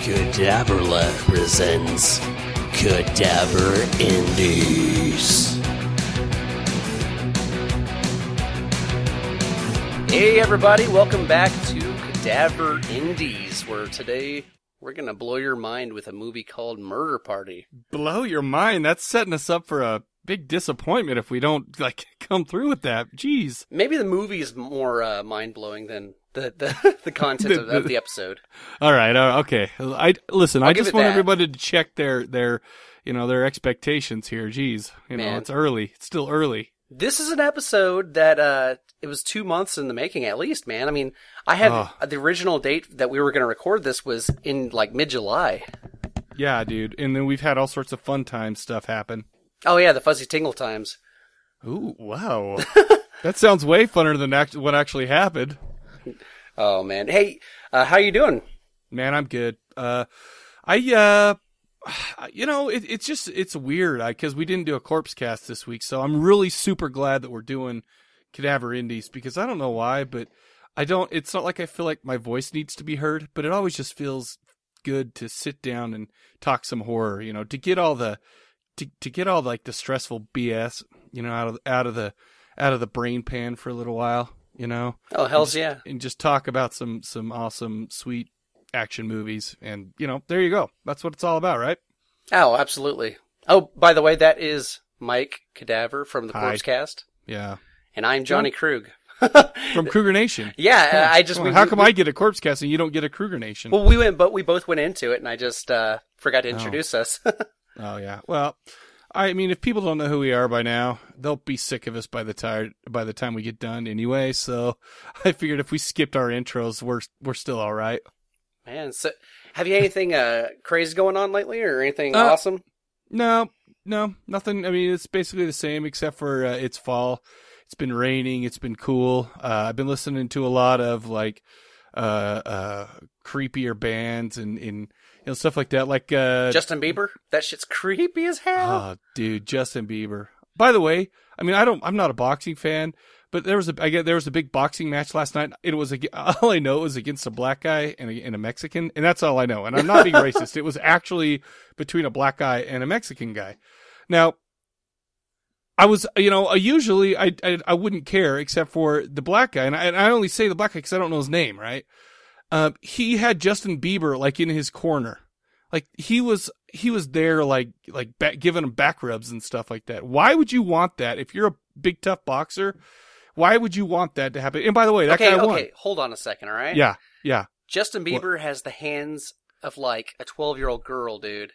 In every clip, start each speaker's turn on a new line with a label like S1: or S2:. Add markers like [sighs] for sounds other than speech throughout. S1: Cadaverla presents Cadaver Indies. Hey, everybody, welcome back to Cadaver Indies, where today we're going to blow your mind with a movie called Murder Party.
S2: blow your mind. That's setting us up for a big disappointment if we don't like [laughs] come through with that. Jeez.
S1: Maybe the movie's more uh, mind blowing than the, the, [laughs] the content of, of the episode.
S2: All right. Uh, okay. I listen. i
S1: I'll give
S2: just
S1: it
S2: want
S1: that.
S2: everybody to check their their you know their expectations here. Jeez. You know
S1: Man.
S2: it's early. It's still early.
S1: This is an episode that uh it was two months in the making at least, man. I mean, I had
S2: Ugh.
S1: the original date that we were going to record this was in like mid July.
S2: Yeah, dude. And then we've had all sorts of fun time stuff happen.
S1: Oh yeah, the fuzzy tingle times.
S2: Ooh.
S1: [laughs]
S2: Wow. that sounds way funner than act- what actually happened.
S1: Oh man, hey, uh, how you doing?
S2: Man, I'm good. Uh, I, uh, [sighs] you know, it, it's just, it's weird. I, cause we didn't do a corpse cast this week. So I'm really super glad that we're doing cadaver indies because I don't know why, but I don't, it's not like I feel like my voice needs to be heard, but it always just feels good to sit down and talk some horror, you know, to get all the, to, to get all like the stressful BS, you know, out of, out of the, out of the brain pan for a little while, you know?
S1: Oh hell's yeah.
S2: and just talk about some some awesome sweet action movies and you know there you go that's what it's all about right
S1: Oh, absolutely. Oh, by the way, that is Mike Cadaver from the
S2: Hi.
S1: Corpse Cast,
S2: yeah
S1: and I'm Johnny Krug. [laughs]
S2: from kruger nation
S1: Uh, yeah, uh, I just
S2: Come on,
S1: we-
S2: how
S1: we-
S2: come i get a corpse cast and you don't get a kruger nation
S1: Well, we went, but we both went into it, and I just uh forgot to introduce us. [laughs]
S2: oh yeah well i mean if people don't know who we are by now they'll be sick of us by the time by the time we get done anyway so [laughs] i figured if we skipped our intros we're we're still all right
S1: Man, so have you anything uh crazy going on lately, or anything
S2: Uh,
S1: awesome?
S2: No, no, nothing. I mean, it's basically the same except for uh, it's fall. It's been raining. It's been cool. Uh, I've been listening to a lot of like uh, uh, creepier bands and, and you know stuff like that. Like uh,
S1: Justin Bieber? That shit's creepy as hell.
S2: Oh, dude, Justin Bieber. By the way, I mean, I don't, I'm not a boxing fan, but there was a, I get there was a big boxing match last night. It was, ag- [laughs] all I know is against a black guy and a, and a Mexican, and that's all I know. And I'm not being racist. It was actually between a black guy and a Mexican guy. Now, I was, you know, I usually I, I I wouldn't care except for the black guy, and I, and I only say the black guy because I don't know his name, right? Um, he had Justin Bieber like in his corner, like he was he was there like like back, giving him back rubs and stuff like that. Why would you want that if you're a big tough boxer? Why would you want that to happen? And by the way, that
S1: okay,
S2: guy
S1: okay,
S2: won.
S1: hold on a second, all right?
S2: Yeah, yeah.
S1: Justin Bieber has the hands of like a 12 year old girl, dude.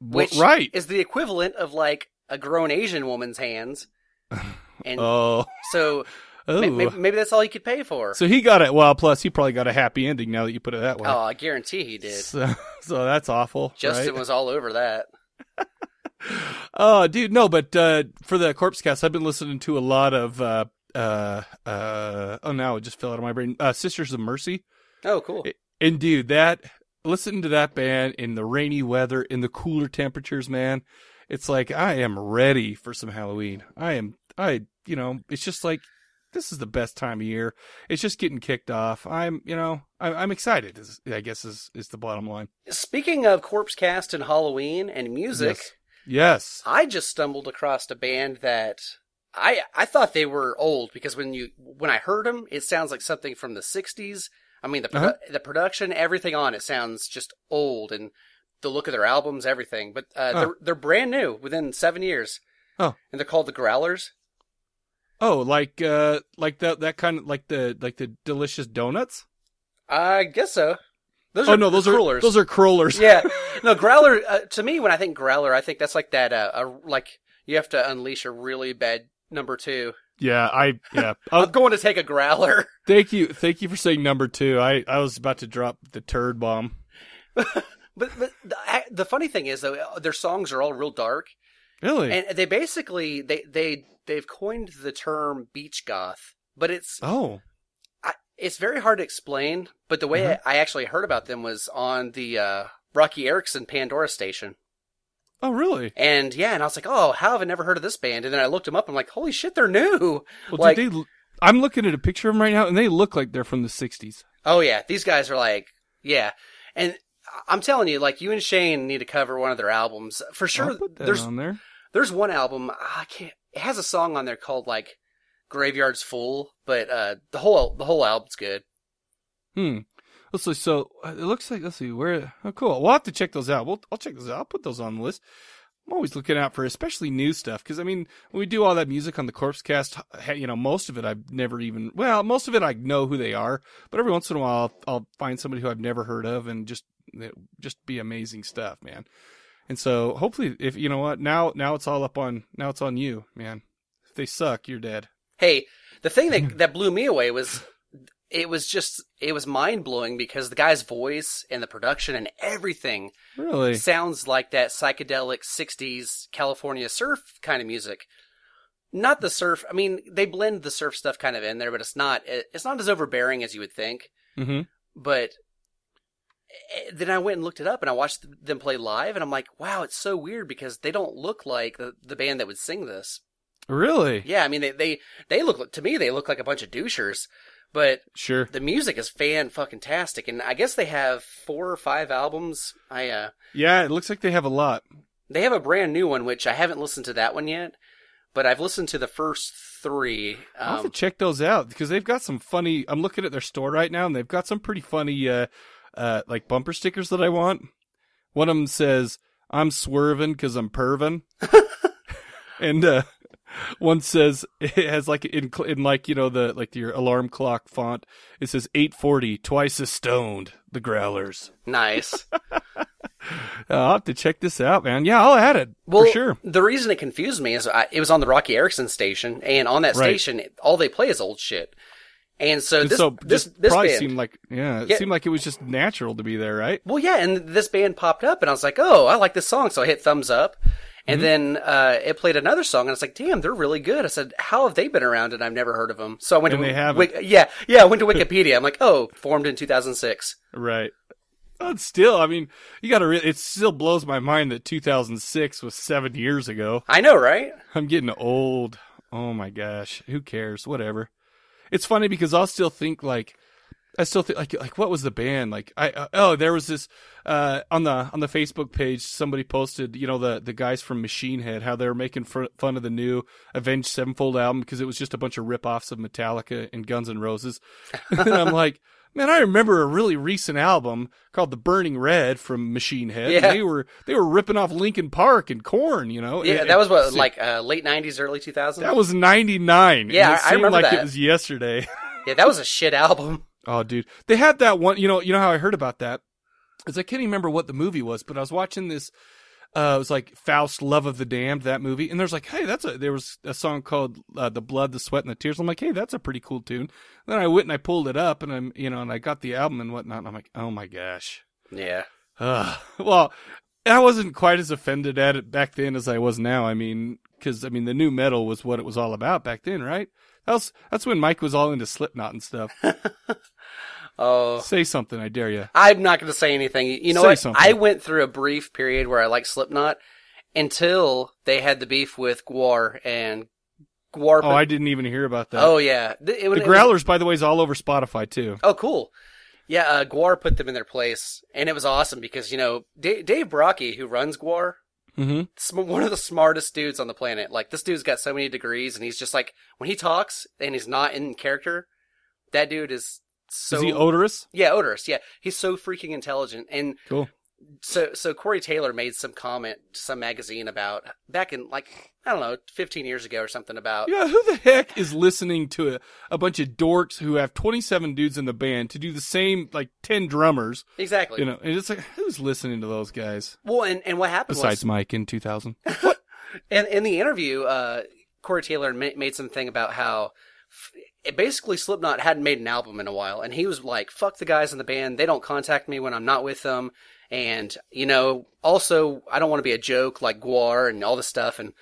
S2: W-
S1: Which
S2: right.
S1: is the equivalent of like a grown Asian woman's
S2: [laughs]
S1: hands. And
S2: oh,
S1: so
S2: oh.
S1: ma- maybe, maybe that's all he could pay for.
S2: so he got it. Well, plus he probably got a happy ending now that you put it that way.
S1: oh, I guarantee he did.
S2: So, [laughs] so that's awful.
S1: Justin
S2: right?
S1: was all over that.
S2: Oh, dude, no, but uh, for the corpse cast, I've been listening to a lot of. Uh, uh, uh, oh, now it just fell out of my brain. Uh, Sisters of Mercy,
S1: Oh, cool.
S2: It- and dude, that listening to that band in the rainy weather, in the cooler temperatures, man, it's like I am ready for some Halloween. I am, I, you know, it's just like this is the best time of year. It's just getting kicked off. I'm, you know, I'm, I'm excited. Is, I guess is is the bottom line.
S1: Speaking of corpse cast and Halloween and music,
S2: Yes. Yes.
S1: I just stumbled across a band that I I thought they were old because when you when I heard them, it sounds like something from the '60s. I mean the produ-
S2: Uh-huh.
S1: the production, everything on it sounds just old, and the look of their albums, everything. But uh,
S2: Oh.
S1: they're they're brand new within seven years.
S2: Oh.
S1: and they're called the Growlers.
S2: Oh, like uh, like that that kind of like the like the delicious donuts.
S1: I guess so. Those
S2: oh
S1: are
S2: no, those
S1: Growlers.
S2: are those are crawlers.
S1: yeah, no Growler. Uh, to me, when I think Growler, I think that's like that. Uh, a, like you have to unleash a really bad number two.
S2: [laughs] yeah. I
S1: [laughs]
S2: yeah.
S1: I'm
S2: Oh,
S1: going to take a Growler.
S2: thank you, thank you for saying number two. I I was about to drop the turd bomb.
S1: But, but the, I- the funny thing is though, uh, their songs are all real dark,
S2: Really?
S1: and they basically they they they've coined the term beach goth. But it's
S2: oh,
S1: I, it's very hard to explain. But the way
S2: Mhm.
S1: I, I actually heard about them was on the uh, Rocky Erickson Pandora station,
S2: oh really?
S1: and yeah, and I was like, oh, how have I never heard of this band? And then I looked them up. I'm like, holy shit, they're new.
S2: Well,
S1: like,
S2: did they? l- I'm looking at a picture of them right now, and they look like they're from the '60s.
S1: oh yeah, these guys are like, yeah, and I'm telling you, like you and Shane need to cover one of their albums for sure.
S2: I'll put that
S1: There's
S2: on there.
S1: there's one album I can't. It has a song on there called like "Graveyard's Fool," but uh, the whole the whole album's good.
S2: Hmm. Let's see. So uh, it looks like let's see where. Oh, cool. We'll have to check those out. We'll I'll check those out. I'll put those on the list. I'm always looking out for especially new stuff because I mean when we do all that music on the Corpse Cast, ha- you know most of it I've never even well most of it I know who they are, but every once in a while I'll, I'll find somebody who I've never heard of and just it just be amazing stuff, man. And so hopefully if you know what now now it's all up on now it's on you, man. If they suck, you're dead.
S1: Hey, the thing that that blew me away was it was just it was mind blowing because the guy's voice and the production and everything
S2: Really?
S1: sounds like that psychedelic 60s California surf kind of music. Not the surf. I mean, they blend the surf stuff kind of in there, but it's not it's not as overbearing as you would think.
S2: Mm-hmm.
S1: But eh, then I went and looked it up and I watched them play live and I'm like, wow, it's so weird because they don't look like the, the band that would sing this.
S2: Really?
S1: Yeah, I mean they they they look to me they look like a bunch of douchers, but
S2: Sure.
S1: the music is fan fucking tastic and I guess they have four or five albums. I uh
S2: Yeah, it looks like they have a lot.
S1: They have a brand new one, which I haven't listened to that one yet, but I've listened to the first three.
S2: I'll have to
S1: Um,
S2: check those out because they've got some funny. I'm looking at their store right now, and they've got some pretty funny, uh, uh, like bumper stickers that I want. One of them says, "I'm swerving because
S1: [laughs]
S2: I'm pervin," and uh, one says it has like in, cl- in like you know the like your alarm clock font. It says "840, twice as stoned." The growlers.
S1: nice.
S2: Uh, I'll have to check this out, man. Yeah, I'll add it
S1: Well, uh,
S2: for sure.
S1: the reason it confused me is I, it was on the Rocky Erickson station, and on that
S2: Right.
S1: station, all they play is old shit. And so
S2: And
S1: this,
S2: so
S1: this,
S2: just
S1: this
S2: probably
S1: band,
S2: seemed like yeah, it
S1: Yeah.
S2: seemed like it was just natural to be there, right?
S1: well, yeah, and this band popped up, and I was like, oh, I like this song, so I hit thumbs up.
S2: Mm-hmm.
S1: And then uh, it played another song, and I was like, "Damn, they're really good." I said, "How have they been around?" And I've never heard of them. So I went
S2: And
S1: to
S2: they haven't.
S1: Wik- yeah, yeah, I went to Wikipedia. I'm like, "Oh, formed in 2006."
S2: Right. But still, I mean, you got to. Re- it still blows my mind that 2006 was seven years ago.
S1: I know, right?
S2: [laughs] I'm getting old. Oh my gosh, who cares? Whatever. It's funny because I'll still think like, I still think like like what was the band like? I uh, oh there was this uh on the on the Facebook page somebody posted you know the the guys from Machine Head how they were making fr- fun of the new Avenged Sevenfold album because it was just a bunch of rip-offs of Metallica and Guns N' Roses. [laughs]
S1: [laughs]
S2: and I'm like, man, I remember a really recent album called The Burning Red from Machine Head. and
S1: Yeah.
S2: they were they were ripping off Linkin Park and Corn, you know.
S1: Yeah,
S2: And-
S1: that was what
S2: and-
S1: like uh, late '90s, early 2000s.
S2: that was
S1: Yeah,
S2: 99. and it
S1: I- I
S2: seemed
S1: remember
S2: like it
S1: that.
S2: was yesterday. [laughs]
S1: yeah, that was a shit album.
S2: Oh, dude. They had that one, you know, you know how I heard about that? Cuz I can't even remember what the movie was, but I was watching this uh it was like Faust Love of the Damned that movie and there's like, "Hey, that's a there was a song called uh, The Blood, the Sweat and the Tears." I'm like, "Hey, that's a pretty cool tune." Then I went and I pulled it up and I'm, you know, and I got the album and whatnot and I'm like, "Oh my gosh."
S1: Yeah,
S2: Ugh. Well, I wasn't quite as offended at it back then as I was now. I mean, because I mean, the new metal was what it was all about back then, right? That's that's when Mike was all into Slipknot and stuff.
S1: [laughs] oh,
S2: Say something, I dare you.
S1: I'm not going to say anything. You know
S2: Say
S1: what?
S2: something.
S1: I went through a brief period where I liked Slipknot until they had the beef with Guar and Guar.
S2: Oh, I didn't even hear about that.
S1: oh yeah, Th- it,
S2: the
S1: was- it was-
S2: Growlers, by the way, is all over Spotify too.
S1: Oh, cool. Yeah, uh, Guar put them in their place, and it was awesome because you know D- Dave Brocky, who runs Guar,
S2: Mm-hmm.
S1: sm- one of the smartest dudes on the planet. Like this dude's got so many degrees, and he's just like when he talks and he's not in character, that dude is so
S2: is he odorous?
S1: yeah odorous. Yeah, he's so freaking intelligent. And
S2: Cool.
S1: so so Corey Taylor made some comment to some magazine about back in like I don't know, fifteen years ago or something about
S2: Yeah, who the heck is listening to a, a bunch of dorks who have 27 dudes in the band to do the same, like 10 drummers?
S1: exactly.
S2: You know, and it's like, who's listening to those guys
S1: well, and and what happened was
S2: besides Mike in 2000?
S1: And in the interview, uh, Corey Taylor ma- made some thing about how f- it basically Slipknot hadn't made an album in a while, and he was like, "Fuck the guys in the band; they don't contact me when I'm not with them." And you know, also, I don't want to be a joke like Guar and all this stuff. And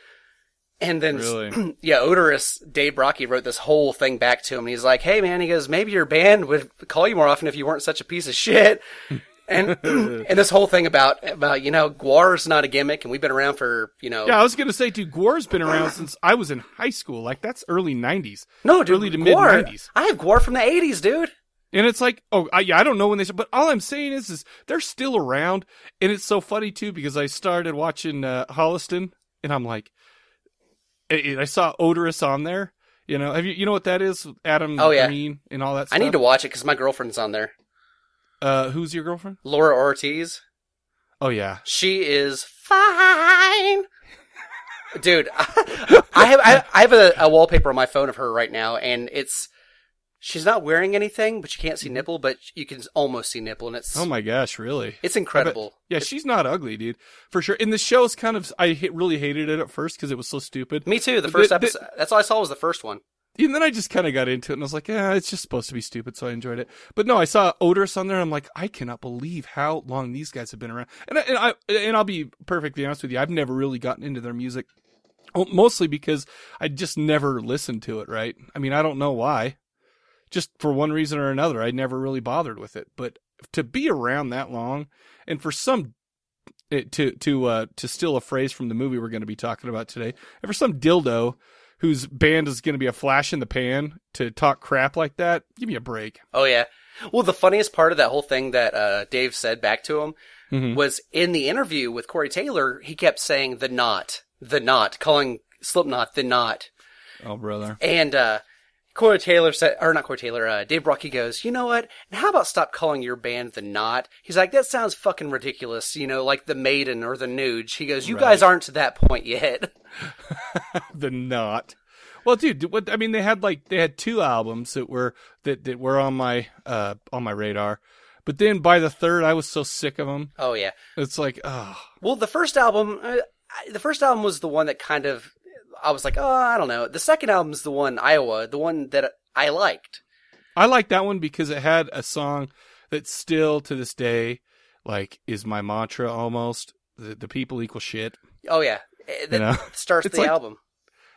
S1: and then
S2: Really?
S1: [clears throat] yeah, odorous Dave Rocky wrote this whole thing back to him, and he's like, "Hey man," he goes, "Maybe your band would call you more often if you weren't such a piece of shit." And [clears throat] and this whole thing about about you know Guar's not a gimmick, and we've been around for you know
S2: Yeah, I was gonna say, dude, Gore's been around since I was in high school. Like that's early '90s.
S1: No, dude,
S2: early to mid
S1: Gwar.
S2: '90s.
S1: I have Guar from the '80s, dude.
S2: And it's like, oh, I, yeah, I don't know when they started, but all I'm saying is, is they're still around. And it's so funny too because I started watching uh, Holliston, and I'm like, I I saw Odorous on there. You know, have you you know what that is? Adam
S1: Oh, yeah.
S2: Green and all that.
S1: I
S2: stuff.
S1: need to watch it because my girlfriend's on there.
S2: Uh, who's your girlfriend?
S1: Laura Ortiz.
S2: Oh yeah,
S1: She is fine. [laughs] Dude, [laughs] I have I, I have a, a wallpaper on my phone of her right now, and it's she's not wearing anything, but you can't see nipple, but you can almost see nipple, and it's
S2: Mm-hmm. Oh my gosh, really?
S1: it's incredible.
S2: Yeah, she's not ugly, dude, for sure. And the show's kind of I hit, really hated it at first because it was so stupid.
S1: Me too. The first
S2: The- the-
S1: episode. That's all I saw was the first one.
S2: And then I just kind of got into it and I was like, yeah, it's just supposed to be stupid, so I enjoyed it. But no, I saw Odorous on there and I'm like, I cannot believe how long these guys have been around. And I, and I and I'll be perfectly honest with you, I've never really gotten into their music, Oh, mostly because I just never listened to it. Right? I mean, I don't know why. Just for one reason or another, I never really bothered with it. But to be around that long, and for some it, to to uh, to steal a phrase from the movie we're going to be talking about today, and for some dildo whose band is going to be a flash in the pan to talk crap like that, give me a break.
S1: Oh yeah. Well, the funniest part of that whole thing that uh, Dave said back to him
S2: Mhm.
S1: was in the interview with Corey Taylor. He kept saying the knot, the knot, calling Slipknot the knot,
S2: Oh, brother.
S1: and uh, Corey Taylor said, or not Corey Taylor, uh, Dave Rocky goes, you know what? And how about stop calling your band the knot? He's like, that sounds fucking ridiculous. You know, like the Maiden or the Nuge. He goes, you guys aren't to that point yet. [laughs]
S2: the knot. Well, dude, what I mean, they had like they had two albums that were that that were on my uh on my radar, but then by the third, I was so sick of them.
S1: oh yeah.
S2: It's like, oh,
S1: Well, the first album, uh, I- the first album was the one that kind of I was like, oh, I don't know. The second album's the one Iowa, the one that I liked.
S2: I like that one because it had a song that still to this day, like, is my mantra almost. The, the people equal shit.
S1: Oh yeah, Eh, that
S2: You know?
S1: [laughs] starts
S2: It's
S1: the
S2: like-
S1: album.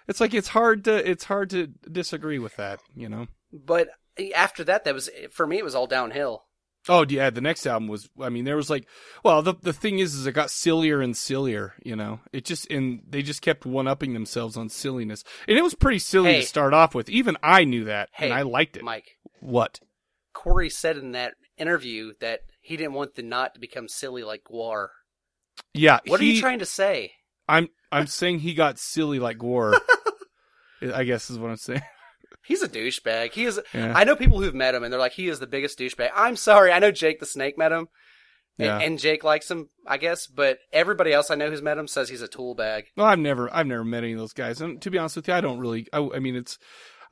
S2: It's like it's hard to it's hard to disagree with that, you know.
S1: But eh, after that, that was for me. It was all downhill.
S2: Oh yeah, the next album was. I mean, there was like, well, the the thing is, is it got sillier and sillier. You know, it just and they just kept one upping themselves on silliness, and it was pretty silly
S1: Hey.
S2: to start off with. Even I knew that,
S1: Hey,
S2: and I liked it.
S1: Mike
S2: What?
S1: Corey said in that interview that he didn't want the knot to become silly like Guar.
S2: Yeah.
S1: What are
S2: he-
S1: you trying to say?
S2: I'm I'm saying he got silly
S1: [laughs]
S2: like Gore. I guess is what I'm saying.
S1: He's a douchebag. He is. [laughs]
S2: Yeah.
S1: I know people who've met him and they're like, he is the biggest douchebag. I'm sorry. I know Jake the Snake met him. and-
S2: Yeah.
S1: And, Jake likes him, I guess, but everybody else I know who's met him says he's a tool bag.
S2: Well, I've never, I've never met any of those guys, and to be honest with you, I don't really. I, I mean, it's,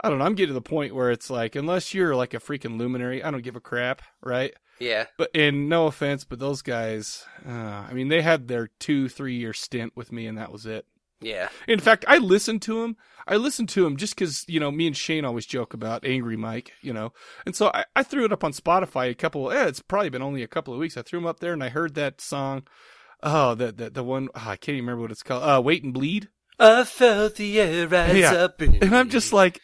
S2: I don't know. I'm getting to the point where it's like, unless you're like a freaking luminary, I don't give a crap, right?
S1: Yeah.
S2: But and no offense, but those guys, uh, I mean, they had their two, three year stint with me, and that was it.
S1: Yeah.
S2: In fact, I listened to him. I listened to him just because you know me and Shane always joke about Angry Mike, you know, and so I, I threw it up on Spotify a couple. Eh, it's probably been only a couple of weeks. I threw him up there, and I heard that song. Oh, that that the one oh, I can't even remember what it's called. Uh, Wait and Bleed.
S1: I felt the air rise
S2: Yeah.
S1: up in
S2: And I'm just like,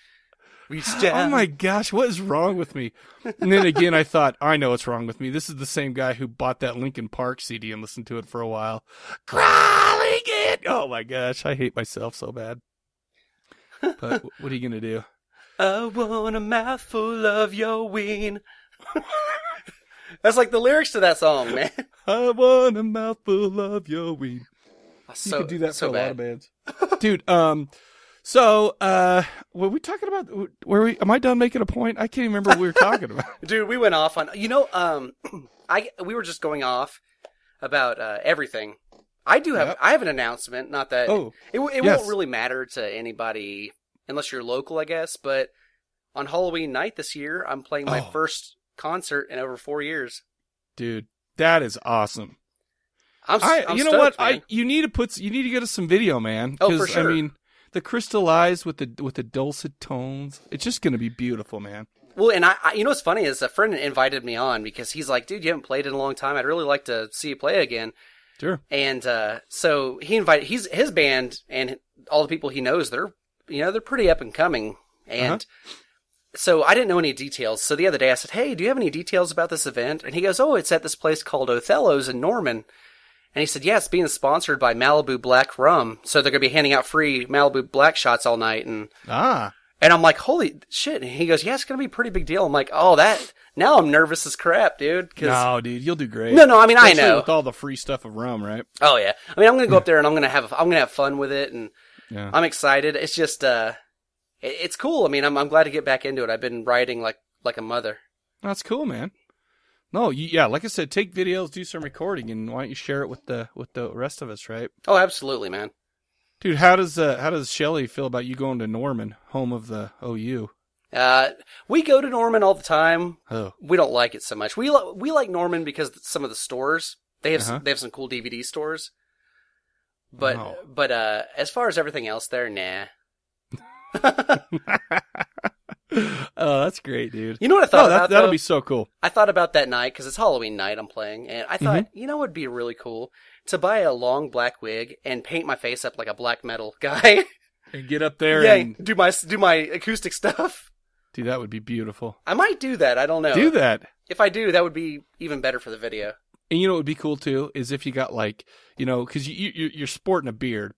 S1: reach
S2: [gasps] oh my gosh, what is wrong with me? And then again, I thought, I know what's wrong with me. This is the same guy who bought that Linkin Park CD and listened to it for a while. Crawling it. Oh my gosh, I hate myself so bad. But wh- what are you gonna do?
S1: I want a mouthful of your ween. [laughs] That's like the lyrics to that song, man.
S2: I want a mouthful of your weed. [laughs] You
S1: So,
S2: could do that
S1: so
S2: for
S1: bad.
S2: a lot of bands, dude. Um, so uh, were we talking about? Were we? Am I done making a point? I can't remember what we were
S1: [laughs]
S2: talking about.
S1: Dude, we went off on you know, um [clears throat] I we were just going off about uh everything. I do have
S2: Yep.
S1: I have an announcement, not that
S2: Oh,
S1: it w- it
S2: yes.
S1: won't really matter to anybody unless you're local, I guess, but on Halloween night this year, I'm playing my
S2: Oh.
S1: first concert in over 4 years.
S2: dude, that is awesome.
S1: I'm, s-
S2: I,
S1: I'm
S2: you know
S1: stoked,
S2: what? I
S1: man.
S2: you need to put you need to get us some video, man.
S1: Oh, for
S2: 'Cause,
S1: sure.
S2: I mean, the crystallized with the with the dulcet tones. It's just gonna be beautiful, man.
S1: Well, and I, I you know what's funny is a friend invited me on because he's like, "Dude, you haven't played in a long time. I'd really like to see you play again."
S2: Sure.
S1: and uh, so he invited he's his band and all the people he knows they're you know they're pretty up and coming and so i didn't know any details so the other day i said hey do you have any details about this event and he goes oh it's at this place called othello's in norman and he said yeah it's being sponsored by malibu black rum so they're going to be handing out free malibu black shots all night and
S2: Ah,
S1: And I'm like, holy shit. And he goes, yeah, it's going to be a pretty big deal. I'm like, oh, that, now I'm nervous as crap, dude. 'cause-
S2: No, dude, you'll do great.
S1: no, no, I mean, I
S2: Especially
S1: know.
S2: with all the free stuff of rum, right?
S1: Oh yeah. I mean, I'm going to go up there and I'm going to have, I'm going to have fun with it. And
S2: Yeah.
S1: I'm excited. It's just, uh, it- it's cool. I mean, I'm, I'm glad to get back into it. I've been writing like, like a mother.
S2: That's cool, man. No, you, yeah, like I said, take videos, do some recording, and why don't you share it with the with the rest of us, right?
S1: Oh, absolutely, man.
S2: Dude, how does uh, how does Shelly feel about you going to Norman, home of the OU?
S1: Uh, we go to Norman all the time.
S2: [laughs] Oh,
S1: We don't like it so much. We li- we like Norman because some of the stores they have
S2: Uh-huh.
S1: they have some cool DVD stores. But
S2: Oh.
S1: but uh, as far as everything else there, nah.
S2: oh, that's great, dude.
S1: You know what I thought
S2: No, that,
S1: about
S2: that'll
S1: though?
S2: be so cool.
S1: I thought about that night because it's Halloween night I'm playing, and I thought
S2: Mm-hmm.
S1: you know what'd be really cool to buy a long black wig and paint my face up like a black metal [laughs] guy.
S2: And get up there
S1: yeah,
S2: and
S1: do my do my acoustic stuff.
S2: dude, that would be beautiful.
S1: I might do that. I don't know.
S2: Do that.
S1: If I do, that would be even better for the video.
S2: And you know what would be cool too is if you got like you know because you, you you're sporting a beard,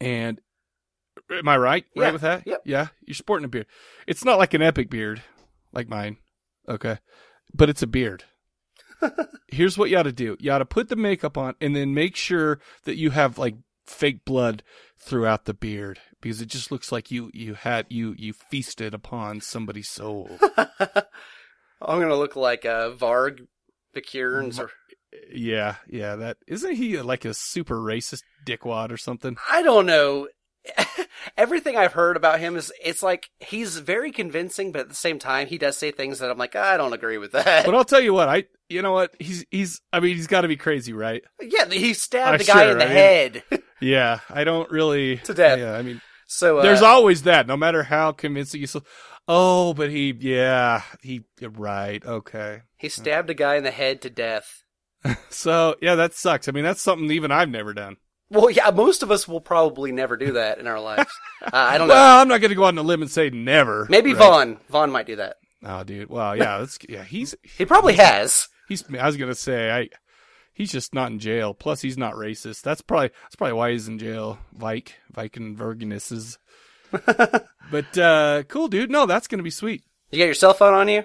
S2: and am I right?
S1: Yeah.
S2: Right with that?
S1: Yep.
S2: Yeah, you're sporting a beard. It's not like an epic beard, like mine. Okay, but it's
S1: [laughs]
S2: a beard. Here's what you ought to do: you ought to put the makeup on, and then make sure that you have like fake blood throughout the beard because it just looks like you you had you you feasted upon somebody's soul.
S1: I'm gonna look like uh, Varg the Kierns or
S2: yeah, yeah. That isn't he like a super racist dickwad or something?
S1: I don't know. [laughs] Everything I've heard about him is it's like he's very convincing, but at the same time he does say things that I'm like I don't agree with that. [laughs]
S2: But I'll tell you what, I you know what he's he's I mean he's got to be crazy, right?
S1: yeah, he stabbed
S2: I
S1: the guy
S2: sure,
S1: in the
S2: right?
S1: head
S2: Yeah, I don't really
S1: to death.
S2: Yeah, I mean
S1: So uh,
S2: there's always that, no matter how convincing you. So, oh, but he yeah he you're right okay.
S1: he stabbed a guy in the head to death.
S2: So yeah, that sucks. I mean that's something even I've never done.
S1: Well, yeah, most of us will probably never do that in our lives. Uh, I don't know.
S2: [laughs] Well, I'm not going to go out on a limb and say never.
S1: Maybe
S2: right?
S1: Vaughn. Vaughn might do that.
S2: Oh, dude. Well, yeah, that's yeah. He's
S1: He probably has.
S2: he's. I was going to say I. He's just not in jail. Plus, he's not racist. That's probably that's probably why he's in jail. Vike, Viking is. But uh, cool, dude. No, that's gonna be sweet.
S1: You got your cell phone on you?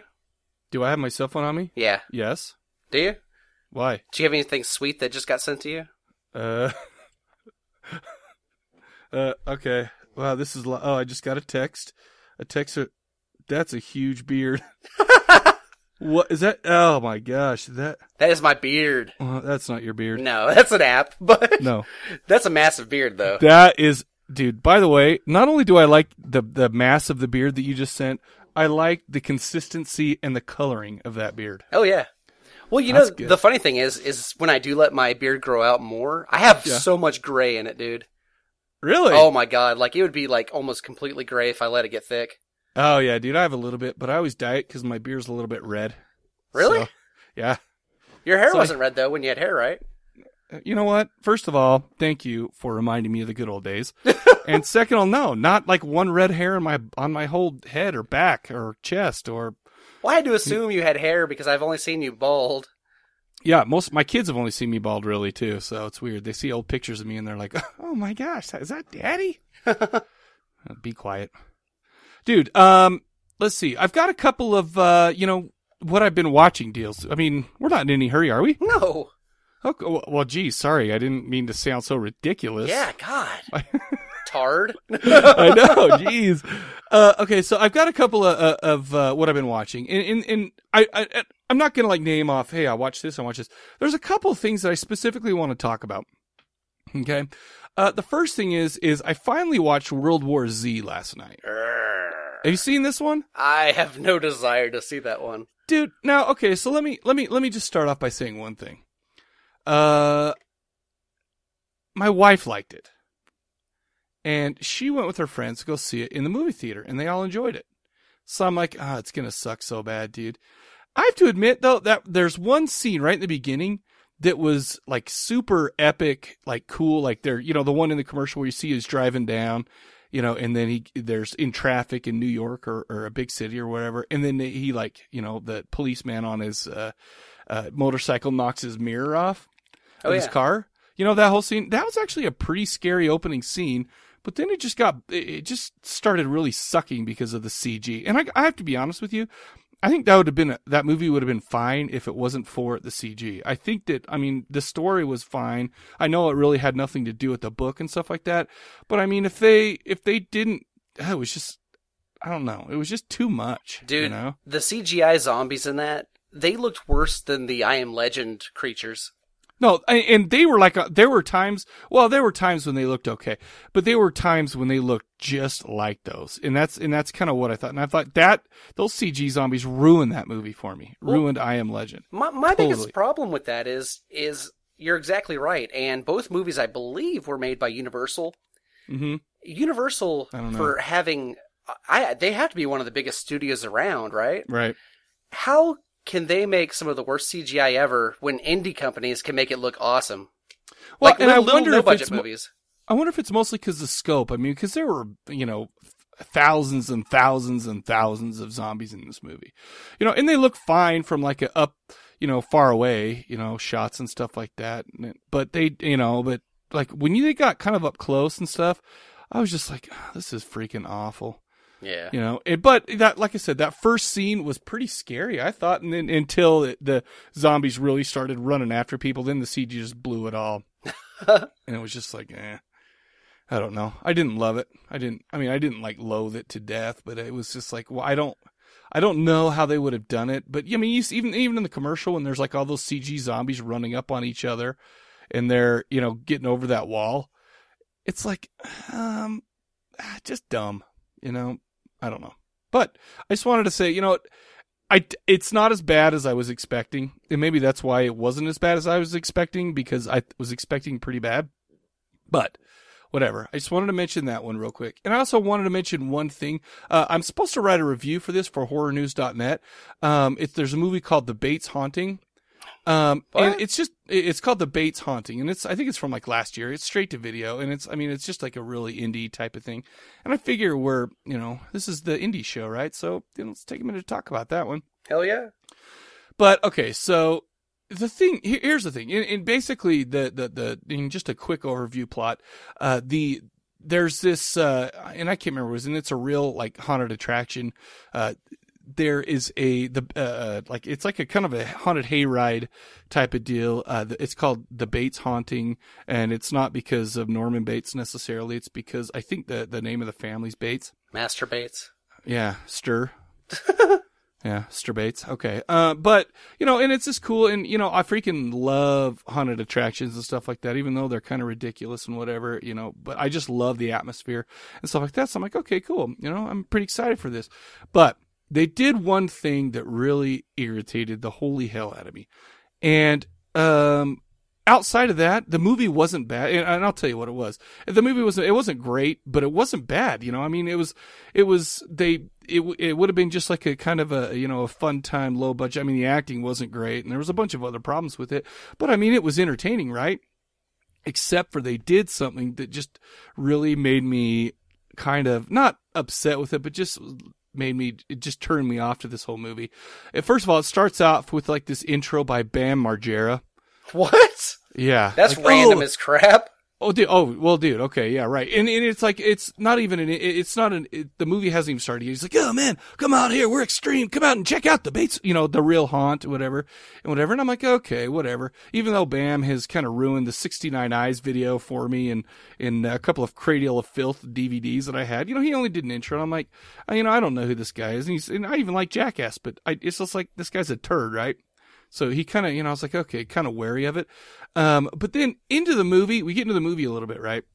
S2: Do I have my cell phone on me?
S1: Yeah.
S2: Yes.
S1: Do you?
S2: Why?
S1: Do you have anything sweet that just got sent to you?
S2: Uh. [laughs] uh. Okay. Wow. This is. Li- oh, I just got a text. A text. uh, That's a huge beard. what is that? Oh my gosh. That.
S1: That is my beard.
S2: Well, that's not your beard.
S1: No, [laughs] that's an app, but
S2: No.
S1: [laughs] that's a massive beard though.
S2: That is, dude. By the way, not only do I like the the mass of the beard that you just sent, I like the consistency and the coloring of that beard.
S1: Oh yeah. Well, you
S2: That's
S1: know
S2: good.
S1: the funny thing is, is when I do let my beard grow out more, I have
S2: Yeah.
S1: so much gray in it, dude.
S2: Really?
S1: Oh my god, like it would be like almost completely gray if I let it get thick.
S2: Oh yeah, dude. I have a little bit, but I always dye it because my beard's a little bit red.
S1: Really?
S2: So, yeah.
S1: Your hair
S2: so-
S1: wasn't red though when you had hair, right?
S2: You know what? First of all, thank you for reminding me of the good
S1: [laughs]
S2: old days. and second of all, no, not like one red hair in my on my whole head or back or chest or
S1: Well, I had to assume you had hair because I've only seen you bald.
S2: yeah. Most my kids have only seen me bald really too, so it's weird. They see old pictures of me and they're like, [laughs] "Oh my gosh, is that daddy?" Uh, Be quiet, dude. Um, let's see. I've got a couple of uh, you know, what I've been watching deals. I mean, we're not in any hurry, are we?
S1: No.
S2: Okay. Well, well, geez, sorry, I didn't mean to sound so ridiculous.
S1: Yeah, God.
S2: [laughs]
S1: Tard.
S2: I know. Jeez. Uh, okay, so I've got a couple of, uh, of uh, what I've been watching, and and, and I, I I'm not gonna like name off. Hey, I watch this. I watch this. There's a couple of things that I specifically want to talk about. Okay, uh, the first thing is is I finally watched World War Z last night. Have you seen this one?
S1: I have no desire to see that one.
S2: dude now okay so let me let me let me just start off by saying one thing uh my wife liked it and she went with her friends to go see it in the movie theater and they all enjoyed it so i'm like ah it's gonna suck so bad dude i have to admit though that there's one scene right in the beginning that was like super epic like cool like they're you know the one in the commercial where you see is driving down you know, and then he there's in traffic in New York or, or a big city or whatever, and then he like you know the policeman on his uh, uh, motorcycle knocks his mirror off
S1: Oh,
S2: of his
S1: yeah.
S2: car. You know that whole scene. That was actually a pretty scary opening scene, But then it just got it it just started really sucking because of the CG. And I, I have to be honest with you, I think that would have been a, that movie would have been fine if it wasn't for the CG. I think that I mean the story was fine. I know it really had nothing to do with the book and stuff like that. But I mean if they if they didn't, it was just I don't know. It was just too much,
S1: Dude,
S2: You know?
S1: the CGI zombies in that they looked worse than the I Am Legend creatures.
S2: No, I- and they were like uh, there were times. Well, there were times when they looked okay, but there were times when they looked just like those, and that's and that's kind of what I thought. And I thought that those CG zombies ruined that movie for me. Ruined I Am Legend.
S1: My my biggest
S2: Totally.
S1: problem with that is is you're exactly right, and both movies I believe were made by Universal.
S2: hmm
S1: Mm-hmm. Universal
S2: I don't know.
S1: for having I they have to be one of the biggest studios around, right?
S2: Right.
S1: How can they make some of the worst CGI ever when indie companies can make it look awesome?
S2: Well,
S1: like
S2: and I
S1: little,
S2: wonder
S1: no
S2: if
S1: budget
S2: it's mo-
S1: movies.
S2: I wonder if it's mostly because the scope. I mean, because there were you know thousands and thousands and thousands of zombies in this movie, you know, and they look fine from like a up, you know, far away, you know, shots and stuff like that. And it- But they, you know, but like when you they got kind of up close and stuff, I was just like, "Ah, this is freaking awful.
S1: Yeah.
S2: You know, it, but that, like I said, that first scene was pretty scary. I thought, and then until it, the zombies really started running after people, then the CG just blew it all, and it was just like, eh, I don't know. I didn't love it. I didn't. I mean, I didn't like loathe it to death, but it was just like, well, I don't, I don't know how they would have done it. But I mean, you see, even even in the commercial when there's like all those CG zombies running up on each other, and they're you know getting over that wall, it's like, um, ah, just dumb. You know, I don't know. But I just wanted to say, you know, I it's not as bad as I was expecting, and maybe that's why it wasn't as bad as I was expecting because I was expecting pretty bad. But whatever. I just wanted to mention that one real quick, and I also wanted to mention one thing. Uh, I'm supposed to write a review for this for HorrorNews.net. Um, it's there's a movie called The Bates Haunting. Um,
S1: What?
S2: and it's just it- it's called The Bates Haunting, and it's I think it's from like last year. It's straight to video, and it's I mean it's just like a really indie type of thing. And I figure we're, you know, this is the indie show, right? So you know, let's take a minute to talk about that one.
S1: Hell yeah.
S2: But okay, so the thing here- here's the thing, and, and basically the the the in just a quick overview plot. Uh, the there's this, uh, and I can't remember what it was, and it's a real like haunted attraction. Uh, there is a the uh, like it's like a kind of a haunted hayride type of deal. Uh, the- it's called the Bates haunting, and it's not because of Norman Bates necessarily. It's because I think the the name of the family's Bates.
S1: Masturbates. [laughs]
S2: Yeah, stir. yeah, stir baits. Okay. Uh, but you know, and it's just cool, and you know, I freaking love haunted attractions and stuff like that, even though they're kind of ridiculous and whatever, you know. But I just love the atmosphere and stuff like that. So I'm like, okay, cool. You know, I'm pretty excited for this. But they did one thing that really irritated the holy hell out of me, and um. Outside of that, the movie wasn't bad, and and I'll tell you what it was. The movie wasn't it wasn't great, but it wasn't bad. You know, I mean, it was it was they it w- it would have been just like a kind of a you know a fun time low budget. I mean the acting wasn't great and there was a bunch of other problems with it, but I mean it was entertaining, right? Except for they did something that just really made me kind of not upset with it, but just made me it just turned me off to this whole movie. Uh, First of all, it starts off with like this intro by Bam Margera.
S1: What?
S2: Yeah,
S1: That's
S2: Like,
S1: random
S2: "Oh,
S1: as crap.
S2: Oh, dude. Oh, well, dude. Okay, yeah, right. And and it's like it's not even an. it- It's not an. It, the movie hasn't even started yet. He's like, oh man, come out here. We're extreme. Come out and check out the Bates. You know, the real haunt, whatever, and whatever. And I'm like, okay, whatever. Even though Bam has kind of ruined the 69 Eyes video for me, and and a couple of Cradle of Filth DVDs that I had. You know, he only did an intro. And I'm like, I- you know, I don't know who this guy is, and he's and I even like Jackass, but I, it's just like this guy's a turd, right? So he kind of, you know, I was like, okay, kind of wary of it. Um, but then into the movie, we get into the movie a little bit, right?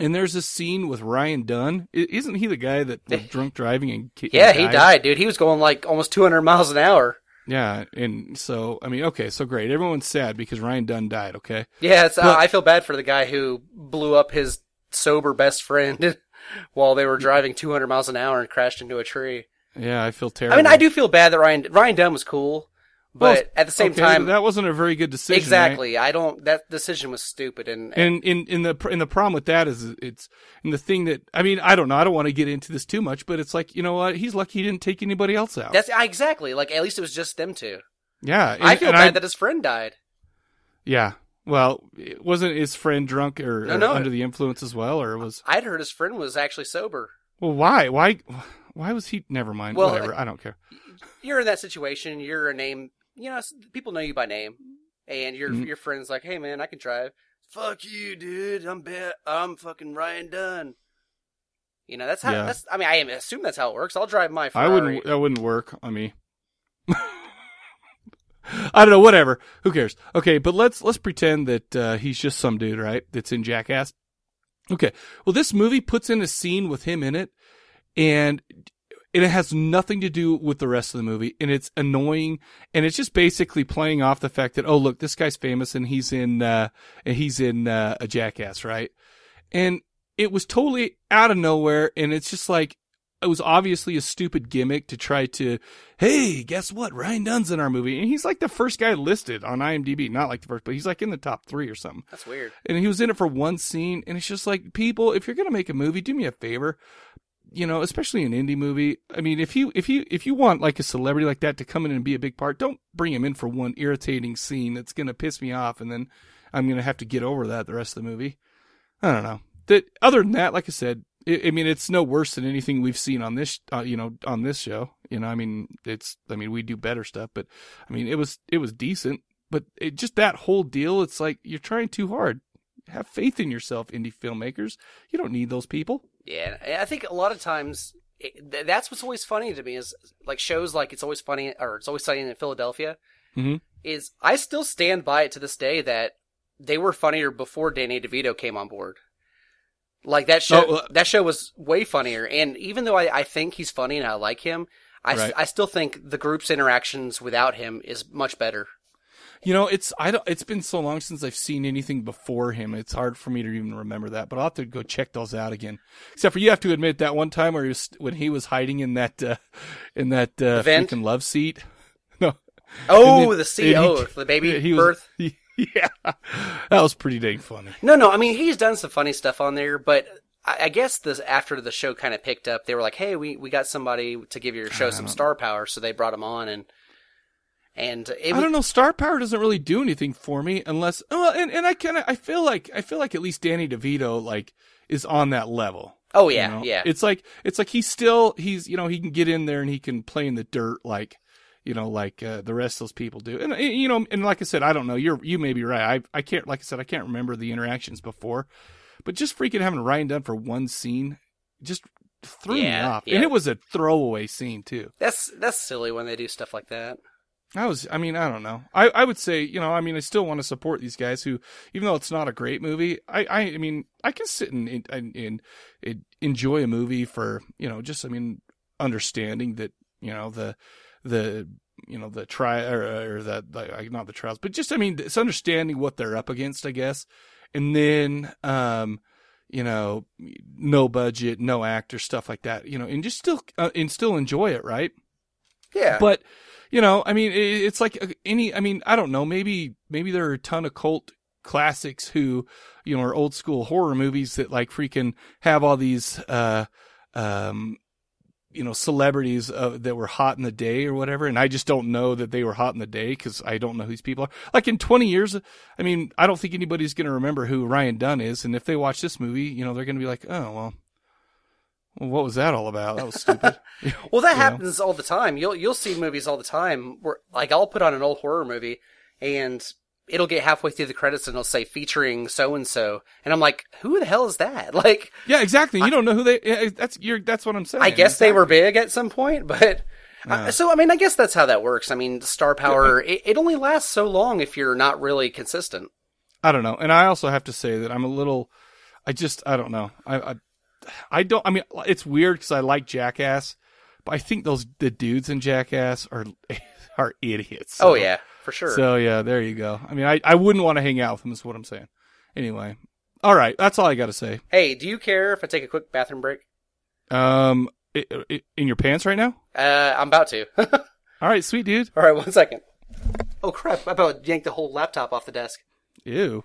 S2: And there's this scene with Ryan Dunn. I- Isn't he the guy that
S1: [laughs]
S2: was drunk driving and ki-
S1: Yeah,
S2: and
S1: he died, dude. He was going like almost 200 miles an hour.
S2: Yeah, and so I mean, okay, so great. Everyone's sad because Ryan Dunn died. Okay,
S1: Yeah, it's, uh,
S2: Well-
S1: I feel bad for the guy who blew up his sober best friend [laughs] while they were driving 200 miles an hour and crashed into a tree.
S2: yeah, I feel terrible.
S1: I mean, I do feel bad that Ryan Ryan Dunn was cool,
S2: Well,
S1: but at the same
S2: okay,
S1: time,
S2: that wasn't a very good decision. right?
S1: exactly. I don't. That decision was stupid, and,
S2: And in in the and the problem with that is it's and the thing that I mean I don't know I don't want to get into this too much but it's like you know what he's lucky he didn't take anybody else out
S1: that's I, exactly like at least it was just them two.
S2: yeah
S1: I
S2: and-
S1: feel
S2: and
S1: bad that his friend died.
S2: Yeah. Well, it- wasn't his friend drunk or,
S1: No,
S2: or
S1: no.
S2: under the influence as well, or was
S1: I'd heard his friend was actually sober.
S2: well? Why? Why? Why was he? Never mind.
S1: Well,
S2: Whatever. I don't care.
S1: You're in that situation. You're a name. You know, s- people know you by name, and your
S2: Mhm.
S1: your friend's like, "Hey, man, I can drive." Fuck you, dude. I'm bet. I'm fucking Ryan Dunn. You know, that's how.
S2: Yeah.
S1: That's. I mean, I assume that's how it works. I'll drive my.
S2: I
S1: Ferrari.
S2: wouldn't. That wouldn't work on me. [laughs] I don't know. Whatever. Who cares? Okay, but let's let's pretend that uh, he's just some dude, right? That's in Jackass. Okay. Well, this movie puts in a scene with him in it, and and it has nothing to do with the rest of the movie, and it's annoying, and it's just basically playing off the fact that oh look, this guy's famous, and he's in uh, and he's in uh, a Jackass, right? And it was totally out of nowhere, and it's just like it was obviously a stupid gimmick to try to, hey, guess what? Ryan Dunn's in our movie. And he's like the first guy listed on IMDb. Not like the first, but he's like in the top three or something.
S1: That's weird.
S2: And he was in it for one scene. And it's just like, people, if you're going to make a movie, do me a favor. You know, especially an indie movie. I mean, if you, if you, if you want like a celebrity like that to come in and be a big part, don't bring him in for one irritating scene that's going to piss me off. And then I'm going to have to get over that the rest of the movie. I don't know. That other than that, like I said, I, I mean, it's no worse than anything we've seen on this, uh, you know, on this show. You know, I mean, it's, I mean, we do better stuff, but I mean, it was, it was decent, but it just that whole deal. It's like you're trying too hard. Have faith in yourself, indie filmmakers. You don't need those people.
S1: Yeah, and I think a lot of times it, th- that's what's always funny to me is like shows like it's always funny or it's always sunny in Philadelphia.
S2: Mhm.
S1: Is I still stand by it to this day that they were funnier before Danny DeVito came on board. Like that show,
S2: Oh, uh,
S1: that show was way funnier. And even though I, I think he's funny and I like him, I, s-
S2: Right.
S1: I still think the group's interactions without him is much better.
S2: You know, it's, I don't, it's been so long since I've seen anything before him. It's hard for me to even remember that, but I'll have to go check those out again. Except for you have to admit that one time where he was, when he was hiding in that, uh, in that, uh,
S1: Event?
S2: freaking love seat. No,
S1: Oh,
S2: then-
S1: the CEO,
S2: and
S1: the baby
S2: he was-
S1: birth.
S2: [laughs] yeah, that was pretty dang funny.
S1: No, no. I mean, he's done some funny stuff on there, but I, I guess this after the show kind of picked up, they were like, "Hey, we, we got somebody to give your show
S2: Uh-huh.
S1: some star power," so they brought him on, and and it
S2: I
S1: was,
S2: don't know. Star power doesn't really do anything for me unless well, and, and I kind of I feel like I feel like at least Danny DeVito like is on that level.
S1: oh
S2: you
S1: yeah,
S2: know?
S1: yeah,
S2: It's like it's like he's still he's you know he can get in there and he can play in the dirt like you know like uh, the rest of those people do. And uh, you know and like I said I don't know you're you may be right. I I can't like I said I can't remember the interactions before, but just freaking having Ryan done for one scene just threw me
S1: Yeah,
S2: off.
S1: yeah.
S2: And it was a throwaway scene too.
S1: that's that's silly when they do stuff like that.
S2: I was, I mean, I don't know. I, I would say, you know, I mean, I still want to support these guys who, even though it's not a great movie, I, I, I mean, I can sit and, and, and, and enjoy a movie for, you know, just, I mean, understanding that, you know, the, the, you know, the try or, or the, the, like, not the trials, but just, I mean, it's understanding what they're up against, I guess. And then, um, you know, no budget, no actor, stuff like that, you know, and just still, uh, and still enjoy it, right?
S1: Yeah,
S2: But you know, I mean, i it's like uh, any. I mean, I don't know. Maybe maybe there are a ton of cult classics who, you know, are old school horror movies that like freaking have all these, uh, um, you know, celebrities uh, that were hot in the day or whatever. And I just don't know that they were hot in the day because I don't know who these people are. Like in 20 years, I mean, I don't think anybody's going to remember who Ryan Dunn is. And if they watch this movie, you know, they're going to be like, oh, well, what was that all about? That was stupid.
S1: well, that
S2: you know.
S1: happens all the time. You'll you'll see movies all the time where like I'll put on an old horror movie and. It'll get halfway through the credits and it'll say featuring so and so, and I'm like, "Who the hell is that?" [laughs] Like,
S2: Yeah, exactly. You don't know who they. yeah, That's you're. That's what I'm saying.
S1: I guess they were big at some point, [laughs] but
S2: Yeah.
S1: uh, so I mean, I guess that's how that works. I mean, star power it, it only lasts so long if you're not really consistent.
S2: I don't know. And I also have to say that I'm a little. I just. I don't know. I. I, I don't. I mean, it's weird because I like Jackass, but I think those the dudes in Jackass are [laughs] are idiots.
S1: oh yeah, for sure.
S2: So yeah, there you go. I mean, I I wouldn't want to hang out with them. Is what I'm saying. Anyway, all right. That's all I got to say.
S1: hey, do you care if I take a quick bathroom break?
S2: Um, i i in your pants right now.
S1: Uh, I'm about to. [laughs] All
S2: All right, sweet dude.
S1: right, one second. Oh crap! I about yanked the whole laptop off the desk.
S2: Ew.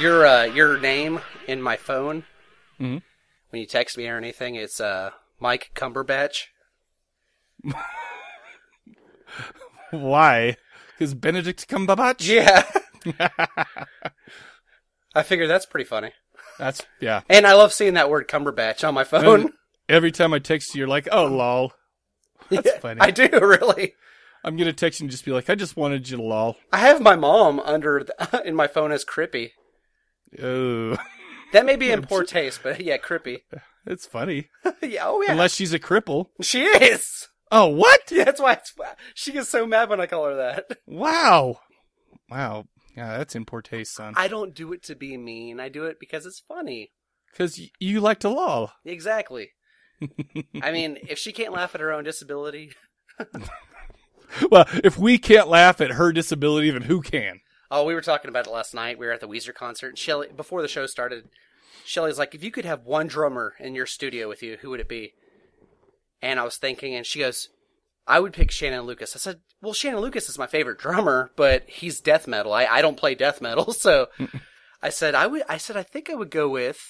S1: your uh, your name in my phone Mm-hmm.
S2: Mhm.
S1: when you text me or anything. It's uh, Mike Cumberbatch.
S2: Why? Because Benedict Cumberbatch.
S1: Yeah, [laughs] I figured that's pretty funny.
S2: That's yeah.
S1: And I love seeing that word Cumberbatch on my phone.
S2: Every time I text you, you're like, "Oh, lol."
S1: [laughs]
S2: That's funny.
S1: I do really.
S2: I'm gonna text you and just be like, "I just wanted you to lol."
S1: I have my mom under the, [laughs] in my phone as Crippy.
S2: [laughs] Oh,
S1: That may be
S2: [laughs]
S1: in poor taste, but yeah, Crippy.
S2: it's funny.
S1: yeah, oh yeah,
S2: Unless she's a cripple.
S1: she is. [laughs]
S2: Oh, what?
S1: Yeah, that's why it's, she gets so mad when I call her
S2: [laughs]
S1: that.
S2: Wow. Wow. Yeah, that's in poor taste, son.
S1: I don't do it to be mean. I do it because it's funny.
S2: Because y- you like to lol. [laughs]
S1: Exactly. I mean, if she can't laugh at her own disability,
S2: Well, if we can't laugh at her disability, then who can?
S1: oh, we were talking about it last night. We were at the Weezer concert, and Shelly, before the show started, Shelly's like, "If you could have one drummer in your studio with you, who would it be?" And I was thinking, and she goes, "I would pick Shannon Lucas." I said, "Well, Shannon Lucas is my favorite drummer, but he's death metal. I, I don't play death metal, [laughs] so." I said, "I would." I said, "I think I would go with."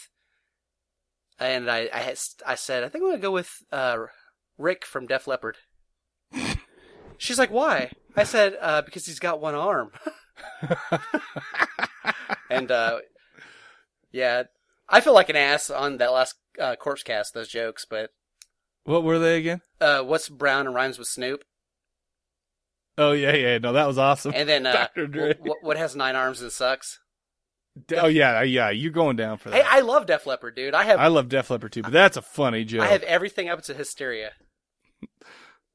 S1: And I, I, had- I said, "I think I'm gonna go with uh, Rick from Def Leppard." She's like, "Why?" I said, uh, "Because he's got one arm." and uh, yeah, I feel like an ass on that last uh, corpse cast. Those jokes, but
S2: What were they again?
S1: uh, what's brown and rhymes with Snoop?
S2: Oh yeah, yeah. No, that was [laughs] awesome.
S1: And then uh,
S2: Dr. Dre.
S1: What, what has nine arms and sucks?
S2: oh yeah, yeah. You're going down for
S1: Hey,
S2: that.
S1: I love Def Leppard, dude. I have
S2: Uh. I love Def Leppard too, but that's a funny joke.
S1: I have everything up to Hysteria.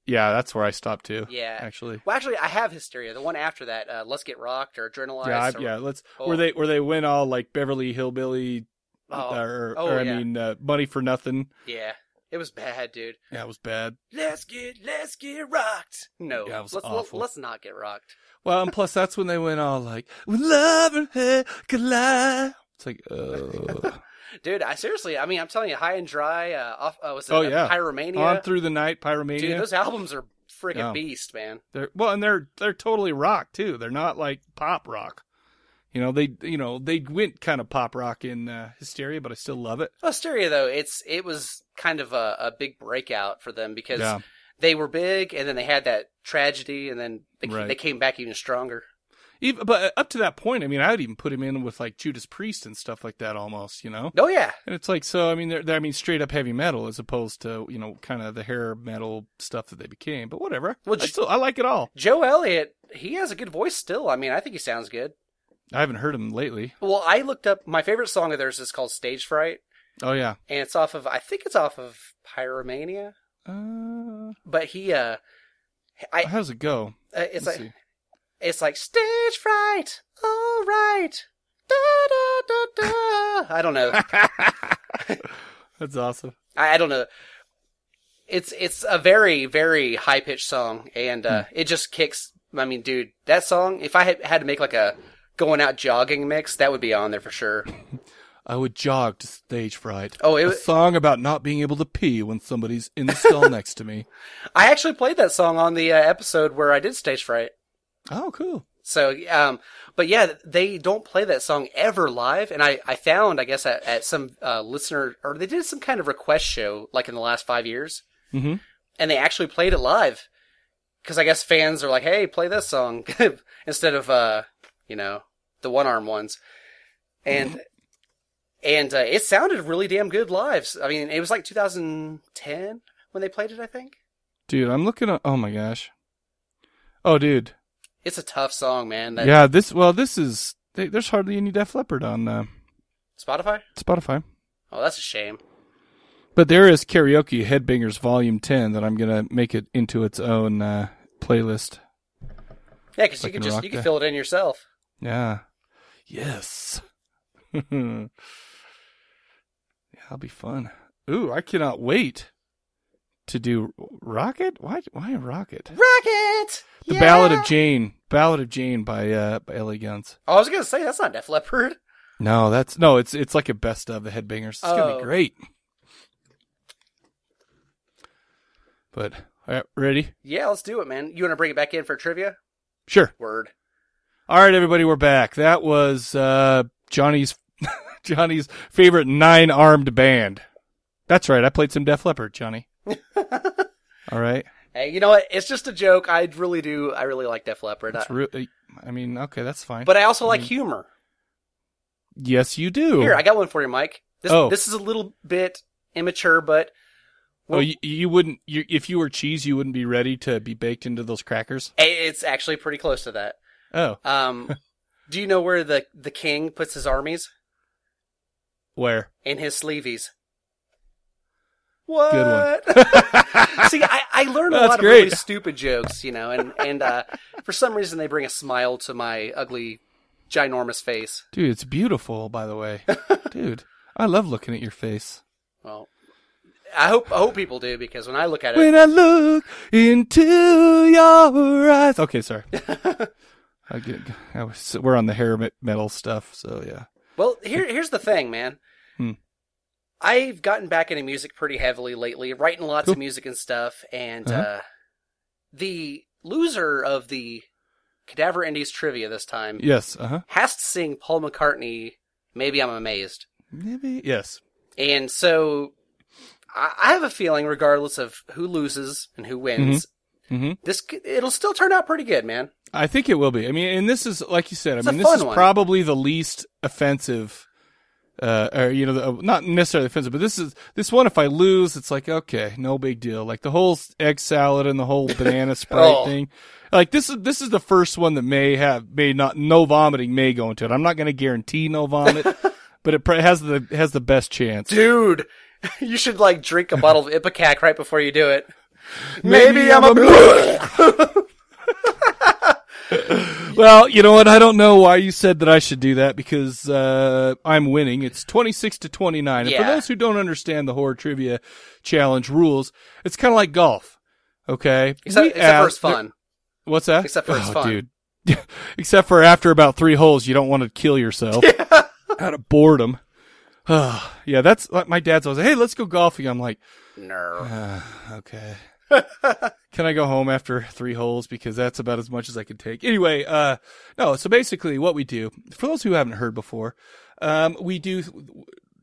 S2: Yeah, that's where I stopped too.
S1: Yeah.
S2: actually.
S1: Well, actually, I have Hysteria. The one after that, uh, Let's Get Rocked or Adrenalized.
S2: Yeah, I,
S1: or-
S2: yeah. Let's
S1: oh.
S2: where they where they went all like Beverly Hillbilly,
S1: Oh,
S2: or,
S1: oh,
S2: or I
S1: yeah.
S2: mean, uh, Money for Nothing.
S1: yeah. It was bad, dude.
S2: That was bad.
S1: Let's get let's get rocked. No,
S2: Yeah, it was
S1: let's
S2: awful.
S1: let's not get rocked.
S2: Well, and plus that's when they went all like, "When love and hate collide." It's like,
S1: [laughs]
S2: uh,
S1: Dude, I seriously, I mean, I'm telling you, High and Dry, uh, off, uh, was it
S2: Oh,
S1: uh,
S2: yeah.
S1: Pyromania?
S2: on through the night, Pyromania.
S1: Dude, those albums are freaking
S2: Yeah.
S1: beast, man.
S2: They're well, and they're they're totally rock too. They're not like pop rock. You know, they you know they went kind of pop rock in uh, Hysteria, but I still love it.
S1: Osteria, though, it's it was kind of a, a big breakout for them because
S2: Yeah.
S1: they were big, and then they had that tragedy, and then they,
S2: Right.
S1: they came back even stronger.
S2: Even, but uh, up to that point, I mean, I would even put him in with like Judas Priest and stuff like that, almost. You know,
S1: Oh yeah,
S2: and it's like so. I mean, they're, they're I mean, straight up heavy metal as opposed to you know kind of the hair metal stuff that they became. But whatever,
S1: Well,
S2: I
S1: Ju-
S2: still I like it all.
S1: Joe Elliott, he has a good voice still. I mean, I think he sounds good.
S2: I haven't heard him lately.
S1: Well, I looked up my favorite song of theirs is called Stage Fright,
S2: Oh yeah,
S1: and it's off of I think it's off of Pyromania,
S2: uh,
S1: but he uh, I uh,
S2: how's it go?
S1: it's
S2: Let's
S1: like
S2: see.
S1: It's like stage fright. All right. Da, da, da, da. I don't know. [laughs]
S2: That's awesome.
S1: I, I don't know. It's it's a very very high pitched song, and uh, it just kicks. I mean, dude, that song. If I had, had to make like a going out jogging mix, that would be on there for sure.
S2: I would jog to stage fright.
S1: Oh, it
S2: a
S1: was-
S2: song about not being able to pee when somebody's in the
S1: [laughs]
S2: stall next to me.
S1: I actually played that song on the uh, episode where I did stage fright.
S2: Oh, cool.
S1: So, um, but yeah, they don't play that song ever live. And I, I found, I guess, at, at some uh, listener, or they did some kind of request show like in the last five years.
S2: Mhm.
S1: And they actually played it live. Because I guess fans are like, hey, play this song [laughs] instead of, uh, you know, the one arm ones. And. And uh, it sounded really damn good live. I mean, it was like 2010 when they played it. I think
S2: Dude, I'm looking at. Oh my gosh. Oh, dude.
S1: it's a tough song, man. That
S2: Yeah, this. Well, this is. They, there's hardly any Def Leppard on uh,
S1: Spotify.
S2: Spotify.
S1: Oh, that's a shame.
S2: But there is Karaoke Headbangers Volume 10 that I'm going to make it into its own uh, playlist.
S1: Yeah, because you
S2: Fucking
S1: can just
S2: rock
S1: you can
S2: that.
S1: fill it in yourself.
S2: Yeah. Yes. [laughs] yeah, that'll be fun. Ooh, I cannot wait to do Rocket. Why? Why Rocket?
S1: Rocket.
S2: The Ballad of Jane. Ballad of Jane by uh by Ellie Guns.
S1: Oh, I was gonna say that's not Def Leppard. [laughs]
S2: No, that's no. It's it's like a best of the Headbangers. It's gonna
S1: Oh.
S2: be great. But all right, ready?
S1: Yeah, let's do it, man. You want to bring it back in for trivia?
S2: Sure.
S1: Word.
S2: All right, everybody, we're back. That was uh Johnny's [laughs] Johnny's favorite nine armed band. That's right. I played some Def
S1: [laughs]
S2: Leppard, Johnny. All right.
S1: Hey, you know what? It's just a joke. I really do. I really like Def Leppard.
S2: That's Mm-hmm.
S1: I-
S2: re- I mean, okay, that's fine.
S1: but I also like humor.
S2: yes, you do.
S1: Here, I got one for you, Mike. This,
S2: Oh.
S1: this is a little bit immature, but
S2: oh, you, you wouldn't. You, if you were cheese, you wouldn't be ready to be baked into those crackers.
S1: i- it's actually pretty close to that.
S2: Oh, [laughs]
S1: Um, do you know where the, the king puts his armies? [laughs]
S2: where?
S1: In his sleeveys. What?
S2: Good one. [laughs]
S1: See, I, I learn a
S2: That's
S1: lot of
S2: great.
S1: really stupid jokes, you know, and, and uh, for some reason they bring a smile to my ugly, ginormous face.
S2: Dude, it's beautiful. By
S1: [laughs]
S2: the way, dude, I love looking at your face.
S1: Well, I hope I hope people do because when I look at it,
S2: When I look into your eyes. Okay, sorry. I get. I was, we're on the hair me- metal stuff, so yeah.
S1: well, here here's the thing, man.
S2: Hmm.
S1: I've gotten back into music pretty heavily lately, writing lots of
S2: Cool.
S1: music and stuff, and
S2: Uh-huh.
S1: uh, the loser of the Cadaver Indies trivia this time
S2: Yes. Uh huh.
S1: has to sing Paul McCartney. Maybe I'm amazed.
S2: Maybe. Yes.
S1: And so I I have a feeling, regardless of who loses and who wins,
S2: Mm-hmm.
S1: this c- it'll still turn out pretty good, man.
S2: I think it will be. I mean, and this is like you said. I
S1: It's a
S2: mean, this
S1: fun
S2: is
S1: one.
S2: probably the least offensive. Uh, or you know, the, not necessarily offensive, but this is this one. If I lose, it's like okay, no big deal. Like the whole egg salad and
S1: [laughs]
S2: the whole banana sprite
S1: Oh.
S2: thing. Like this is this is the first one that may have may not no vomiting may go into it. I'm not going to guarantee no
S1: [laughs]
S2: vomit, but it pr- has the has the best chance.
S1: Dude, [laughs] you should like
S2: [laughs]
S1: drink a bottle of Ipecac right before you do it.
S2: [laughs] Well, you know what? I don't know why you said that I should do that because uh, I'm winning. It's 26 to 29. And
S1: Yeah.
S2: for those who don't understand the horror trivia challenge rules, it's kind of like golf. Okay.
S1: Except,
S2: We
S1: except for
S2: ask-
S1: it's fun.
S2: What's that?
S1: Except for it's
S2: Oh,
S1: fun.
S2: Dude. [laughs] except for after about three holes, you don't want to kill
S1: [laughs]
S2: yourself out of boredom. [sighs] yeah, that's like my dad's always, hey, let's go golfing. I'm like,
S1: No.
S2: uh, okay. [laughs] can I go home after three holes? Because that's about as much as I can take. Anyway, uh, no. So basically, what we do for those who haven't heard before, um, we do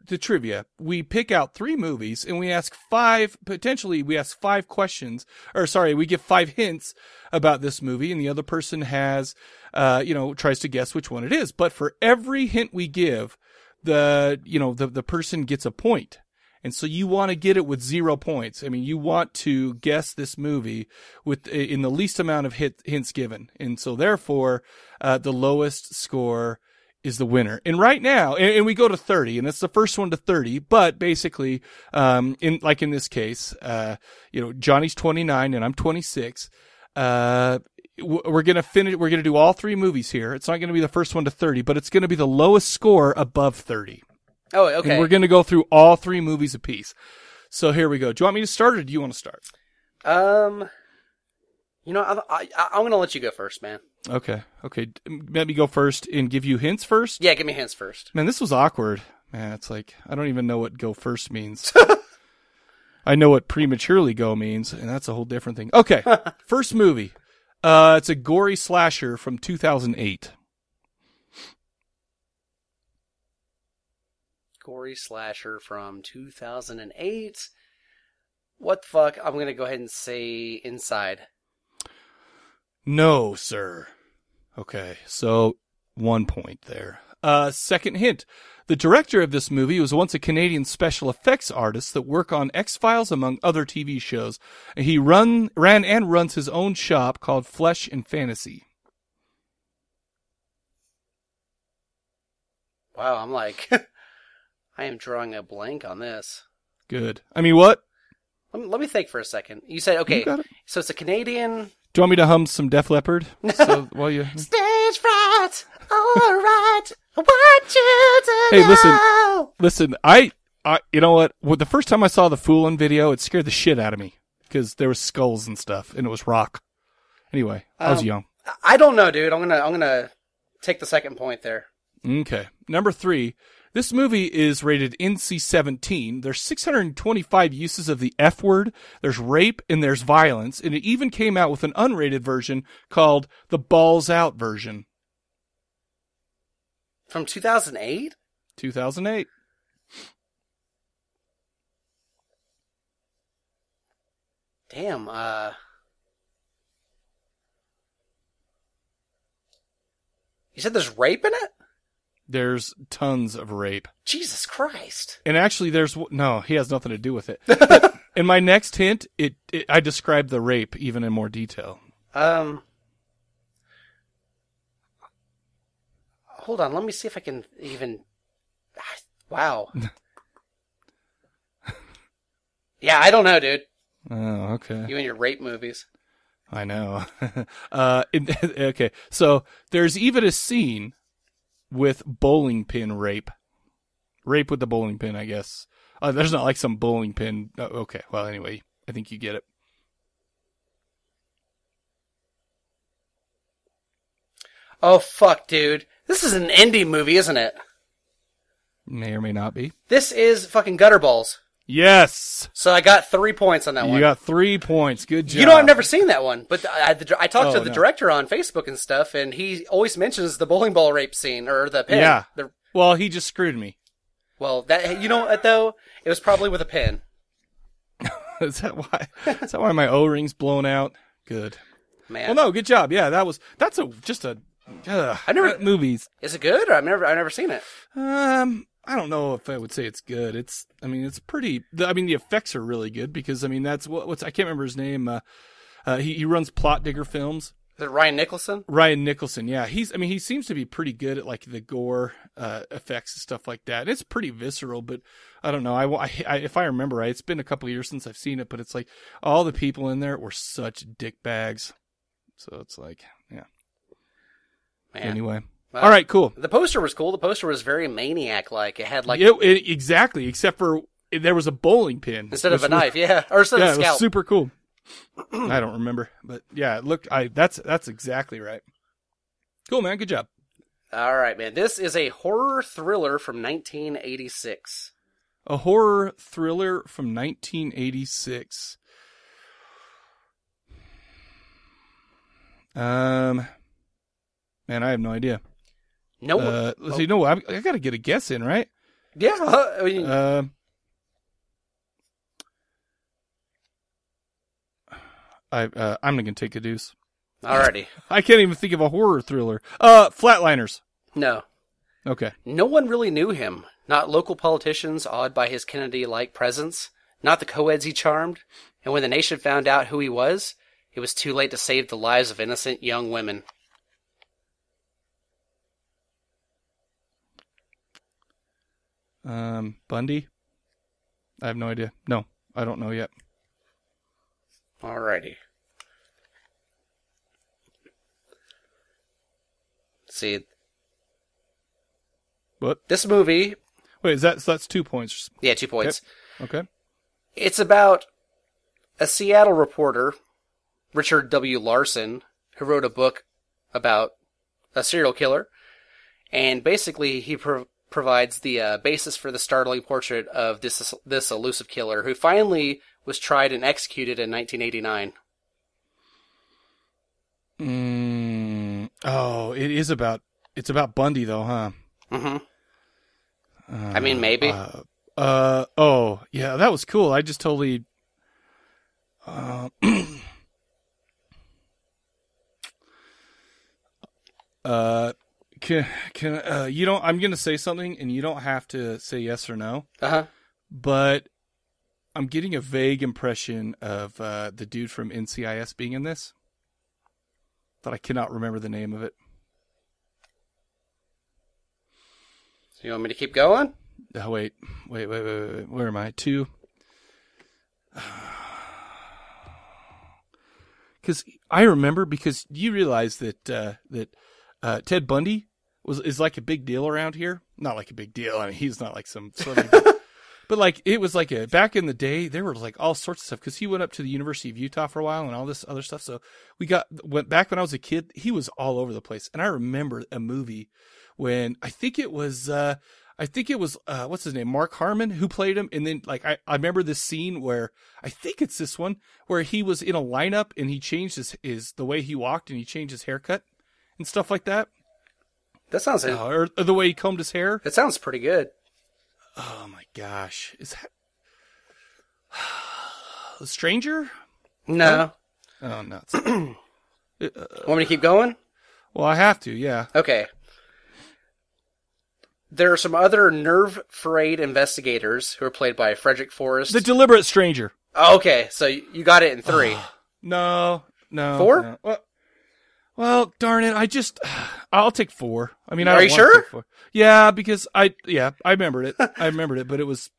S2: the trivia. We pick out three movies and we ask five potentially. We ask five questions, or sorry, we give five hints about this movie, and the other person has, uh, you know, tries to guess which one it is. But for every hint we give, the you know the the person gets a point. And so you want to get it with zero points. I mean, you want to guess this movie with in the least amount of hit, hints given. And so therefore, uh, the lowest score is the winner. And right now, and, and we go to 30 and it's the first one to 30, but basically, um, in, like in this case, uh, you know, Johnny's 29 and I'm 26. Uh, w- we're going to finish, we're going to do all three movies here. It's not going to be the first one to 30, but it's going to be the lowest score above 30.
S1: Oh,
S2: And
S1: okay.
S2: we're going to go through all three movies apiece. So here we go. Do you want me to start or do you want to start?
S1: Um, you know, I, I, I- I'm going to let you go first, man.
S2: Okay. Okay. D- Let me go first and give you hints first.
S1: Yeah, give me hints first.
S2: Man, this was awkward. Man, it's like, I don't even know what go first [laughs] means. I know what prematurely go means, and that's a whole different thing. [laughs] Okay. first movie. Uh, it's a gory slasher from 2008.
S1: Gory slasher from 2008. What the fuck? I'm going to go ahead and say inside.
S2: No, sir. Okay, so one point there. Uh, second hint. The director of this movie was once a Canadian special effects artist that work on X Files among other TV shows. He run ran and runs his own shop called Flesh and Fantasy.
S1: Wow, I'm like, [laughs] I am drawing a blank on this.
S2: Good. I mean, what?
S1: Let me, let me think for a second. You said, okay,
S2: You got it.
S1: so it's a Canadian
S2: Do you want me to hum some Def Leppard? So while you
S1: stage fright. All right, I want you to
S2: Hey, listen.
S1: know.
S2: listen, I, I, you know what? Well, the first time I saw the Foolin' video, it scared the shit out of me because there was skulls and stuff, and it was rock. Anyway, I was
S1: Um,
S2: young.
S1: I don't know, dude. I'm gonna I'm gonna take the second point there.
S2: Okay. Number three. This movie is rated NC 17. There's 625 uses of the F word. There's rape and there's violence. And it even came out with an unrated version called the Balls Out version.
S1: From 2008?
S2: 2008.
S1: Damn. Uh, you said there's rape in it?
S2: There's tons of rape.
S1: Jesus Christ.
S2: And actually, there's no. He has nothing to do with it. But in my next hint, it, it I describe the rape even in more detail.
S1: Um. Hold on. Let me see if I can even. [sighs]
S2: [laughs]
S1: Wow. yeah, I don't know, dude.
S2: Oh, okay.
S1: You and your rape movies.
S2: I know. [laughs] uh, it, [laughs] okay, so there's even a scene with bowling pin rape, rape with the bowling pin. I guess uh, there's not like some bowling pin. Oh, okay, well anyway, I think you get it.
S1: Oh fuck, dude! This is an indie movie, isn't it?
S2: May or may not be.
S1: This is fucking Gutterballs.
S2: Yes.
S1: So I got three points on that one.
S2: You got three points. Good job.
S1: You know, I've never seen that one, but I, the, I talked to
S2: Oh,
S1: the
S2: no.
S1: director on Facebook and stuff, and he always mentions the bowling ball rape scene or the pin.
S2: Yeah.
S1: The,
S2: Well, he just screwed me. [laughs]
S1: well, that you know what though? It was probably with a pin.
S2: is that why? Is that why my O ring's blown out? Good.
S1: Man,
S2: Well, no, good job. Yeah, that was. That's a just a. Uh,
S1: I never-
S2: movies.
S1: is it good? Or I've never, I've never seen it.
S2: Um, I don't know if I would say it's good. It's, I mean, it's pretty. the- I mean, the effects are really good because I mean that's what, what's I can't remember his name. Uh, uh, he he runs Plot Digger Films.
S1: Is it Ryan Nicholson?
S2: Ryan Nicholson, yeah, he's. I mean, he seems to be pretty good at like the gore uh, effects and stuff like that. It's pretty visceral, but I don't know. I, wa- I, I- if I remember right, it's been a couple of years since I've seen it, but it's like all the people in there were such dick bags. So it's like, yeah.
S1: Man,
S2: Anyway,
S1: Wow.
S2: all right, cool.
S1: the poster was cool. The poster was very maniac like. It had like
S2: Yeah, it- exactly, except for it, there was a bowling pin
S1: instead of
S2: which
S1: a knife, yeah, or instead of
S2: Was, yeah, it
S1: a
S2: was
S1: scalp.
S2: super cool. [clears throat] I don't remember, but yeah, it looked. I that's that's exactly right. Cool man, good job.
S1: All right, man. This is a horror thriller from 1986.
S2: A horror thriller from 1986. Um, man, I have no idea.
S1: No, one
S2: Uh, let's see, you know what? I, I got to get a guess in, right?
S1: yeah. I mean,
S2: Um, I uh, I'm not gonna take a deuce.
S1: alrighty.
S2: I can't even think of a horror thriller. Uh, Flatliners.
S1: No,
S2: Okay.
S1: No one really knew him. Not local politicians awed by his Kennedy like presence, not the co eds he charmed. And when the nation found out who he was, it was too late to save the lives of innocent young women.
S2: Um, Bundy. I have no idea. No, I don't know yet.
S1: Alrighty. See,
S2: What?
S1: this movie,
S2: Wait, is that so? That's two points.
S1: yeah, two points.
S2: Okay.
S1: It's about a Seattle reporter, Richard W. Larson, who wrote a book about a serial killer. And basically, he pro- provides the uh, basis for the startling portrait of this this elusive killer who finally was tried and executed in 1989.
S2: Mm, oh, it is about it's about Bundy though, huh?
S1: hmm I mean, maybe.
S2: Uh, uh oh yeah, that was cool. I just totally. Uh, [clears throat] uh, can can uh, you don't? I'm gonna say something, and you don't have to say yes or no.
S1: Uh huh.
S2: But I'm getting a vague impression of uh, the dude from NCIS being in this. But I cannot remember the name of it.
S1: So you want me to keep going?
S2: Oh wait, wait, wait, wait, wait, wait. Where am I? Two. [sighs] Because I remember. Because you realize that uh, that uh, Ted Bundy was is like a big deal around here. Not like a big deal. I mean, he's not like some celebrity. but- But like it was like a back in the day, there were like all sorts of stuff because he went up to the University of Utah for a while and all this other stuff. So we got went back when I was a kid. He was all over the place, and I remember a movie when I think it was uh I think it was uh what's his name Mark Harmon who played him and then like I, I remember this scene where I think it's this one where he was in a lineup and he changed his, his the way he walked and he changed his haircut and stuff like that
S1: That sounds
S2: Uh, or, or the way he combed his hair.
S1: that sounds pretty good.
S2: Oh my gosh, is that [sighs] the stranger?
S1: No,
S2: Oh nuts. [clears throat]
S1: want me to keep going?
S2: well, I have to. Yeah.
S1: Okay. There are some other nerve frayed investigators who are played by Frederick Forrest.
S2: The deliberate stranger.
S1: Oh, okay, so you you got it in
S2: [sighs]
S1: three.
S2: No, no.
S1: Four?
S2: no. Well, well, darn it! I just, [sighs] I'll take four. I mean, I
S1: Are
S2: don't
S1: you
S2: want to
S1: sure?
S2: take four. Yeah, because I, yeah, I remembered it. I remembered it, but it was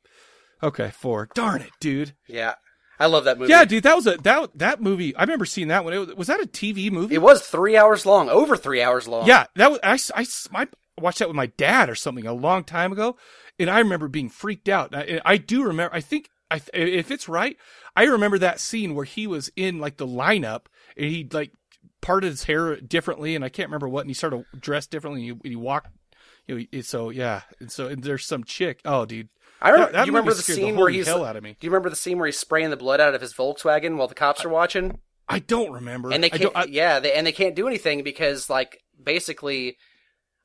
S2: okay. Four. Darn it, dude.
S1: yeah, I love that movie.
S2: Yeah, dude, that was a that that movie. I remember seeing that one. It, was- was that a TV movie?
S1: it was three hours long, over three hours long.
S2: yeah, that was. I, s- I s- my- watched that with my dad or something a long time ago, and I remember being freaked out. I, I do remember. I think I, th- if it's right, I remember that scene where he was in like the lineup and he like parted his hair differently, and I can't remember what, and he started dressed differently, and he, he walked. You know, he- so yeah, and so and there's some chick. Oh, dude,
S1: I remember.
S2: That- that
S1: you remember
S2: movie
S1: the
S2: scared
S1: scene
S2: the
S1: where
S2: holy
S1: he's?
S2: hell out of me.
S1: Do you remember the scene where he's spraying the blood out of his Volkswagen while the cops are watching?
S2: I don't remember.
S1: And they
S2: I
S1: can't.
S2: don't, I-
S1: yeah, they, and they can't do anything because, like, basically,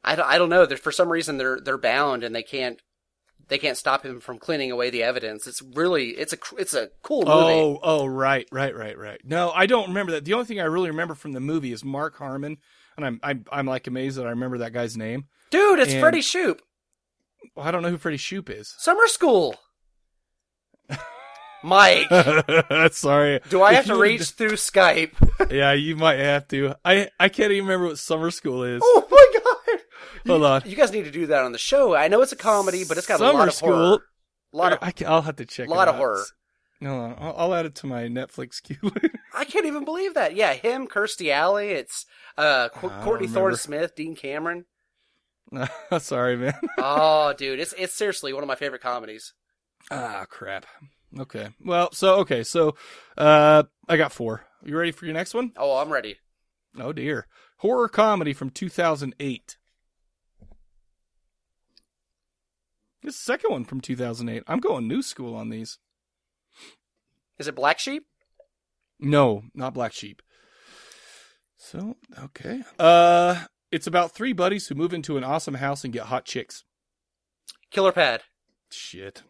S1: I don't. I don't know. They're, for some reason, they're they're bound and they can't. They can't stop him from cleaning away the evidence. It's really. It's a. cr- It's a cool movie.
S2: Oh, oh, right, right, right, right. No, I don't remember that. The only thing I really remember from the movie is Mark Harmon, and I'm I'm, I'm like amazed that I remember that guy's name.
S1: Dude, it's
S2: and-
S1: Freddie Shoop.
S2: Well, I don't know who Freddie Shoop is. [laughs]
S1: Summer school. Mike,
S2: Sorry.
S1: do I
S2: If
S1: have
S2: you
S1: to
S2: would've
S1: reach through Skype? [laughs]
S2: d- [laughs] Yeah, you might have to. I I can't even remember what summer school is.
S1: Oh my god!
S2: Hold on.
S1: You guys need to do that on the show. I know it's a comedy, but it's got a lot of horror. A lot
S2: [laughs]
S1: of.
S2: I can, I'll have to check.
S1: Lot
S2: it
S1: of
S2: out.
S1: horror.
S2: Hold on. I'll, I'll add it to my Netflix queue. [laughs]
S1: I can't even believe that. Yeah, him, Kirstie Alley. It's uh, Qu-
S2: I don't
S1: Courtney
S2: remember.
S1: Thorne Smith, Dean Cameron.
S2: Sorry, man.
S1: Oh, dude, it's it's seriously one of my favorite comedies.
S2: Ah, crap. Okay. Well, so okay, so uh, I got four. You ready for your next one?
S1: Oh, I'm ready.
S2: Oh dear. Horror comedy from 2008. This second one from 2008. I'm going new school on these.
S1: Is it Black Sheep?
S2: No, not Black Sheep. So, okay. Uh it's about three buddies who move into an awesome house and get hot chicks.
S1: Killer Pad.
S2: Shit.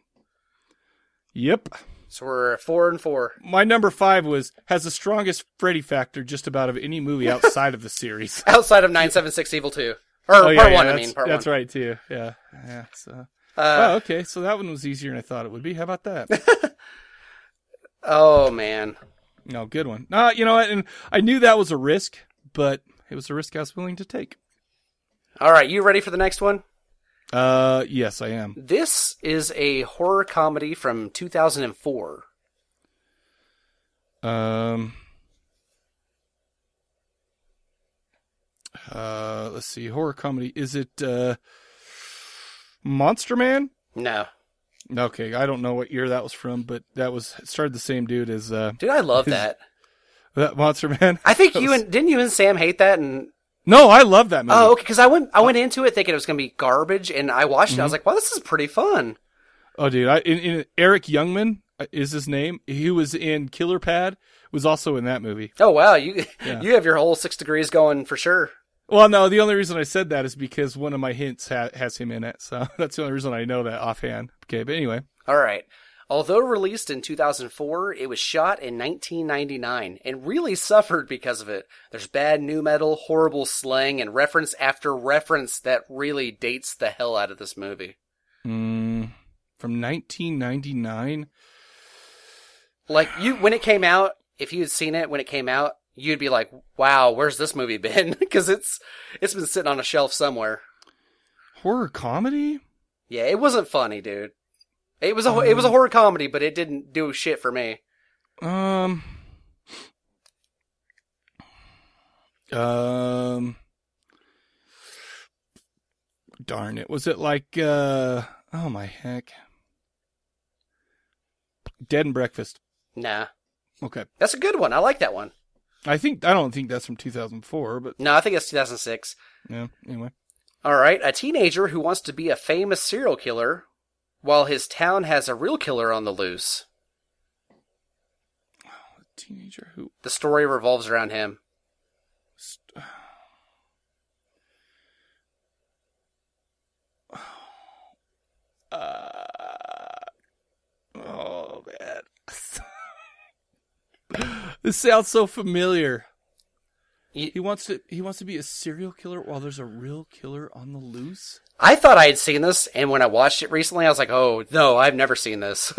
S2: Yep.
S1: So we're four and four.
S2: My number 5 was has the strongest Freddy factor just about of any
S1: [laughs]
S2: movie outside of the series.
S1: Outside of nine seven six Evil Two or part one. I
S2: Oh, that's,
S1: mean part
S2: that's
S1: one.
S2: right too. Yeah. Yeah. So
S1: Uh,
S2: oh, okay. So that one was easier than I thought it would be. How about
S1: [laughs]
S2: that?
S1: oh man.
S2: no, good one. Uh, you know what? And I knew that was a risk, but it was a risk I was willing to take.
S1: All right, you ready for the next one?
S2: Uh, yes, I am.
S1: This is a horror comedy from 2004.
S2: Um, uh, let's see. Horror comedy. Is it uh, Monster Man?
S1: No,
S2: Okay, I don't know what year that was from, but that was it started the same dude as uh,
S1: dude, I love that.
S2: that Monster Man. [laughs]
S1: I think you and didn't you and Sam hate that? And
S2: No, I love that movie.
S1: oh, okay, because I went I went into it thinking it was gonna be garbage, and I watched
S2: Mm-hmm.
S1: it. I was like, wow, this is pretty fun.
S2: Oh, dude, I in, in Eric Youngman uh, is his name. He was in Killer Pad. Was also in that movie.
S1: Oh wow, you [laughs] you have your whole six degrees going for sure.
S2: Well, no, the only reason I said that is because one of my hints ha- has him in it. So [laughs] that's the only reason I know that offhand. Okay, but anyway,
S1: All right. Although released in 2004, it was shot in 1999 and really suffered because of it. There's bad new metal, horrible slang, and reference after reference that really dates the hell out of this movie.
S2: mm, from 1999.
S1: Like you, when it came out, if you had seen it when it came out, you'd be like, "Wow, where's this movie been?" [laughs] Because it's it's been sitting on a shelf somewhere.
S2: Horror comedy?
S1: Yeah, it wasn't funny, dude. It was a it was a horror comedy, but it didn't do shit for me.
S2: Um. Um. Darn it. Was it like, uh, oh my heck. Dead and Breakfast.
S1: Nah,
S2: Okay.
S1: that's a good one. I like that one.
S2: I think, I don't think that's from 2004, but
S1: No, I think it's 2006.
S2: yeah, anyway.
S1: All right, a teenager who wants to be a famous serial killer, while his town has a real killer on the loose.
S2: Teenager who.
S1: The story revolves around him.
S2: oh, [laughs] This sounds so familiar.
S1: You-
S2: He wants to he wants to be a serial killer while there's a real killer on the loose.
S1: I thought I had seen this, and when I watched it recently, I was like, "Oh no, I've never seen this."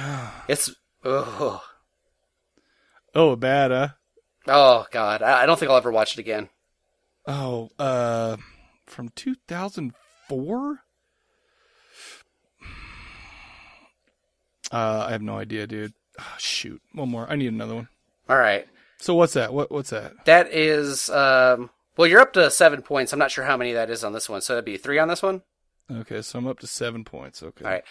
S1: [laughs] it's oh,
S2: Oh, bad, huh?
S1: oh god, I, I don't think I'll ever watch it again.
S2: Oh, uh from 2004? [sighs] Uh I have no idea, dude. Ah, shoot. One more. I need another one.
S1: All right,
S2: So what's that? What what's that?
S1: that is um. Well, you're up to seven points. I'm not sure how many that is on this one, so that'd be three on this one.
S2: Okay, so I'm up to 7 points. Okay.
S1: All right.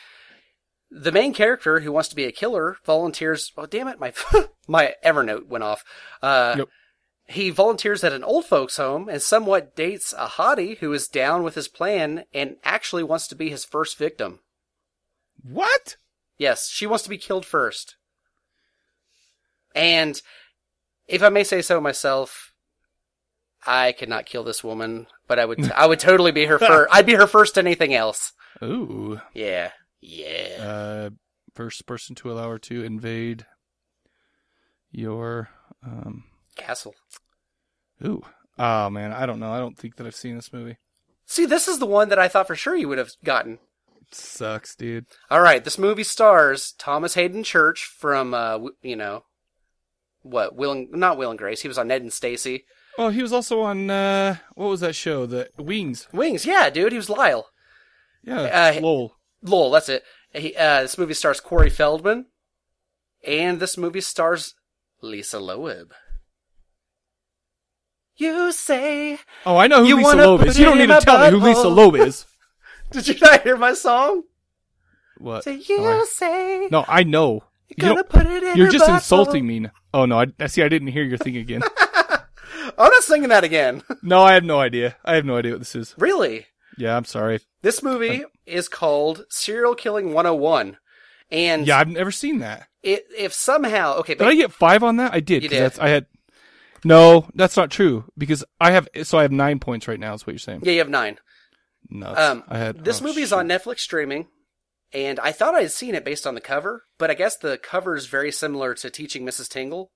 S1: The main character who wants to be a killer volunteers. Oh, damn it! My [laughs] my Evernote went off. Uh,
S2: Yep.
S1: He volunteers at an old folks' home and somewhat dates a hottie who is down with his plan and actually wants to be his first victim.
S2: What?
S1: Yes, she wants to be killed first. And if I may say so myself, I could not kill this woman, but I would I would totally be her first. I'd be her first to anything else.
S2: Ooh.
S1: Yeah. Yeah.
S2: Uh first person to allow her to invade your um
S1: Castle.
S2: ooh. Oh man, I don't know. I don't think that I've seen this movie.
S1: See, this is the one that I thought for sure you would have gotten.
S2: sucks, dude.
S1: All right, this movie stars Thomas Hayden Church from, uh, w- you know, what Will and, not Will and Grace. He was on Ned and Stacy.
S2: Oh, he was also on uh what was that show? The Wings.
S1: Wings, yeah, dude, he was Lyle.
S2: Yeah,
S1: Uh,
S2: lol.
S1: Lowell, that's it. He, uh, this movie stars Corey Feldman, and this movie stars Lisa Loeb. You say,
S2: Oh, I know who
S1: you
S2: Lisa
S1: wanna
S2: Loeb
S1: put
S2: is. You
S1: it
S2: don't need
S1: in
S2: to
S1: my
S2: tell me who Lisa
S1: butthole. [laughs]
S2: Loeb is.
S1: did you not hear my song?
S2: What?
S1: Say you
S2: Oh, I-
S1: say,
S2: no, I know. You
S1: gonna
S2: don't-
S1: put it in
S2: you're
S1: her
S2: just
S1: butthole.
S2: insulting me. now. Oh no, I, I see. I didn't hear your
S1: [laughs]
S2: thing again.
S1: Oh, I'm not singing that again. [laughs]
S2: no, I have no idea. I have no idea what this is.
S1: really?
S2: Yeah, I'm sorry.
S1: This movie is called Serial Killing 101. And
S2: Yeah, I've never seen that.
S1: it, if somehow, okay,
S2: Did
S1: but
S2: I get five on that? I did.
S1: You
S2: 'cause
S1: did.
S2: That's, I had. No, that's not true because I have. So I have nine points right now. Is what you're saying?
S1: yeah, you have nine.
S2: No,
S1: Um,
S2: I had.
S1: This
S2: oh,
S1: movie is
S2: shoot.
S1: on Netflix streaming, and I thought I had seen it based on the cover, but I guess the cover is very similar to Teaching Mrs. Tingle.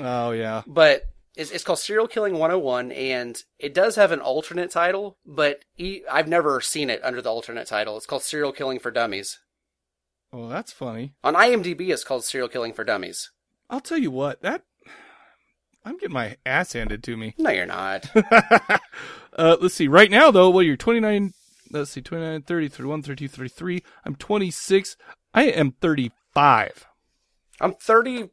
S2: Oh yeah.
S1: But it's, it's called Serial Killing 101, and it does have an alternate title, but e- I've never seen it under the alternate title. It's called Serial Killing for Dummies.
S2: Well, that's funny.
S1: On IMDb, it's called Serial Killing for Dummies.
S2: I'll tell you what. That [sighs] I'm getting my ass handed to [laughs] me.
S1: No, you're not.
S2: uh, let's see. Right now, though, well, you're 29. Let's see, 29, 30, 31, 32, 33. I'm 26. I am 35.
S1: I'm 33.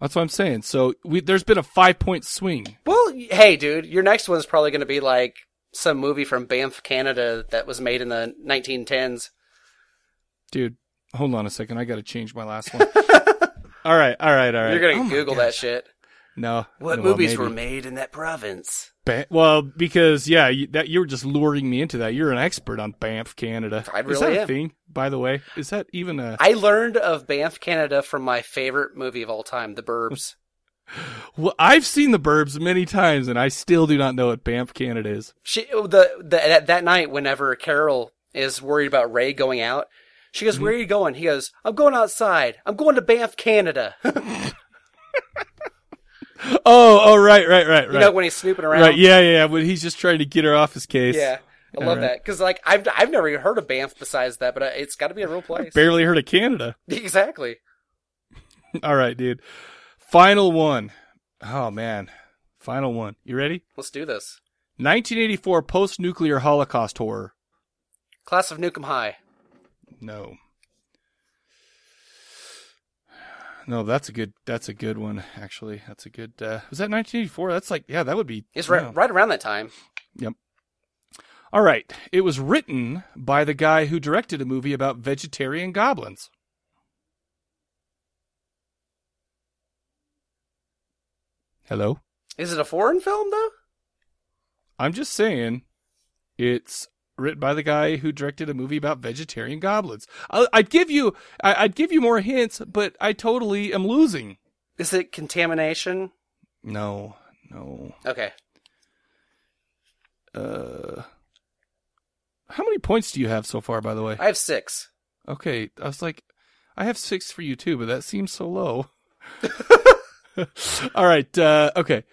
S2: That's what I'm saying. So we, there's been a five point swing.
S1: Well, y- hey, dude, your next one's probably going to be like some movie from Banff, Canada that was made in the 1910s.
S2: Dude, hold on a second. I got to change my last one. [laughs] all right, all right, all right.
S1: You're going
S2: Oh
S1: to
S2: my
S1: Google that
S2: gosh.
S1: shit.
S2: No.
S1: What
S2: well,
S1: movies
S2: maybe.
S1: were made in that province?
S2: Ba- well, because yeah, you, that you were just luring me into that. You're an expert on Banff, Canada.
S1: I
S2: is
S1: really
S2: that a
S1: am.
S2: thing? By the way, is that even a?
S1: I learned of Banff, Canada from my favorite movie of all time, The
S2: [laughs]
S1: Burbs.
S2: Well, I've seen the Burbs many times, and I still do not know what Banff, Canada is.
S1: She oh, the, the that, that night whenever Carol is worried about Ray going out, she
S2: Mm-hmm.
S1: goes, "Where are you going?" He goes, "I'm going outside. I'm going to Banff, Canada." [laughs] you
S2: Oh, oh, right, right, right, right,
S1: know when he's snooping around.
S2: right. Yeah, yeah, yeah. When he's just trying to get her off his case.
S1: Yeah, I
S2: All
S1: love
S2: right.
S1: that because like I've I've never even heard of Banff besides that, but uh, it's got to be a real place.
S2: Barely heard of Canada.
S1: [laughs]
S2: [laughs]
S1: Exactly.
S2: All right, dude. Final one. Oh man, final one. You ready?
S1: Let's do this.
S2: 1984 post-nuclear Holocaust horror.
S1: Class of Nukem High.
S2: No. No, that's a good. That's a good one. Actually, that's a good. Uh, was that 1984? That's like, yeah, that would be.
S1: It's right
S2: yeah.
S1: right around that time.
S2: All right. It was written by the guy who directed a movie about vegetarian goblins. Hello?
S1: Is it a foreign film though?
S2: I'm just saying it's written by the guy who directed a movie about vegetarian goblins. I, I'd give you I, I'd give you more hints, but I totally am losing.
S1: Is it Contamination?
S2: No. No.
S1: Okay.
S2: Uh How many points do you have so far by the way?
S1: I have six.
S2: Okay, I was like, I have six for you too, but that seems so low. [laughs] All right. Uh, okay.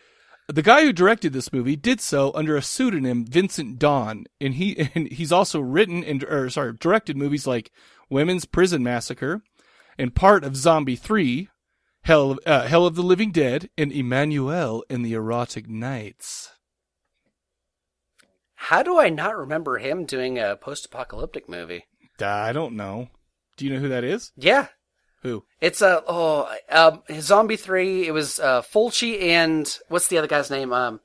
S2: The guy who directed this movie did so under a pseudonym Vincent Dawn, and he [laughs] and he's also written and or sorry directed movies like Women's Prison Massacre, and part of Zombie Three, Hell uh, Hell of the Living Dead, and Emmanuel and the Erotic Nights.
S1: How do I not remember him doing a post-apocalyptic movie?
S2: I don't know. Do you know who that is?
S1: Yeah,
S2: Who?
S1: it's a oh, um, Zombie Three. It was uh, Fulci and what's the other guy's name? Um,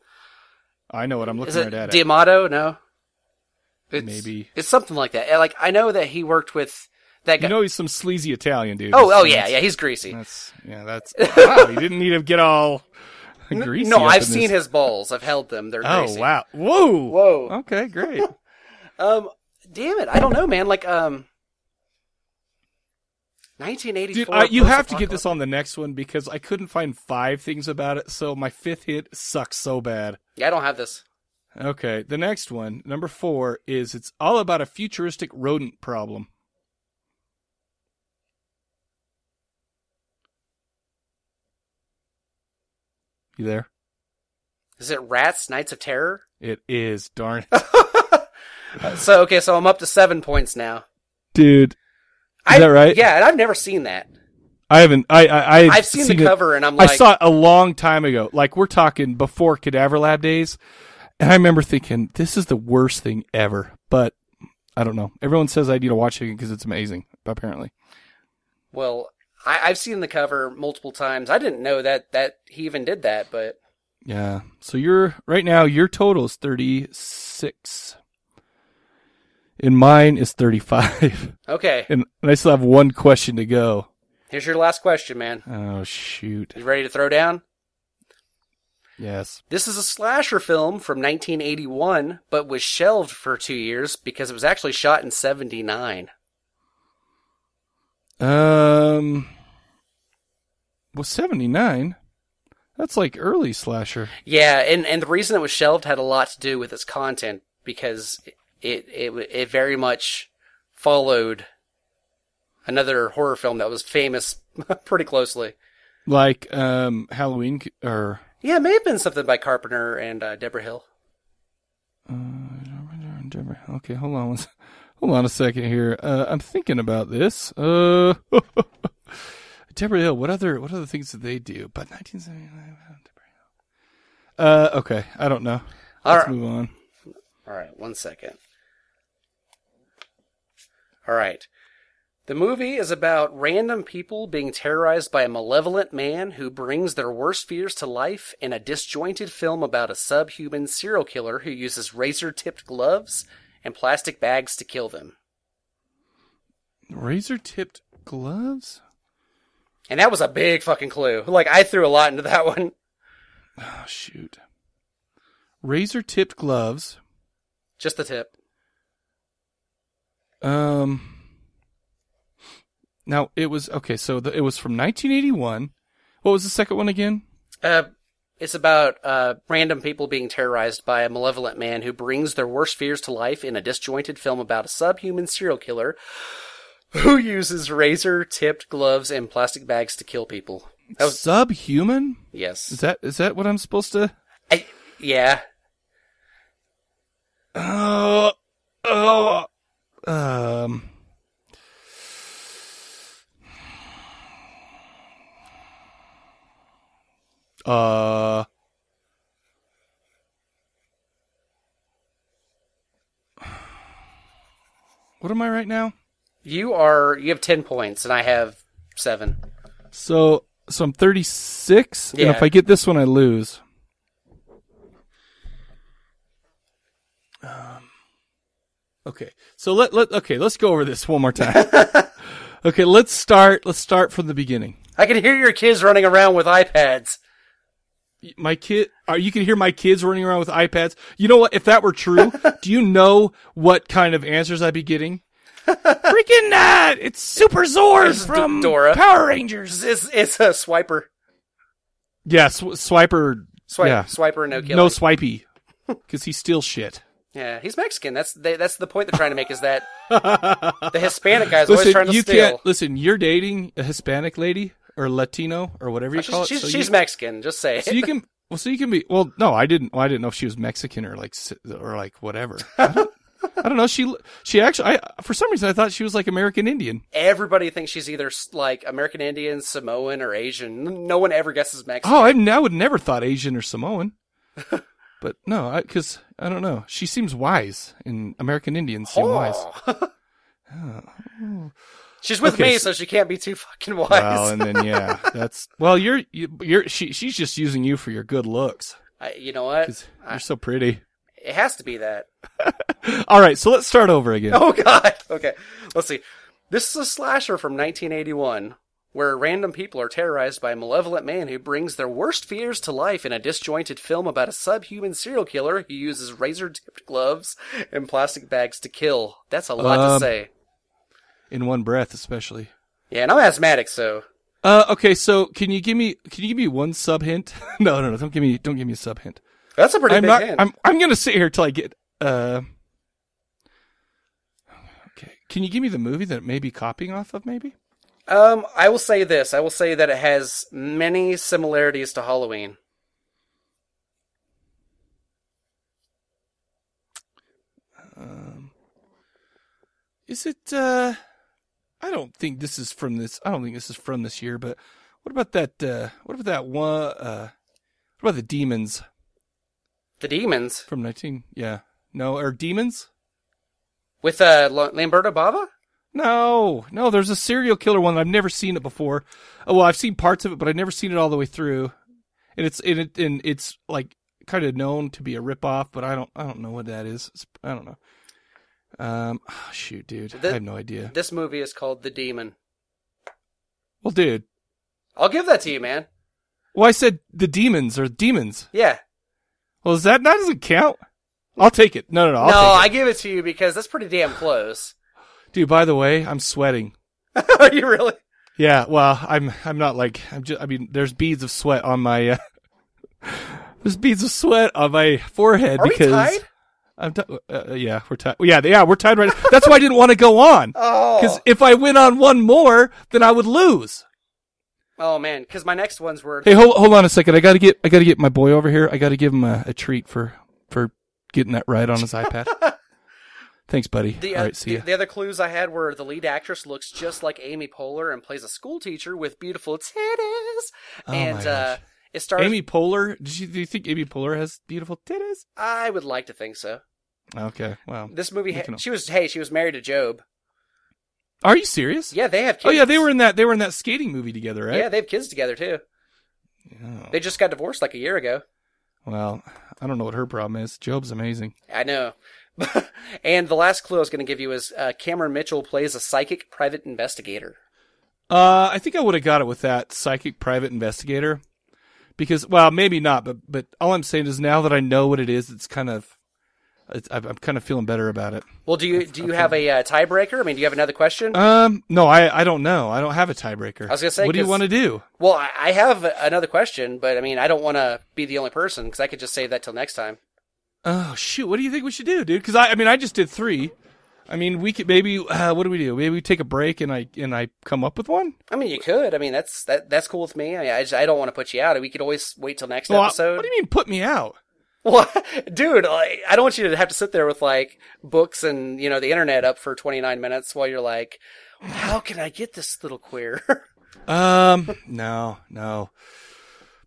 S2: I know what I'm looking
S1: is it
S2: right at. it.
S1: D'Amato? No, it's,
S2: Maybe.
S1: it's something like that. And, Like I know that he worked with that guy.
S2: You know he's some sleazy Italian dude.
S1: oh, oh yeah, yeah, he's greasy.
S2: That's yeah. That's wow. You didn't need to get all greasy.
S1: [laughs] no,
S2: up
S1: I've
S2: in
S1: seen
S2: this.
S1: his balls. I've held them. They're
S2: Oh
S1: greasy.
S2: wow! Whoa!
S1: Whoa. [laughs]
S2: Okay, great.
S1: Um, damn it, I don't know, man. Like, um, 1984.
S2: Dude, I, you have to get this on the next one because I couldn't find five things about it, so my fifth hit sucks so bad.
S1: Yeah, I don't have this.
S2: Okay, the next one, number four, is it's all about a futuristic rodent problem. You there?
S1: Is it Rats Knights of Terror?
S2: It is, darn it.
S1: Uh, so okay, so I'm up to seven points now. Is
S2: Dude,
S1: I,
S2: that right?
S1: Yeah, and I've never seen that.
S2: I haven't. I, I, I've,
S1: I've seen, the
S2: it-
S1: cover, and I'm like,
S2: I saw it a long time ago. Like we're talking before Cadaver Lab days, and I remember thinking this is the worst thing ever. But I don't know. Everyone says I need to watch it because it's amazing. Apparently,
S1: well, I, I've seen the cover multiple times. I didn't know that that he even did that, but
S2: yeah. So you're right now. Your total is thirty six, and mine is thirty five,
S1: okay.
S2: [laughs] and, and I still have one question to go.
S1: Here's your last question, man.
S2: Oh shoot!
S1: You ready to throw down?
S2: Yes.
S1: This is a slasher film from 1981, but was shelved for two years because it was actually shot in 79.
S2: Um. Well, seventy nine. That's like early slasher.
S1: Yeah, and, and the reason it was shelved had a lot to do with its content because it it it very much followed another horror film that was famous [laughs] pretty closely.
S2: like um Halloween c- or
S1: Yeah, it may have been something by Carpenter and uh, Deborah Hill.
S2: okay. Hold on, one s- hold on a second here. Uh, I'm thinking about this. Uh, [laughs] Deborah Hill. What other what other things did they do? But 1979. Deborah Hill. Uh, okay. I don't know.
S1: All
S2: Let's
S1: right.
S2: move on.
S1: All right, one second. All right. The movie is about random people being terrorized by a malevolent man who brings their worst fears to life in a disjointed film about a subhuman serial killer who uses razor tipped gloves and plastic bags to kill them.
S2: Razor tipped gloves.
S1: And that was a big fucking clue. Like, I threw a lot into that [laughs] one.
S2: Oh shoot. Razor tipped gloves.
S1: Just the tip.
S2: Um. Now it was okay. So the, it was from 1981. What was the second one again?
S1: Uh, it's about uh, random people being terrorized by a malevolent man who brings their worst fears to life in a disjointed film about a subhuman serial killer who uses razor tipped gloves and plastic bags to kill people. That was-
S2: Subhuman? Is
S1: yes.
S2: that is that what I'm supposed to?
S1: I, yeah.
S2: Oh, oh, um. Uh. What am I right now?
S1: You are, you have 10 points and I have seven.
S2: So, so I'm 36,
S1: Yeah.
S2: and if I get this one, I lose. Um, okay, so let let okay, let's go over this one
S1: [laughs]
S2: more time. okay, let's start. Let's start from the beginning.
S1: I can hear your kids running around with iPads.
S2: My kid, are you can hear my kids running around with iPads. You know what? If that were true, do you know what kind of answers I'd
S1: [laughs]
S2: be getting? Freaking uh, it's Super Zord
S1: It's D-
S2: from
S1: Dora.
S2: Power Rangers.
S1: It's, it's a swiper.
S2: Yeah, sw- swiper
S1: Swipe,
S2: Yeah.
S1: Swiper, no killing.
S2: No swipey, because he steals shit.
S1: yeah, he's Mexican. That's they, that's the point they're trying to make is
S2: [laughs]
S1: that the Hispanic guy's always
S2: Listen,
S1: trying to
S2: you
S1: steal.
S2: can't listen. You're dating a Hispanic lady. or Latino or whatever you
S1: she's
S2: call it.
S1: she's,
S2: So
S1: she's
S2: you-
S1: Mexican. Just say it.
S2: so you can well so you can be well no i didn't well, i didn't know if she was mexican or like si- or like
S1: [laughs]
S2: whatever i don't, I don't know she she actually i for some reason i thought she was like american indian
S1: Everybody thinks she's either like American Indian, Samoan, or Asian. No one ever guesses Mexican.
S2: oh i, I would never thought asian
S1: [laughs]
S2: or samoan but no because I, don't know she seems wise and american indians seem wise Oh.
S1: [laughs] she's with
S2: Okay,
S1: me, so
S2: so-
S1: she can't be too fucking wise.
S2: well and
S1: [laughs]
S2: then yeah that's well you're you, you're she, she's just using you for your good looks
S1: I, you know what?
S2: 'cause you're so pretty
S1: It has to be that.
S2: all right so let's start over again
S1: [laughs] Oh god. Okay. Let's see. This is a slasher from 1981 where random people are terrorized by a malevolent man who brings their worst fears to life in a disjointed film about a subhuman serial killer who uses razor-tipped gloves and plastic bags to kill. That's a lot
S2: Um,
S1: to say.
S2: in one breath especially
S1: Yeah, and I'm asthmatic, so
S2: Uh, okay, so can you give me can you give me one sub hint? [laughs] no, no, no, don't give me don't give me a sub hint.
S1: that's a pretty
S2: I'm
S1: big
S2: not.
S1: hint.
S2: I'm I'm gonna sit here till I get. Uh, okay, can you give me the movie that it may be copying off of? Maybe.
S1: Um, I will say this. I will say that it has many similarities to Halloween.
S2: Um, is it? Uh, I don't think this is from this. I don't think this is from this year. But what about that? Uh, what about that one? Uh, what about the demons
S1: The Demons
S2: from nineteen? Yeah, no, or demons?
S1: with uh, Lo- Lamberto Bava.
S2: No, no, there's a serial killer one. I've never seen it before. Oh, well, I've seen parts of it, but I've never seen it all the way through. And it's and, it, and it's like kind of known to be a ripoff, but I don't I don't know what that is. It's, I don't know. Um, [sighs] ah, shoot, dude, I
S1: The-
S2: have no idea.
S1: This movie is called The Demon.
S2: Well, dude,
S1: I'll give that to you, man.
S2: well, I said the demons are demons.
S1: Yeah.
S2: Well, is that that doesn't count? I'll take it. No, no, no. I'll
S1: no,
S2: take
S1: I give it to you because that's pretty damn
S2: [laughs]
S1: close.
S2: it. dude. By the way, I'm sweating.
S1: Are you really?
S2: Yeah, well, I'm I'm not like I'm just I mean there's beads of sweat on my uh, [laughs] there's beads of sweat on my forehead
S1: Are we
S2: because
S1: tied?
S2: I'm ti- uh, yeah, we're tied. Yeah, yeah, we're tied right. That's why I didn't want to go on cuz
S1: [laughs] Oh.
S2: if I went on one more, then I would lose.
S1: Oh man, because my next ones were.
S2: Hey, hold hold on a second. I got to get I got to get my boy over here. I got to give him a, a treat for for getting that right on
S1: [laughs]
S2: his iPad. Thanks, buddy.
S1: The,
S2: All
S1: uh,
S2: right, see
S1: the,
S2: ya.
S1: the other clues I had were the lead actress looks just like Amy Poehler and plays a school teacher with beautiful titties,
S2: Oh,
S1: and
S2: my
S1: uh,
S2: gosh.
S1: it stars.
S2: Amy Poehler, did you, do you think Amy Poehler has beautiful titties?
S1: I would like to think so.
S2: Okay. Wow.
S1: This movie,
S2: We
S1: ha-
S2: can-
S1: she was hey, she was married to Job.
S2: Are you serious?
S1: Yeah, they have. kids.
S2: Oh yeah, they were in that. They were in that skating movie together, right?
S1: Yeah, they have kids together too.
S2: Oh.
S1: They just got divorced like a year ago.
S2: Well, I don't know what her problem is. Job's amazing.
S1: I know. [laughs] and the last clue I was going to give you is uh, Cameron Mitchell plays a psychic private investigator.
S2: Uh, I think I would have got it with that psychic private investigator, because well, maybe not, but but all I'm saying is now that I know what it is, it's kind of, it's, I'm I'm kind of feeling better about it.
S1: Well, do you do you have a uh, tiebreaker? I mean, do you have another question?
S2: Um, no, I I don't know. I don't have a tiebreaker.
S1: I was gonna say,
S2: what do you
S1: 'cause-
S2: want to do?
S1: well, I, I have another question, but I mean, I don't want to be the only person because I could just save that till next time.
S2: Oh shoot, what do you think we should do, dude? Because I I mean I just did three. I mean we could maybe uh, what do we do? Maybe we take a break and I and I come up with one.
S1: I mean, you could. I mean, that's that that's cool with me. I mean, I, just, I don't want to put you out. We could always wait till next
S2: Well, I-
S1: episode. [laughs]
S2: what do you mean put me out?
S1: Well, dude, I I don't want you to have to sit there with like books and you know the internet up for 29 minutes while you're like, how can I get this little queer? [laughs]
S2: Um, no, no.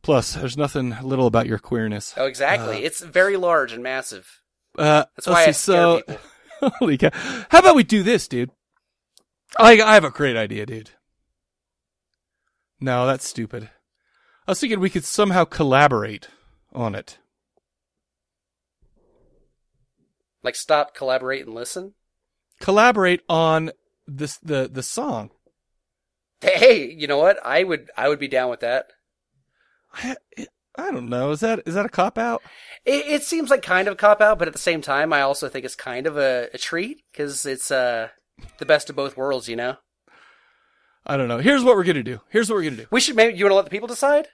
S2: Plus, there's nothing little about your queerness.
S1: oh, exactly. it's very large and massive.
S2: Uh,
S1: That's
S2: let's
S1: why
S2: Uh, see,
S1: I scare
S2: so,
S1: people.
S2: [laughs] holy cow. How about we do this, dude? I, I have a great idea, dude. No, that's stupid. I was thinking we could somehow collaborate on it.
S1: Like stop, collaborate, and listen.
S2: Collaborate on this the the song.
S1: Hey, you know what? I would I would be down with that.
S2: I, I don't know. Is that is that a cop out?
S1: It, it seems like kind of a cop out, but at the same time, I also think it's kind of a, a treat because it's uh the best of both worlds. You know,
S2: I don't know. Here's what we're gonna do. Here's what we're gonna do.
S1: we should maybe you want to let the people decide.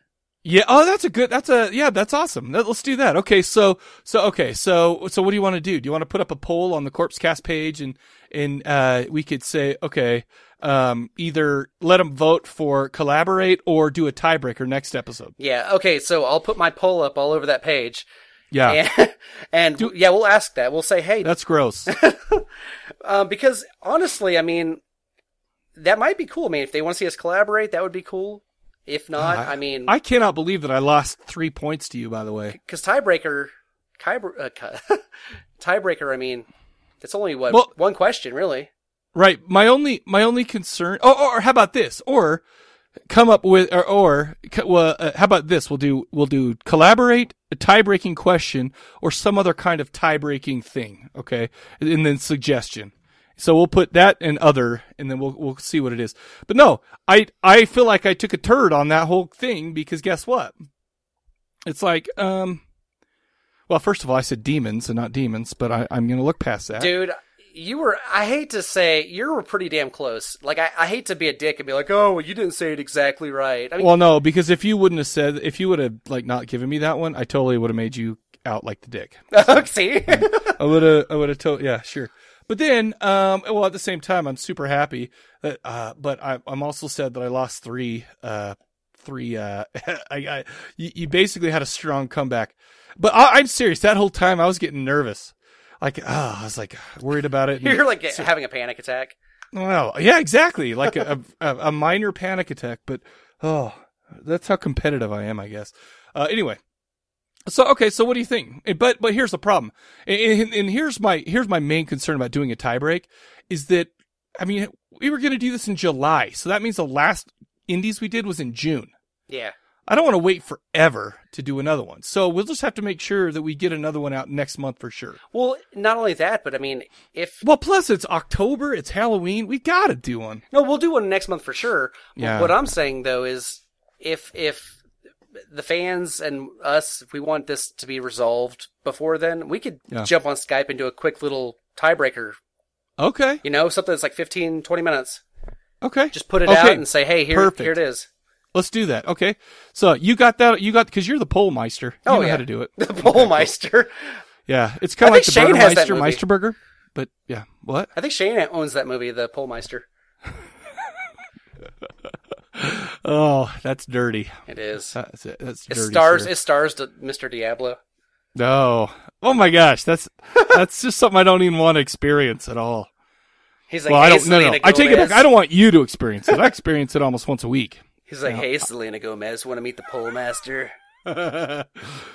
S2: Yeah. Oh, that's a good. That's a yeah. That's awesome. That- let's do that. Okay. So so okay. So so what do you want to do? Do you want to put up a poll on the Corpse Cast page and and uh, we could say okay, um, either let them vote for collaborate or do a tiebreaker next episode.
S1: Yeah. Okay. So I'll put my poll up all over that page,
S2: Yeah.
S1: and, [laughs] and yeah, we'll ask that. We'll say, hey,
S2: that's gross.
S1: um, because honestly, I mean, that might be cool. I mean, if they want to see us collaborate, that would be cool. If not,
S2: Uh,
S1: [laughs] I mean,
S2: I cannot believe that I lost three points to you. By the way.
S1: because tiebreaker, tiebr- uh, ki- [laughs] tiebreaker. I mean, it's only what
S2: Well-
S1: one question really.
S2: Right. My only my only concern. Oh, or how about this? Or come up with or or c- well, uh, how about this? We'll do we'll do collaborate a tie breaking question or some other kind of tie breaking thing. Okay, and, and then suggestion. So we'll put that and other, and then we'll we'll see what it is. But no, I I feel like I took a turd on that whole thing because guess what? It's like um, well, first of all, I said demons and not demons, but I, I'm gonna look past that.
S1: Dude, you were, I hate to say, you were pretty damn close. Like, I, I hate to be a dick and be like, oh, you didn't say it exactly right. I mean,
S2: Well, no, because if you wouldn't have said, if you would have like not given me that one, I totally would have made you out like the dick.
S1: [laughs] see?
S2: I would have, I would have told, yeah, sure. But then, um, well, at the same time, I'm super happy that, uh, but I, I'm also sad that I lost three, uh, three, uh, [laughs] I, I, you, you basically had a strong comeback. But I, I'm serious. That whole time I was getting nervous. Like, ah, I was like worried about it.
S1: [laughs]
S2: and-
S1: You're like having a panic attack.
S2: well, yeah, exactly. Like a, a, a minor panic attack, but oh, that's how competitive I am, I guess. Uh, anyway, so okay, so what do you think? Eh, But but here's the problem, and, and- and here's my here's my main concern about doing a tiebreak, is that I mean we were going to do this in July, so that means the last Indies we did was in June.
S1: Yeah.
S2: I don't want to wait forever to do another one, so we'll just have to make sure that we get another one out next month for sure.
S1: Well, not only that, but I mean, if,
S2: Well, plus it's October, it's Halloween, we got to do one.
S1: no, we'll do one next month for sure.
S2: Yeah.
S1: What I'm saying, though, is if, if the fans and us, if we want this to be resolved before then, we could
S2: Yeah.
S1: jump on Skype and do a quick little tiebreaker,
S2: Okay,
S1: you know, something that's like 15, 20 minutes.
S2: okay,
S1: Just put it
S2: Okay.
S1: out and say, hey, here,
S2: Perfect.
S1: here it is. [laughs]
S2: Let's do that. Okay. So you got that. You got because you're the pole meister. You
S1: Oh,
S2: know
S1: yeah.
S2: how to do it.
S1: The Polmeister.
S2: Yeah, it's kind
S1: I
S2: of like
S1: think
S2: the
S1: Shane
S2: Burger
S1: has that
S2: Meister
S1: movie.
S2: Meister Burger. But yeah, what?
S1: I think Shane owns that movie, The Polmeister.
S2: Oh, that's dirty.
S1: It is.
S2: That's it. That's
S1: it
S2: dirty.
S1: stars.
S2: sir.
S1: It stars D- Mr. Diablo.
S2: No. Oh my gosh, that's that's just something I don't even want to experience at all.
S1: He's like,
S2: Well, I
S1: hey,
S2: don't. No, no.
S1: Selena
S2: I take it
S1: Gomez.
S2: back. I don't want you to experience it. I experience it almost once a week.
S1: He's like, hey, Selena Gomez, want to meet the Polmeister?
S2: [laughs] Uh,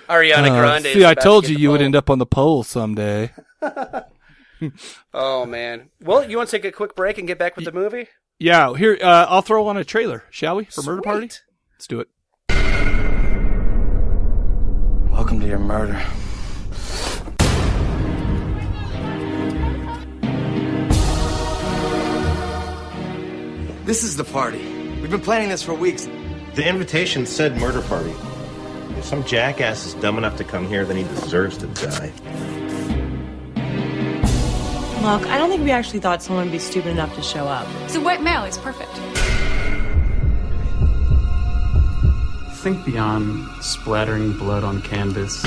S1: Ariana Grande.
S2: see, I told you you would end up on the pole someday.
S1: Oh man. Well, you want to take a quick break and get back with the movie?
S2: Yeah. Here, uh, I'll throw on a trailer, shall we? For Murder Party.
S1: Sweet.
S2: Let's do it.
S3: Welcome to your murder. This is the party. We've been planning this for weeks.
S4: The invitation said murder party. If some jackass is dumb enough to come here, then he deserves to die.
S5: Look, I don't think we actually thought someone would be stupid enough to show up.
S6: So white male is perfect.
S7: Think beyond splattering blood on canvas.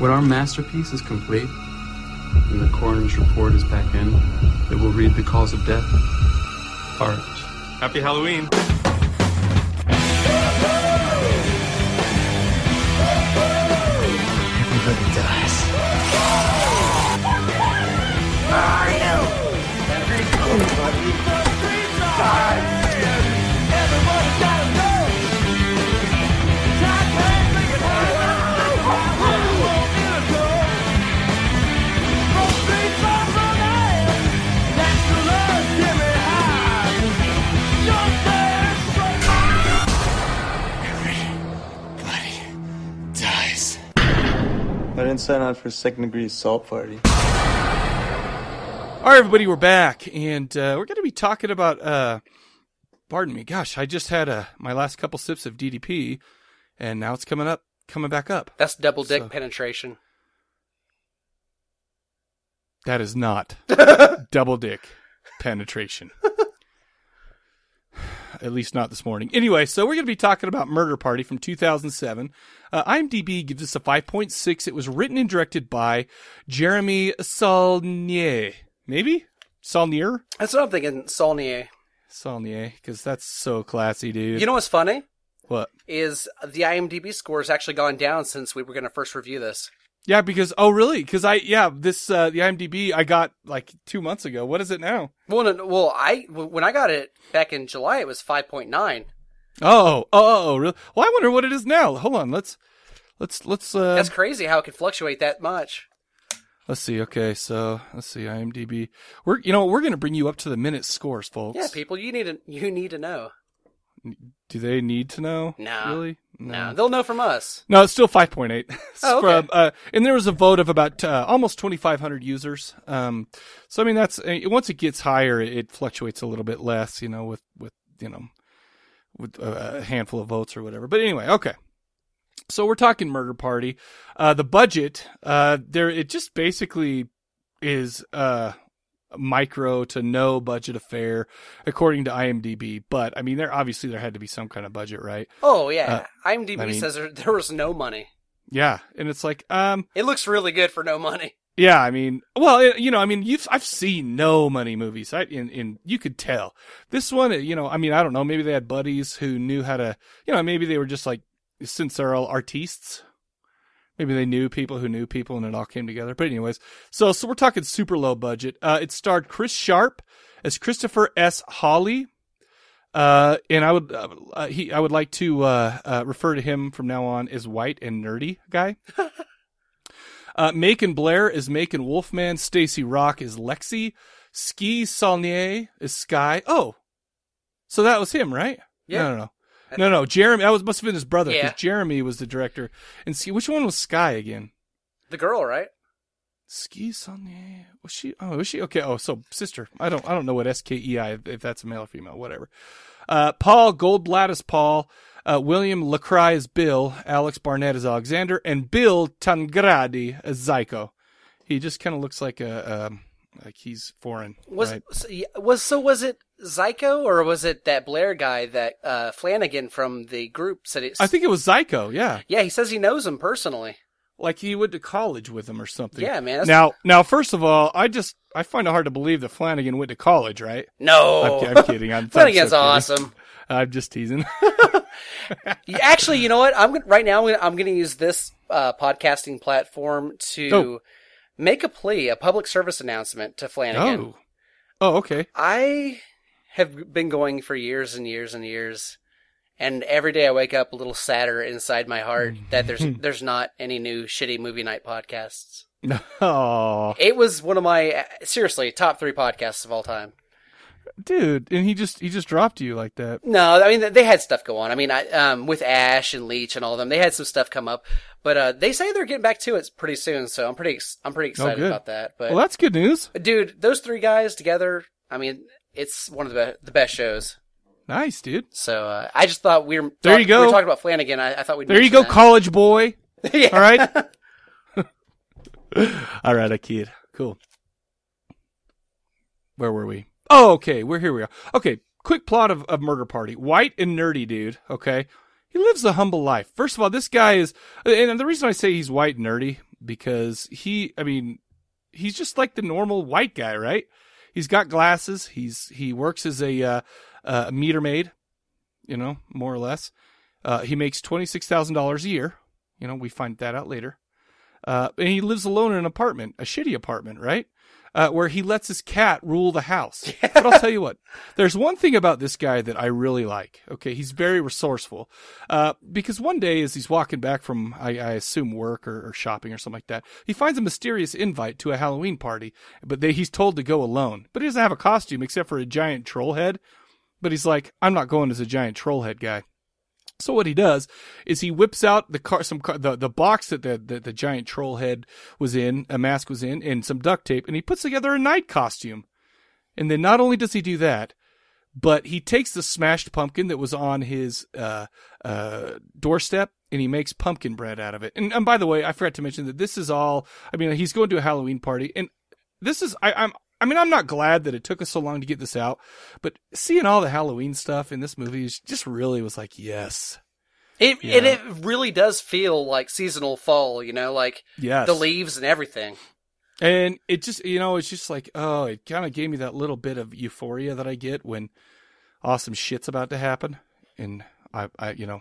S7: When our masterpiece is complete and the coroner's report is back in, it will read the cause of death. Art.
S8: Happy Halloween.
S3: Everybody dies. Everybody dies.
S8: I didn't sign up for a second degree assault party.
S2: All right, everybody, we're back, and uh, we're going to be talking about. Uh, pardon me, gosh, I just had uh, my last couple sips of DDP, and now it's coming up, coming back up.
S1: That's double dick
S2: So-
S1: penetration.
S2: That is not double dick penetration. [sighs] at least not this morning. Anyway, so we're going to be talking about Murder Party from 2007. Uh, IMDb gives us a 5.6. It was written and directed by Jeremy Saulnier. Maybe? Saulnier?
S1: That's what I'm thinking, Saulnier.
S2: Saulnier, because that's so classy, dude.
S1: You know what's funny?
S2: what?
S1: Is the IMDb score has actually gone down since we were going to first review this.
S2: Yeah, because, oh, really? Because I, yeah, this, uh, the IMDb I got like two months ago. What is it now?
S1: Well, no, no, well, I when I got it back in July, it was 5.9.
S2: Oh, oh, oh, oh, really? Well, I wonder what it is now. Hold on, let's, let's, let's, uh,
S1: That's crazy how it can fluctuate that much.
S2: let's see. Okay, so let's see. IMDb. We're, you know, we're gonna bring you up to the minute scores, folks.
S1: Yeah, people, you need to you need to know.
S2: Do they need to know?
S1: No.
S2: really?
S1: No, they'll know from us.
S2: No, it's still [laughs] 5.8. It's
S1: Oh, okay.
S2: from, uh, and there was a vote of about uh, almost 2,500 users. Um, so I mean, that's uh, once it gets higher, it fluctuates a little bit less, you know, with with you know, with uh, a a handful of votes or whatever. But anyway, okay. So we're talking Murder Party. Uh, the budget, uh, there, it just basically is uh, micro to no budget affair, according to IMDb. But I mean, there obviously there had to be some kind of budget, right?
S1: Oh yeah, IMDb
S2: Uh, I mean-
S1: says there, there was no money.
S2: Yeah, and it's like, um,
S1: It looks really good for no money.
S2: Yeah, I mean, well, it- you know, I mean, you've I've seen no money movies. I in in you could tell this one. You know, I mean, I don't know. Maybe they had buddies who knew how to. You know, maybe they were just like since they're all artistes. Maybe they knew people who knew people, and it all came together. But anyways, so so we're talking super low budget. Uh, it starred Chris Sharp as Christopher S. Hawley. Uh, and I would uh, uh, he I would like to uh, uh, refer to him from now on as white and nerdy guy. Uh, Macon Blair is Macon Wolfman. Stacy Rock is Lexi. Ski Saulnier is Sky. Oh, so that was him, right?
S1: Yeah.
S2: No, no, no, no, no. Jeremy, that was must have been his brother because
S1: Yeah.
S2: Jeremy was the director. And Ski, which one was Sky again?
S1: The girl, right?
S2: Ski Saulnier. Was she? Oh, was she? Okay. Oh, so sister. I don't. I don't know what S K E I. if- If that's a male or female, whatever. Uh, Paul Goldblatt is Paul. Uh, William Lacrae is Bill. Alex Barnett is Alexander, and Bill Tangradi is Zyko. He just kind of looks like a um, like he's foreign.
S1: Was
S2: right?
S1: so, yeah, was so was it Zyko or was it that Blair guy that uh, Flanagan from the group said it's
S2: I think it was Zyko. Yeah,
S1: Yeah, he says he knows him personally.
S2: like he went to college with him or something.
S1: Yeah, man, that's-
S2: Now, now, first of all, I just I find it hard to believe that Flanagan went to college, right?
S1: No, [laughs]
S2: I'm, I'm kidding. I'm I'm so
S1: Oh. Flanagan's
S2: kidding.
S1: awesome.
S2: I'm just teasing. [laughs]
S1: Yeah, Actually, you know what? I'm gonna, right now. I'm gonna, I'm gonna use this uh, podcasting platform to
S2: Oh.
S1: make a plea, a public service announcement to Flanagan.
S2: Oh. Oh, okay. [laughs]
S1: I have been going for years and years and years, and every day I wake up a little sadder inside my heart
S2: Mm.
S1: that
S2: [laughs]
S1: there's there's not any new shitty movie night podcasts.
S2: Oh,
S1: It was one of my seriously top three podcasts of all time.
S2: dude, and he just he just dropped you like that.
S1: No, I mean they had stuff go on. I mean, I, um, with Ash and Leach and all of them, they had some stuff come up, but uh, they say they're getting back to it pretty soon. So I'm pretty, ex- I'm pretty excited
S2: Oh, good.
S1: about that. But
S2: Well, that's good news.
S1: dude, those three guys together, I mean, it's one of the be- the best shows.
S2: Nice, dude.
S1: So uh, I just thought we were
S2: There you go.
S1: We were talking about Flanagan. I, I thought we'd
S2: There you
S1: mention
S2: go,
S1: that.
S2: college boy.
S1: [laughs] Yeah.
S2: All right. [laughs] All right, I kid. Cool. Where were we? Oh, okay. We're here. We are. Okay. Quick plot of, of Murder Party. White and nerdy dude. Okay. He lives a humble life. First of all, this guy is, and the reason I say he's white and nerdy because he, I mean, he's just like the normal white guy, right? He's got glasses. He's he works as a uh, uh, meter maid, you know, more or less. Uh, he makes twenty six thousand dollars a year. You know, we find that out later. Uh, and he lives alone in an apartment, a shitty apartment, right? Uh, where he lets his cat rule the house. But I'll tell you what, there's one thing about this guy that I really like. Okay, he's very resourceful. Uh, because one day, as he's walking back from, I, I assume, work or, or shopping or something like that, he finds a mysterious invite to a Halloween party, but they, he's told to go alone. But he doesn't have a costume except for a giant troll head. But he's like, I'm not going as a giant troll head guy. So what he does is he whips out the car, some car, the the box that the, the the giant troll head was in, a mask was in, and some duct tape, and he puts together a night costume. And then not only does he do that, but he takes the smashed pumpkin that was on his uh, uh, doorstep and he makes pumpkin bread out of it. And, and by the way, I forgot to mention that this is all. I mean, he's going to a Halloween party, and this is I, I'm I mean, I'm not glad that it took us so long to get this out, but seeing all the Halloween stuff in this movie is just really was like, yes,
S1: It and it really does feel like seasonal fall, you know, like
S2: yes.
S1: the leaves and everything.
S2: And it just, you know, it's just like, oh, it kind of gave me that little bit of euphoria that I get when awesome shit's about to happen. And I, I, you know,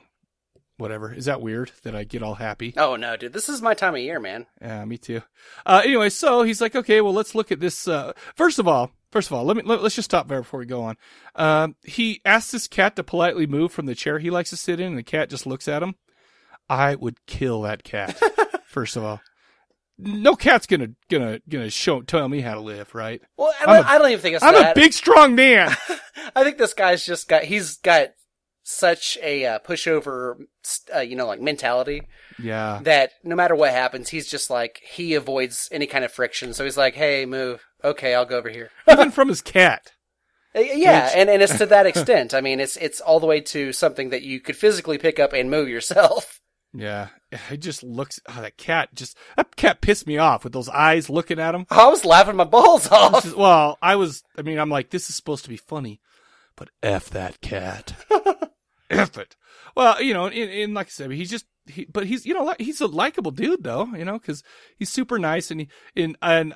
S2: whatever. Is that weird that I get all happy?
S1: Oh no, dude, this is my time of year, man.
S2: Yeah, me too. Uh, anyway, so he's like, okay, well, let's look at this. Uh, first of all, first of all, let me let, us just stop there before we go on. Um, he asks this cat to politely move from the chair he likes to sit in, and the cat just looks at him. I would kill that cat. first of all, no cat's gonna gonna gonna show tell me how to live, right?
S1: Well, I
S2: I'm
S1: don't,
S2: a-
S1: I I don't even think it's
S2: I'm
S1: that.
S2: a big, strong man.
S1: I think this guy's just got he's got such a uh, pushover, uh, you know, like mentality [laughs]
S2: yeah,
S1: that no matter what happens, he's just like he avoids any kind of friction. So he's like, "Hey, move. Okay, I'll go over here."
S2: even from his cat.
S1: Uh, Yeah, and, and it's to [laughs] that extent. I mean, it's it's all the way to something that you could physically pick up and move yourself.
S2: Yeah, it just looks. Oh, that cat just that cat pissed me off with those eyes looking at him.
S1: [laughs] I was laughing my balls
S2: This
S1: off.
S2: is- well, I was. I mean, I'm like, this is supposed to be funny, but f that cat, f it. Well, you know, and, and like I said, he's just. He, but he's you know li- he's a likable dude though you know because he's super nice and he and and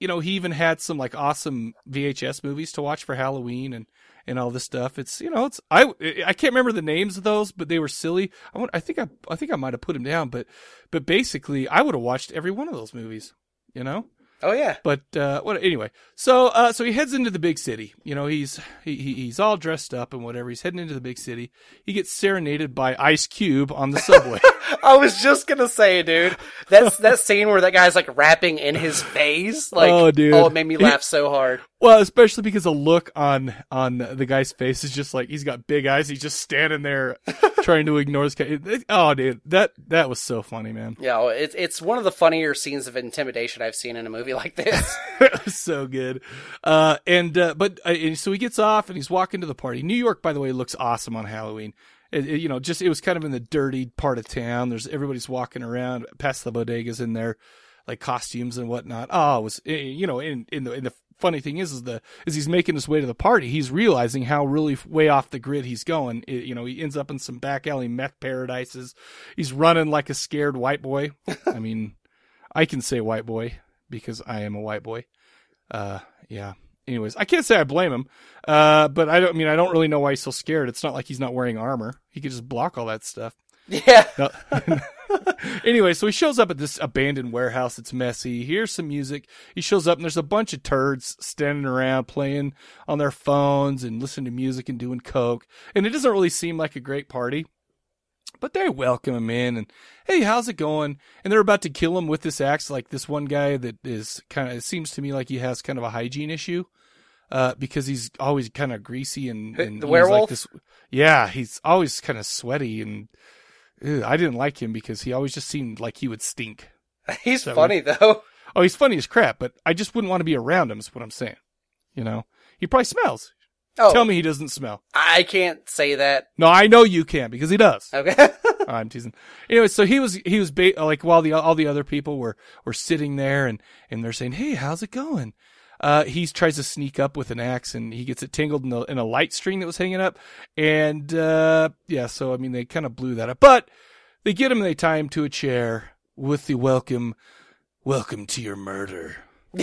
S2: you know he even had some like awesome VHS movies to watch for Halloween and and all this stuff it's you know it's I I can't remember the names of those but they were silly I want, I think I I think I might have put him down but but basically I would have watched every one of those movies you know
S1: [laughs] Oh yeah.
S2: but uh, what anyway? So uh, so he heads into the big city. You know he's he, he he's all dressed up and whatever. He's heading into the big city. He gets serenaded by Ice Cube on the subway.
S1: I was just gonna say, dude, that's [laughs] that scene where that guy's like rapping in his face. Like,
S2: Oh, dude.
S1: it made me laugh so hard.
S2: well, especially because the look on on the guy's face is just like he's got big eyes. He's just standing there trying to ignore his. Ca- oh, dude, that that was so funny, man.
S1: [laughs] Yeah, well, it's it's one of the funnier scenes of intimidation I've seen in a movie like [laughs] this.
S2: It was [laughs] so good. Uh, and uh, but uh, and so he gets off and he's walking to the party. New York, by the way, looks awesome on Halloween. It, it, you know, just it was kind of in the dirty part of town. There's everybody's walking around past the bodegas in their like costumes and whatnot. Oh, it was eh, you know, in in the and the funny thing is, is the as he's making his way to the party, he's realizing how really f- way off the grid he's going. It- you know, he ends up in some back alley meth paradises. He's running like a scared white boy. I mean, I can say white boy because I am a white boy. Uh, yeah. Anyways, I can't say I blame him. Uh, but I don't I mean I don't really know why he's so scared. It's not like he's not wearing armor. He could just block all that stuff.
S1: yeah,
S2: No. [laughs] anyway, so he shows up at this abandoned warehouse. It's messy. He hears some music. He shows up and there's a bunch of turds standing around playing on their phones and listening to music and doing coke. And it doesn't really seem like a great party. But they welcome him in and hey, how's it going? And they're about to kill him with this axe. Like this one guy that is kind of it seems to me like he has kind of a hygiene issue. Uh, because he's always kind of greasy and,
S1: The-
S2: and
S1: the
S2: he's
S1: werewolf?
S2: Like this, yeah, he's always kind of sweaty and Ew, I didn't like him because he always just seemed like he would stink.
S1: he's
S2: So-
S1: funny though.
S2: Oh, he's funny as crap, but I just wouldn't want to be around him. Is what I'm saying. You know, he probably smells.
S1: Oh,
S2: Tell me he doesn't smell.
S1: I can't say that.
S2: No, I know you can because he does.
S1: Okay. [laughs]
S2: I'm teasing. Anyway, so he was he was ba- like while the all the other people were were sitting there and and they're saying, "Hey, how's it going?" Uh, he tries to sneak up with an axe and he gets it tangled in, the, in a light string that was hanging up. And uh, yeah, so I mean they kind of blew that up, but they get him and they tie him to a chair with the welcome, welcome to your murder.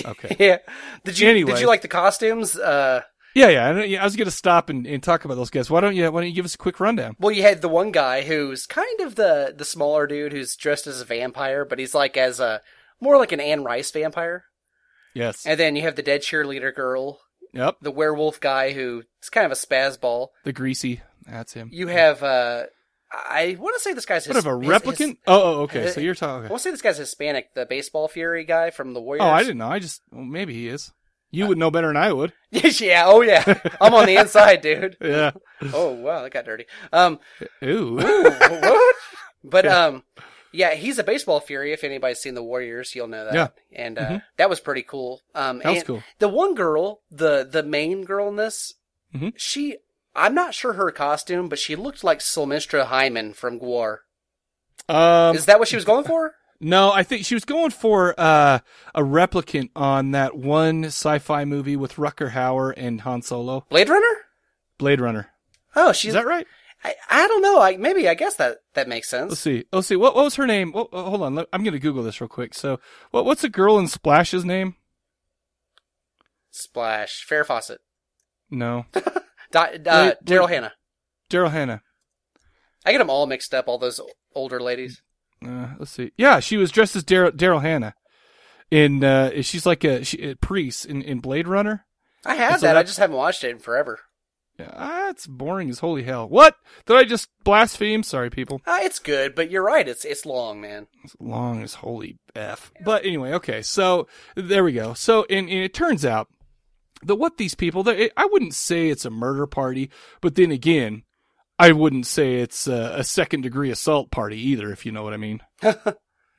S2: Okay.
S1: [laughs] yeah. Did you
S2: Anyway.
S1: did you like the costumes? Uh,
S2: yeah, yeah. I, don't- yeah, I was gonna stop and, and talk about those guys. Why don't you Why don't you give us a quick rundown?
S1: well, you had the one guy who's kind of the the smaller dude who's dressed as a vampire, but he's like as a more like an Anne Rice vampire.
S2: Yes.
S1: And then you have the dead cheerleader girl,
S2: yep.
S1: the werewolf guy who is kind of a spaz ball.
S2: The greasy. That's him.
S1: You have uh I want to say this guy's
S2: What of a
S1: his- his-
S2: replicant? oh, oh, okay.
S1: his-
S2: So you're talking.
S1: I want to say this guy's Hispanic, the baseball fury guy from the Warriors.
S2: Oh, I didn't know. I just well, maybe he is. You would know better than I would.
S1: [laughs] yeah, oh yeah. I'm on the inside,
S2: [laughs]
S1: dude.
S2: Yeah.
S1: Oh wow, that got dirty. Um,
S2: Ooh. [laughs]
S1: what? But um, yeah, he's a baseball fury. If anybody's seen the Warriors, you'll know that.
S2: Yeah. Mm-hmm.
S1: and uh, that was pretty cool. Um,
S2: That was
S1: and
S2: cool.
S1: The one girl, the the main girl in this,
S2: Mhm.
S1: she. I'm not sure her costume, but she looked like Silmistra Hyman from Gwar.
S2: Um. [laughs]
S1: Is that what she was going for?
S2: No, I think she was going for uh, a replicant on that one sci-fi movie with Rucker Hauer and Han Solo,
S1: Blade Runner?
S2: Blade Runner.
S1: Oh, she's.
S2: Is that right?
S1: I, I don't know. I maybe I guess that that makes
S2: Let's
S1: sense.
S2: see. Let's see. What what was her name? Whoa, whoa, hold on. Let- I'm gonna Google this real quick. So, what what's a girl in Splash's name?
S1: Splash. Fair Fawcett.
S2: [laughs] No,
S1: Di- uh,
S2: Wait,
S1: Daryl
S2: wait.
S1: Hannah.
S2: Daryl Hannah.
S1: I get them all mixed up. All those older ladies.
S2: Uh, let's see. Yeah, she was dressed as Daryl Daryl Hannah. In uh, she's like a, she, a priest in, in Blade Runner.
S1: I had
S2: And so
S1: that. I
S2: that's-
S1: just haven't watched it in forever.
S2: Yeah, that's boring as holy hell. What did I just blaspheme? Sorry, people.
S1: Uh, it's good, but you're right. It's it's long, man.
S2: It's long as holy f. But anyway, okay. So there we go. So and, and it turns out that what these people, they- I wouldn't say it's a murder party, but then again, I wouldn't say it's a, a second degree assault party either. If you know what I mean. no,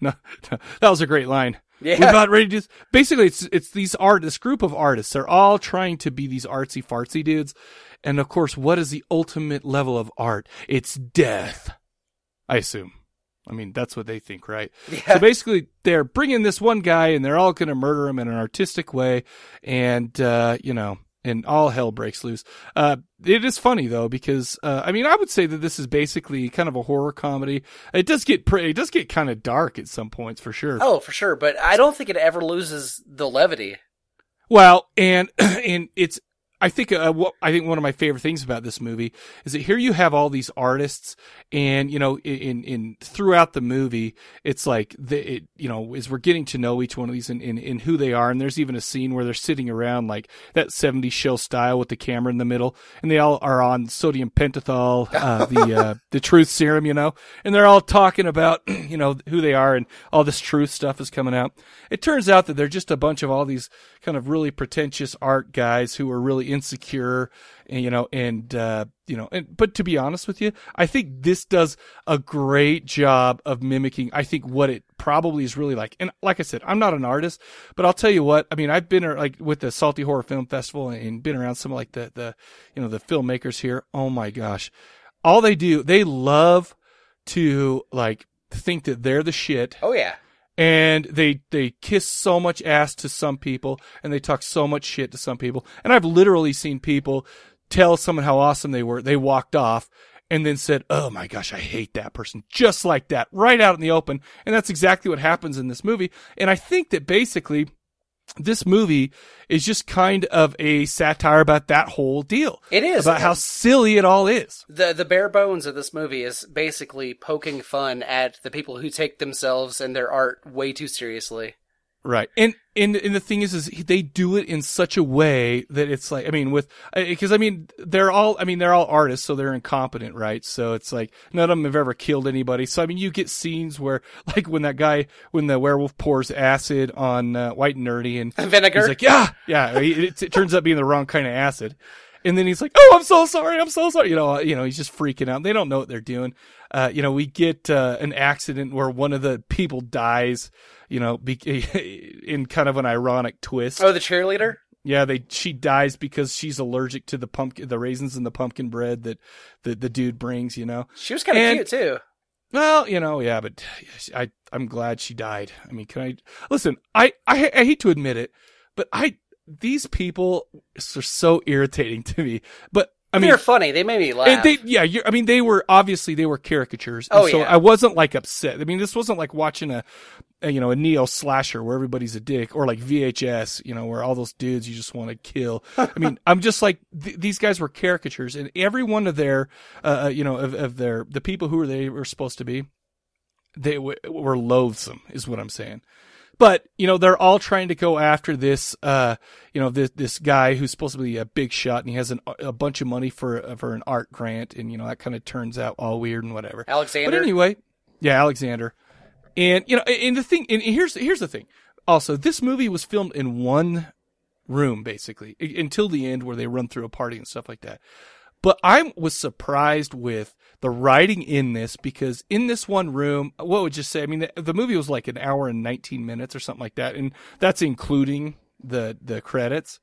S2: no, that was a great line.
S1: Yeah.
S2: We're about ready to. Basically, it's it's these art, this group of artists. They're all trying to be these artsy fartsy dudes, and of course, what is the ultimate level of art? It's death. I assume. I mean, that's what they think, right? So basically, they're bringing this one guy, and they're all going to murder him in an artistic way, and uh, you know, and all hell breaks loose. Uh, it is funny though because uh, I mean, I would say that this is basically kind of a horror comedy. It does get pretty, it does get kind of dark at some points for sure.
S1: Oh, for sure. But I don't think it ever loses the levity.
S2: Well, and [clears throat] and it's I think uh, what, I think one of my favorite things about this movie is that here you have all these artists, and you know, in in throughout the movie, it's like the it, you know as we're getting to know each one of these and, and and who they are, and there's even a scene where they're sitting around like that 70s show style with the camera in the middle, and they all are on sodium pentothal, uh, the uh, the truth serum, you know, and they're all talking about [clears throat] you know who they are and all this truth stuff is coming out. It turns out that they're just a bunch of all these kind of really pretentious art guys who are really insecure, and you know, and uh, you know, and but to be honest with you, I think this does a great job of mimicking. I think what it probably is really like, and like I said, I'm not an artist, but I'll tell you what, I mean, I've been ar- like with the Salty Horror Film Festival and been around some like the the you know the filmmakers here. Oh my gosh, all they do, they love to like think that they're the shit
S1: Oh yeah.
S2: and they they kiss so much ass to some people and they talk so much shit to some people and i've literally seen people tell someone how awesome they were they walked off and then said oh my gosh i hate that person just like that right out in the open and that's exactly what happens in this movie and i think that basically this movie is just kind of a satire about that whole deal
S1: It is.
S2: about how silly it all is
S1: the the bare bones of this movie is basically poking fun at the people who take themselves and their art way too seriously. [laughs]
S2: Right. And, and, and the thing is, is they do it in such a way that it's like, I mean, with, because I mean, they're all, I mean, they're all artists, so they're incompetent, right? So it's like, none of them have ever killed anybody. So, I mean, you get scenes where, [laughs] like, when that guy, when the werewolf pours acid on uh, White Nerdy and
S1: Vinegar?
S2: he's like, yeah, yeah, he- it, it turns up being the wrong kind of acid. And then he's like, "Oh, I'm so sorry. I'm so sorry." You know, you know, he's just freaking out. They don't know what they're doing. Uh, you know, we get uh, an accident where one of the people dies. You know, be- [laughs] in kind of an ironic twist.
S1: Oh, the cheerleader.
S2: Yeah, they she dies because she's allergic to the pumpkin, the raisins and the pumpkin bread that the the dude brings. You know.
S1: She was kind of
S2: And-
S1: cute too.
S2: Well, you know, yeah, but I I'm glad she died. I mean, can I listen? I I, I hate to admit it, but I these people are so irritating to me. But I mean,
S1: They're funny. They made me laugh.
S2: and they, yeah, you're, I mean, they were obviously they were caricatures. And
S1: Oh,
S2: so
S1: yeah.
S2: I wasn't like upset. I mean, this wasn't like watching a, a, you know, a neo slasher where everybody's a dick, or like VHS, you know, where all those dudes you just want to kill. I mean, I'm just like th- these guys were caricatures, and every one of their, uh, uh, you know, of, of their the people who they were supposed to be, they w- were loathsome, is what I'm saying but you know they're all trying to go after this uh you know this this guy who's supposed to be a big shot and he has an, a bunch of money for uh, for an art grant and you know that kind of turns out all weird and whatever
S1: Alexander?
S2: but anyway yeah alexander and you know and the thing and here's here's the thing also this movie was filmed in one room basically u- until the end where they run through a party and stuff like that but I was surprised with the writing in this because in this one room, what would you say? I mean, the, the movie was like an hour and 19 minutes or something like that, and that's including the the credits.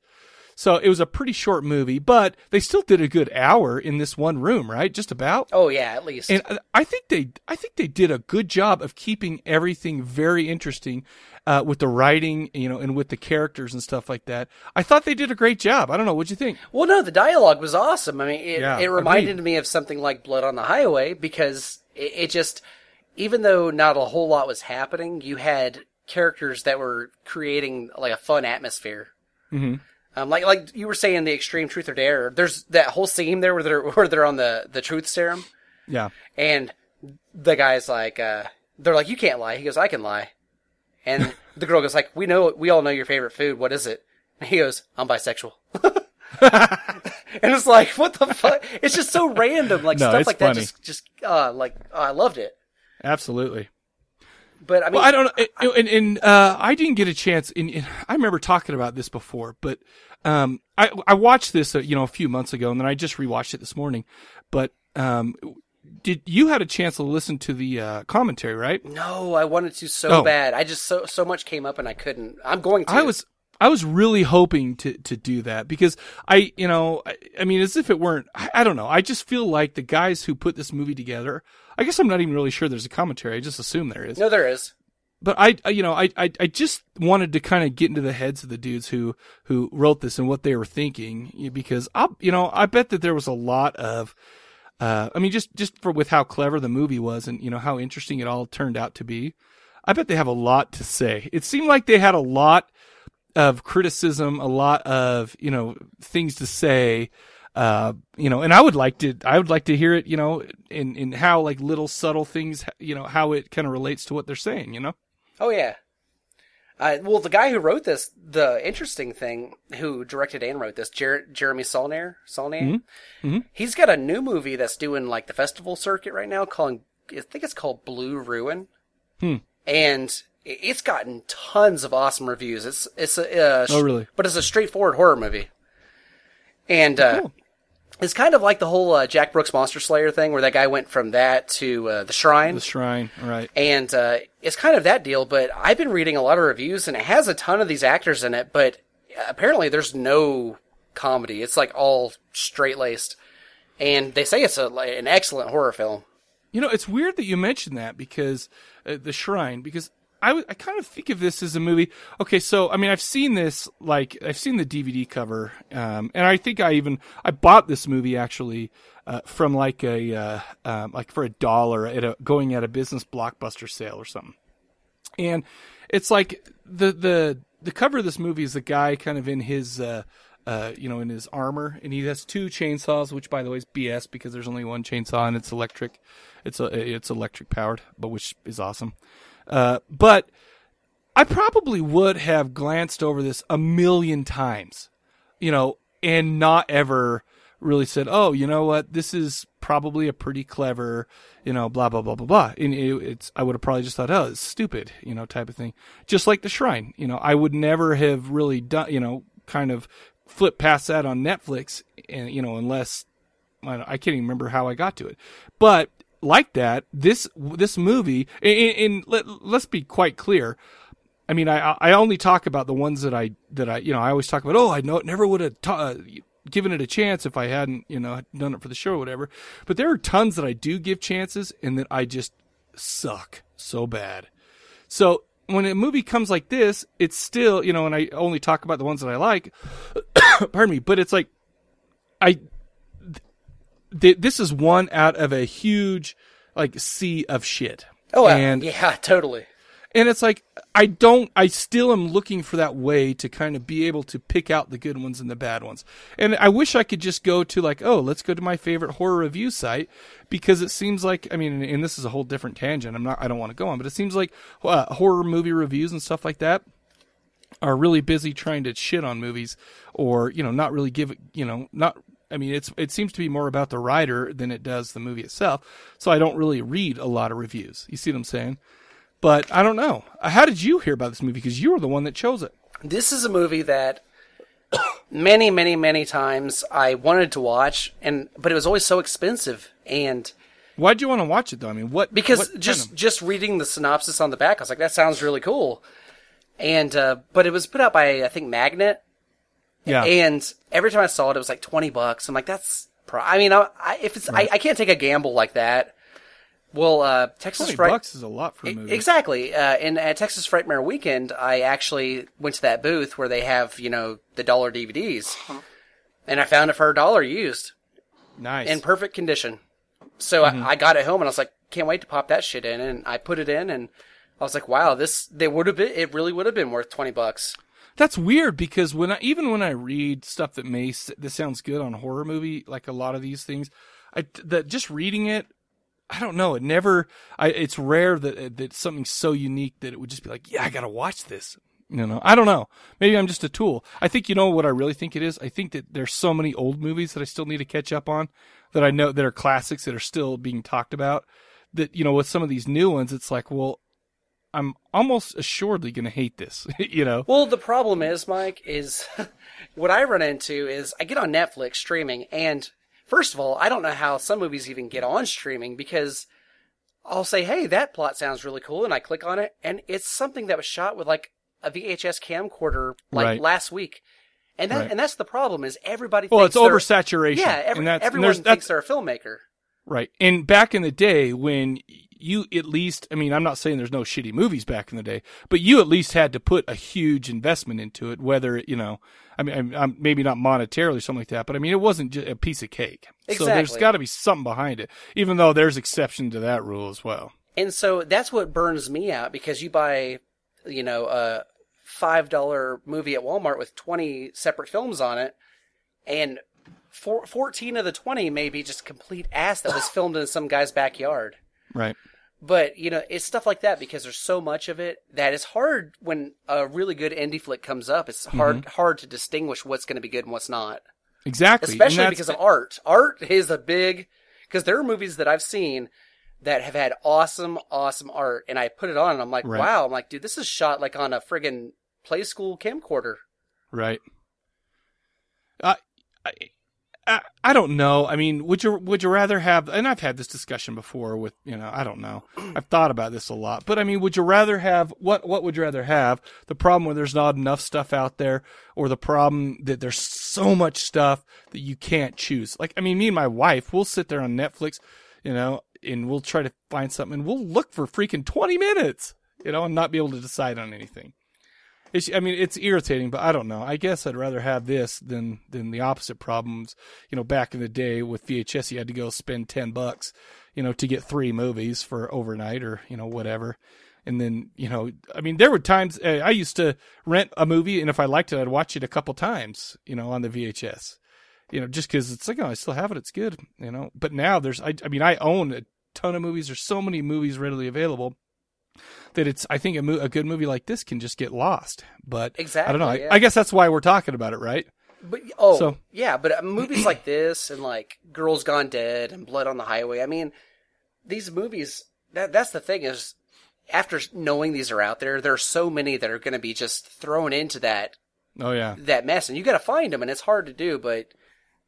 S2: So it was a pretty short movie, but they still did a good hour in this one room, right? Just about.
S1: Oh yeah, at least.
S2: And I- I think they, I think they did a good job of keeping everything very interesting, uh, with the writing, you know, and with the characters and stuff like that. I thought they did a great job. I don't know. What'd you think?
S1: well, no, the dialogue was awesome. I mean, it,
S2: Yeah,
S1: it reminded
S2: agreed.
S1: me of something like Blood on the Highway because it, it just, even though not a whole lot was happening, you had characters that were creating like a fun atmosphere. Mm-hmm. Um, like like you were saying, the extreme truth or dare. There's that whole scene there where they're [laughs] where they're on the the truth serum.
S2: Yeah.
S1: And the guy's like, uh, they're like, you can't lie. He goes, I can lie. And the girl goes like, we know, we all know your favorite food. What is it? And he goes, I'm bisexual. [laughs] and it's like, what the fuck? It's just so random. Like
S2: No,
S1: stuff
S2: it's
S1: like that.
S2: funny.
S1: Just, just, uh, like, uh, I loved it.
S2: Absolutely.
S1: But I mean,
S2: well, I don't know. and and uh, I didn't get a chance. In, in I remember talking about this before, but um, I I watched this uh, you know a few months ago, and then I just rewatched it this morning. But um, did you had a chance to listen to the uh, commentary, right?
S1: no, I wanted to so
S2: Oh.
S1: bad. I just so, so much came up and I couldn't. I'm going to.
S2: I was I was really hoping to to do that because I you know I, I mean as if it weren't I, I don't know I just feel like the guys who put this movie together I guess I'm not even really sure there's a commentary I just assume there is
S1: no, there is.
S2: but I, I- you know, I, I, I just wanted to kind of get into the heads of the dudes who, who wrote this and what they were thinking, because I, you know, I bet that there was a lot of, uh, I mean, just, just for with how clever the movie was and you know how interesting it all turned out to be, I bet they have a lot to say. It seemed like they had a lot of criticism, a lot of you know things to say. Uh, you know, and I would like to, I would like to hear it, you know, in, in how like little subtle things, you know, how it kind of relates to what they're saying, you know?
S1: Oh yeah. Uh, well, the guy who wrote this, the interesting thing, who directed and wrote this, Jer- Jeremy Saulnier, Saulnier,
S2: Mm-hmm.
S1: he's got a new movie that's doing like the festival circuit right now, calling I think it's called Blue Ruin,
S2: Hmm.
S1: and i- it's gotten tons of awesome reviews. It's it's a uh,
S2: Oh, really?
S1: but it's a straightforward horror movie, and uh, it's kind of like the whole uh, Jack Brooks Monster Slayer thing, where that guy went from that to uh, the Shrine,
S2: The shrine, right?
S1: and uh, it's kind of that deal. But I've been reading a lot of reviews, and it has a ton of these actors in it. But apparently, there's no comedy. It's like all straight laced, and they say it's a, like, an excellent horror film.
S2: You know, it's weird that you mentioned that because uh, the shrine, because I w- I kind of think of this as a movie. Okay, so I mean, I've seen this, like I've seen the DVD cover, um, and I think I even I bought this movie actually uh, from like a uh, um, like for a dollar at a going at a business blockbuster sale or something. and it's like the the the cover of this movie is the guy kind of in his uh uh, you know, in his armor, and he has two chainsaws, which, by the way, is BS because there's only one chainsaw and it's electric. It's a, it's electric powered, but which is awesome. Uh, but I probably would have glanced over this a million times, you know, and not ever really said, "Oh, you know what? This is probably a pretty clever, you know, blah blah blah blah blah." And it, it's I would have probably just thought, "Oh, it's stupid," you know, type of thing. Just like the shrine, you know, I would never have really done, you know, kind of flip past that on Netflix, and you know, unless I, don't- I can't even remember how I got to it, but like that, this this movie, and, and and let, let's be quite clear. I mean, I I only talk about the ones that I that I you know I always talk about. Oh, I know never would have ta- uh, given it a chance if I hadn't you know done it for the show or whatever. But there are tons that I do give chances and that I just suck so bad. So when a movie comes like this, it's still you know, and I only talk about the ones that I like. [coughs] pardon me, but it's like I th- this is one out of a huge like sea of shit.
S1: Oh, uh,
S2: and
S1: yeah, [laughs] totally.
S2: and it's like I don't I still am looking for that way to kind of be able to pick out the good ones and the bad ones. And I wish I could just go to like, oh, let's go to my favorite horror review site because it seems like I mean and, and this is a whole different tangent. I'm not I don't want to go on, but it seems like uh, horror movie reviews and stuff like that are really busy trying to shit on movies or, you know, not really give, you know, not I mean, it's it seems to be more about the writer than it does the movie itself. So I don't really read a lot of reviews. You see what I'm saying? but I don't know. How did you hear about this movie? Because you were the one that chose it.
S1: This is a movie that [coughs] many, many, many times I wanted to watch, and but it was always so expensive and.
S2: Why'd you want to watch it though? I mean, what?
S1: because
S2: what kind
S1: just
S2: of-
S1: just reading the synopsis on the back, I was like, that sounds really cool. And uh, but it was put out by I think Magnet,
S2: Yeah.
S1: And every time I saw it, it was like 20 bucks. I'm like, that's, pro- I mean, I, I if it's, I, I can't take a gamble like that. Well, uh, Texas
S2: 20
S1: Fright.
S2: bucks is a lot
S1: e,
S2: for a movie.
S1: Exactly. Uh, and at Texas Frightmare Weekend, I actually went to that booth where they have, you know, the dollar DVDs. And I found it for a dollar used
S2: Nice.
S1: in perfect condition. So
S2: Mm-hmm.
S1: I, I got it home and I was like, can't wait to pop that shit in. And I put it in and I was like, wow, this, they would have been, it really would have been worth 20 bucks.
S2: That's weird because when I even when I read stuff that may s- that sounds good on a horror movie, like a lot of these things, I that just reading it, I don't know. It never. I it's rare that that something's so unique that it would just be like, yeah, I gotta watch this. You know, I don't know. Maybe I'm just a tool. I think you know what I really think it is. I think that there's so many old movies that I still need to catch up on that I know that are classics that are still being talked about. That you know, with some of these new ones, it's like, well, I'm almost assuredly gonna hate this. [laughs] you know.
S1: Well, the problem is, Mike, is [laughs] what I run into is I get on Netflix streaming, and first of all, I don't know how some movies even get on streaming because I'll say, hey, that plot sounds really cool, and I click on it, and it's something that was shot with like a VHS camcorder like
S2: Right.
S1: last week. And that,
S2: Right.
S1: and that's the problem is everybody.
S2: Well,
S1: thinks
S2: it's
S1: they're-
S2: oversaturation.
S1: Yeah, every,
S2: and that's, and
S1: everyone
S2: there's-
S1: thinks
S2: that's-
S1: they're a filmmaker.
S2: right. And back in the day, when you at least, I mean, I'm not saying there's no shitty movies back in the day, but you at least had to put a huge investment into it. Whether you know, I mean, I'm, I'm maybe not monetarily or something like that, but I mean, it wasn't just a piece of cake. So there's
S1: Exactly.
S2: got to be something behind it, even though there's exception to that rule as well.
S1: And so that's what burns me out because you buy, you know, a five dollar movie at Walmart with twenty separate films on it, and four, fourteen of the twenty may be just complete ass that was filmed in some guy's backyard.
S2: Right.
S1: But you know, it's stuff like that because there's so much of it that it's hard when a really good indie flick comes up. It's hard hard to distinguish what's going to be good and what's not,
S2: Exactly. And
S1: especially
S2: that's-
S1: because of art. Art is a big because there are movies that I've seen that have had awesome, awesome art, and I put it on and I'm like,
S2: Right.
S1: wow, I'm like, dude, this is shot like on a friggin' play school camcorder.
S2: Right. I, I, I- I don't know. I mean, would you would you rather have? And I've had this discussion before with you know. I don't know. I've thought about this a lot, but I mean, would you rather have what? What would you rather have? The problem where there's not enough stuff out there, or the problem that there's so much stuff that you can't choose. Like, I mean, me and my wife, we'll sit there on Netflix, you know, and we'll try to find something. and We'll look for freaking twenty minutes, you know, and not be able to decide on anything. It's, I mean, it's irritating, but I don't know. I guess I'd rather have this than than the opposite problems. You know, back in the day with VHS, you had to go spend ten bucks, you know, to get three movies for overnight or you know whatever. And then you know, I mean, there were times eh, I used to rent a movie, and if I liked it, I'd watch it a couple times, you know, on the VHS, you know, just because it's like, oh, I still have it, it's good, you know. But now there's, I, I mean, I own a ton of movies. There's so many movies readily available that it's I think a, mo- a good movie like this can just get lost. But I don't know. I,
S1: Exactly, yeah.
S2: I guess that's why we're talking about it, right?
S1: But oh
S2: So-
S1: yeah, but uh, movies like this and like Girls Gone Dead and Blood on the Highway. I mean, these movies. That that's the thing is, after knowing these are out there, there are so many that are going to be just thrown into that
S2: Oh yeah.
S1: that mess, and you got to find them, and it's hard to do. But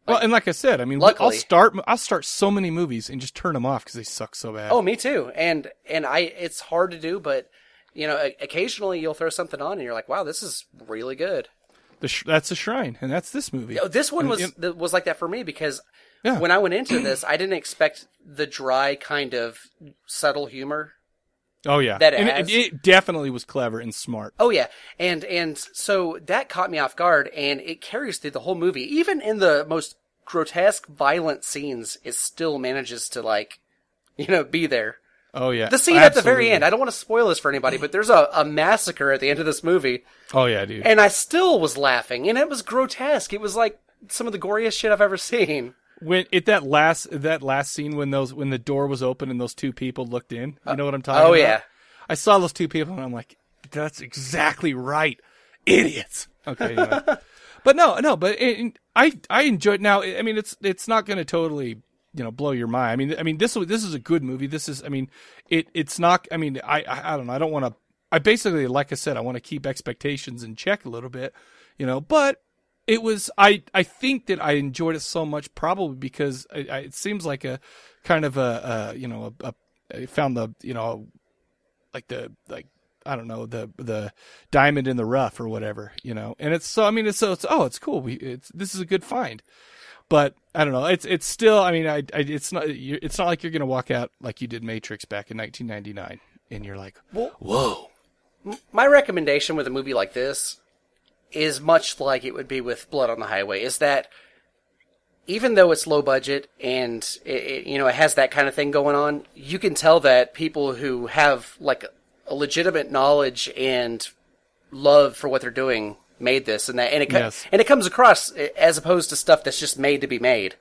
S2: Well, and like I said, I mean, I'll
S1: Luckily-
S2: start I'll start so many movies and just turn them off because they suck so bad.
S1: oh, me too. And and I, it's hard to do, but you know, o- occasionally you'll throw something on, and you're like, wow, this is really good.
S2: the sh- that's the shrine, and that's this movie.
S1: Oh, This one
S2: And
S1: was
S2: it-
S1: th- was like that for me because
S2: Yeah.
S1: when I went into this, I didn't expect the dry kind of subtle humor.
S2: oh yeah,
S1: that it
S2: and
S1: has.
S2: It, it definitely was clever and smart.
S1: Oh yeah, and and so that caught me off guard, and it carries through the whole movie. Even in the most grotesque, violent scenes, it still manages to like, you know, be there.
S2: Oh yeah,
S1: The scene at the very
S2: Absolutely.
S1: end. I don't want to spoil this for anybody, but there's a, a massacre at the end of this movie,
S2: Oh yeah, dude.
S1: and I still was laughing, and it was grotesque. It was like some of the goriest shit I've ever seen.
S2: when at that last that last scene when those when the door was open and those two people looked in, you know what I'm talking
S1: oh,
S2: about?
S1: yeah.
S2: I saw those two people and I'm like, that's exactly right, idiots. Okay, anyway. [laughs] but no, no, but it, it- I I enjoyed. Now, I mean, it's it's not going to totally you know blow your mind. I mean, I mean this was- this is a good movie. This is I mean it it's not. I mean, I I, I don't know. I don't want to. I basically, like I said, I want to keep expectations in check a little bit, you know. But it was I I think that I enjoyed it so much probably because I, I, it seems like a kind of a, a you know a, a I found the you know like the like I don't know the the diamond in the rough or whatever, you know. And it's so I mean it's so it's oh it's cool. We it's this is a good find, but I don't know. It's it's still I mean I, I it's not you it's not like you're gonna walk out like you did Matrix back in 1999 and you're like whoa.
S1: my recommendation with a movie like this is much like it would be with Blood on the Highway is that even though it's low budget and it, it, you know it has that kind of thing going on, you can tell that people who have like a legitimate knowledge and love for what they're doing made this and that and it co-
S2: Yes.
S1: and it comes across as opposed to stuff that's just made to be made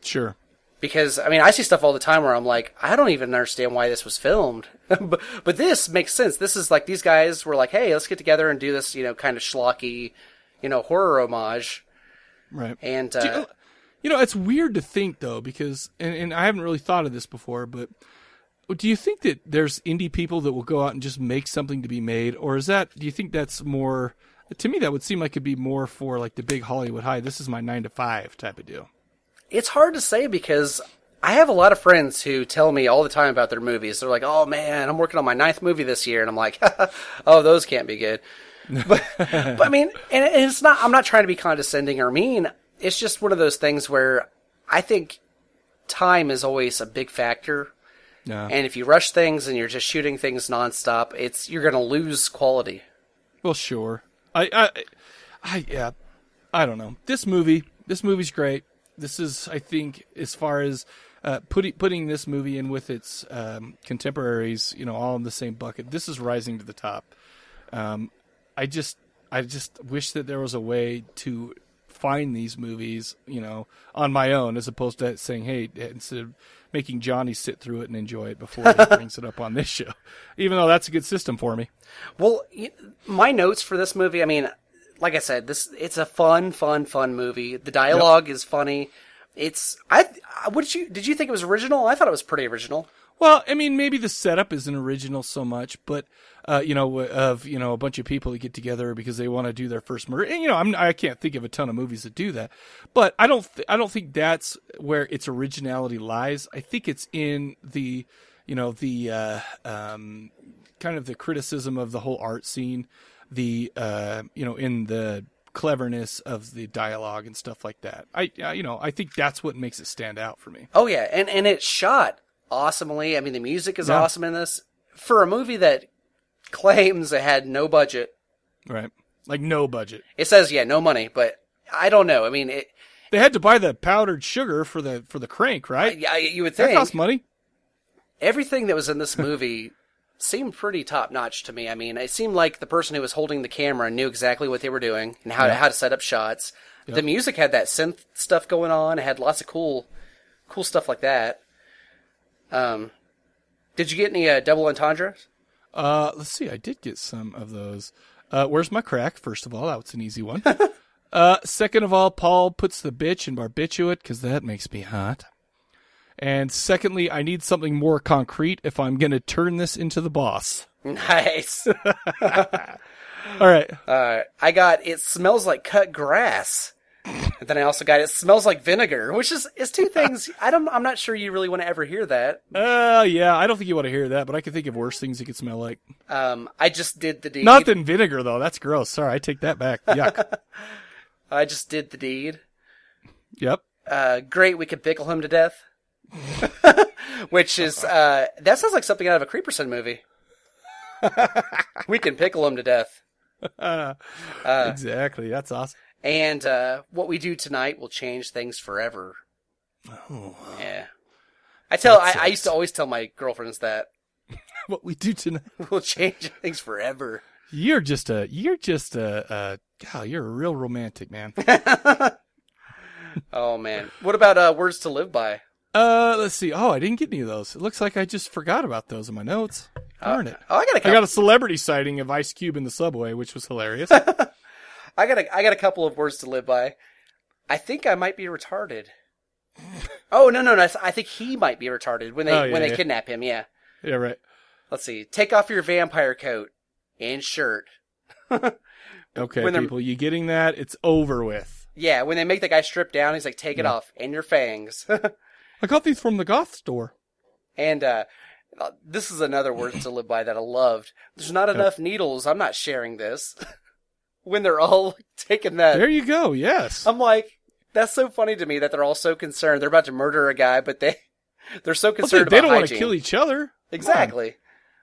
S2: Sure.
S1: because I mean I see stuff all the time where I'm like I don't even understand why this was filmed, [laughs] but but this makes sense. This is like these guys were like, hey, let's get together and do this, you know, kind of schlocky, you know, horror homage.
S2: Right.
S1: And
S2: Do
S1: uh,
S2: you- you know, it's weird to think though, because and, and I haven't really thought of this before, but do you think that there's indie people that will go out and just make something to be made, or is that? Do you think that's more? To me, that would seem like it'd be more for like the big Hollywood high. This is my nine to five type of deal.
S1: it's hard to say because I have a lot of friends who tell me all the time about their movies. They're like, oh man, I'm working on my ninth movie this year, and I'm like, [laughs] oh, those can't be good. but, but I mean, and it- it's not. I'm not trying to be condescending or mean. It's just one of those things where I think time is always a big factor.
S2: Yeah.
S1: And if you rush things and you're just shooting things nonstop, it's you're going to lose quality.
S2: Well, sure. I, I, I, yeah. I don't know. This movie, this movie's great. This is, I think, as far as uh, putting putting this movie in with its um, contemporaries, you know, all in the same bucket. This is rising to the top. Um, I just, I just wish that there was a way to find these movies, you know, on my own, as opposed to saying, "Hey," instead of making Johnny sit through it and enjoy it before he brings it up on this show. Even though that's a good system for me.
S1: Well, y- my notes for this movie, I mean, like I said, this it's a fun, fun, fun movie. The dialogue is funny. It's I, I what did you did you think it was original? I thought it was pretty original.
S2: Well, I mean, maybe the setup isn't original so much, but uh, you know, of you know, a bunch of people that get together because they want to do their first murder. And, you know, I'm, I can't think of a ton of movies that do that, but I don't, th- I don't think that's where its originality lies. I think it's in the, you know, the uh, um, kind of the criticism of the whole art scene, the uh, you know, in the cleverness of the dialogue and stuff like that. I, I, you know, I think that's what makes it stand out for me.
S1: Oh yeah, and and it's shot awesomely. I mean, the music is
S2: Yeah.
S1: awesome in this for a movie that claims it had no budget.
S2: Right. Like no budget.
S1: It says yeah, no money, but I don't know. I mean, it
S2: They had to buy the powdered sugar for the for the crank, right?
S1: yeah, you would
S2: that
S1: think
S2: costs money.
S1: everything that was in this movie [laughs] seemed pretty top notch to me. I mean, it seemed like the person who was holding the camera knew exactly what they were doing and how to, how to set up shots. The music had that synth stuff going on. It had lots of cool, cool stuff like that. Um, did you get any uh, double entendres?
S2: Uh, let's see. I did get some of those. Uh, where's my crack? First of all, that's an easy one. uh, second of all, Paul puts the bitch in barbiturate because that makes me hot. And secondly, I need something more concrete if I'm going to turn this into the boss.
S1: [laughs] Nice.
S2: All right.
S1: I got it smells like cut grass. And then I also got it smells like vinegar, which is is two things I don't I'm not sure you really want to ever hear that.
S2: Uh, yeah. I don't think you want to hear that, but I can think of worse things it could smell like.
S1: Um I just did the deed.
S2: Not than vinegar, though. That's gross. Sorry, I take that back. Yuck.
S1: I just did the deed.
S2: yep.
S1: uh, great, we could pickle him to death. [laughs] Which is, uh, that sounds like something out of a Creeperson movie. we can pickle him to death.
S2: exactly. That's awesome.
S1: And uh, what we do tonight will change things forever. Oh. Yeah. I tell, I, I used to always tell my girlfriends that [laughs]
S2: [laughs] What we do tonight.
S1: we'll change things forever.
S2: You're just a, you're just a, uh, God, you're a real romantic [laughs] man.
S1: Oh, man. What about uh, Words to Live By?
S2: uh, let's see. Oh, I didn't get any of those. It looks like I just forgot about those in my notes. Darn it.
S1: Oh, I got a
S2: I
S1: couple.
S2: got a celebrity sighting of Ice Cube in the subway, which was [laughs] hilarious.
S1: I got a, I got a couple of words to live by. I think I might be
S2: [laughs]
S1: retarded. oh no no no! I think he might be retarded when they
S2: Oh, yeah,
S1: when they
S2: yeah.
S1: kidnap him. Yeah.
S2: yeah, right.
S1: Let's see. Take off your vampire coat and shirt.
S2: Okay,
S1: When they're-
S2: people, you getting that? It's over with.
S1: Yeah. When they make the guy strip down, he's like, "Take it off and your fangs." [laughs]
S2: I got these from the goth store.
S1: and uh, Uh, This is another word to live by that I loved. There's not enough needles. I'm not sharing this. [laughs] when they're all taking that.
S2: There you go. Yes.
S1: I'm like, that's so funny to me that they're all so concerned. They're about to murder a guy, but they [laughs] they're so
S2: Well, they,
S1: concerned
S2: they
S1: about
S2: don't want to
S1: hygiene.
S2: kill each other.
S1: Exactly.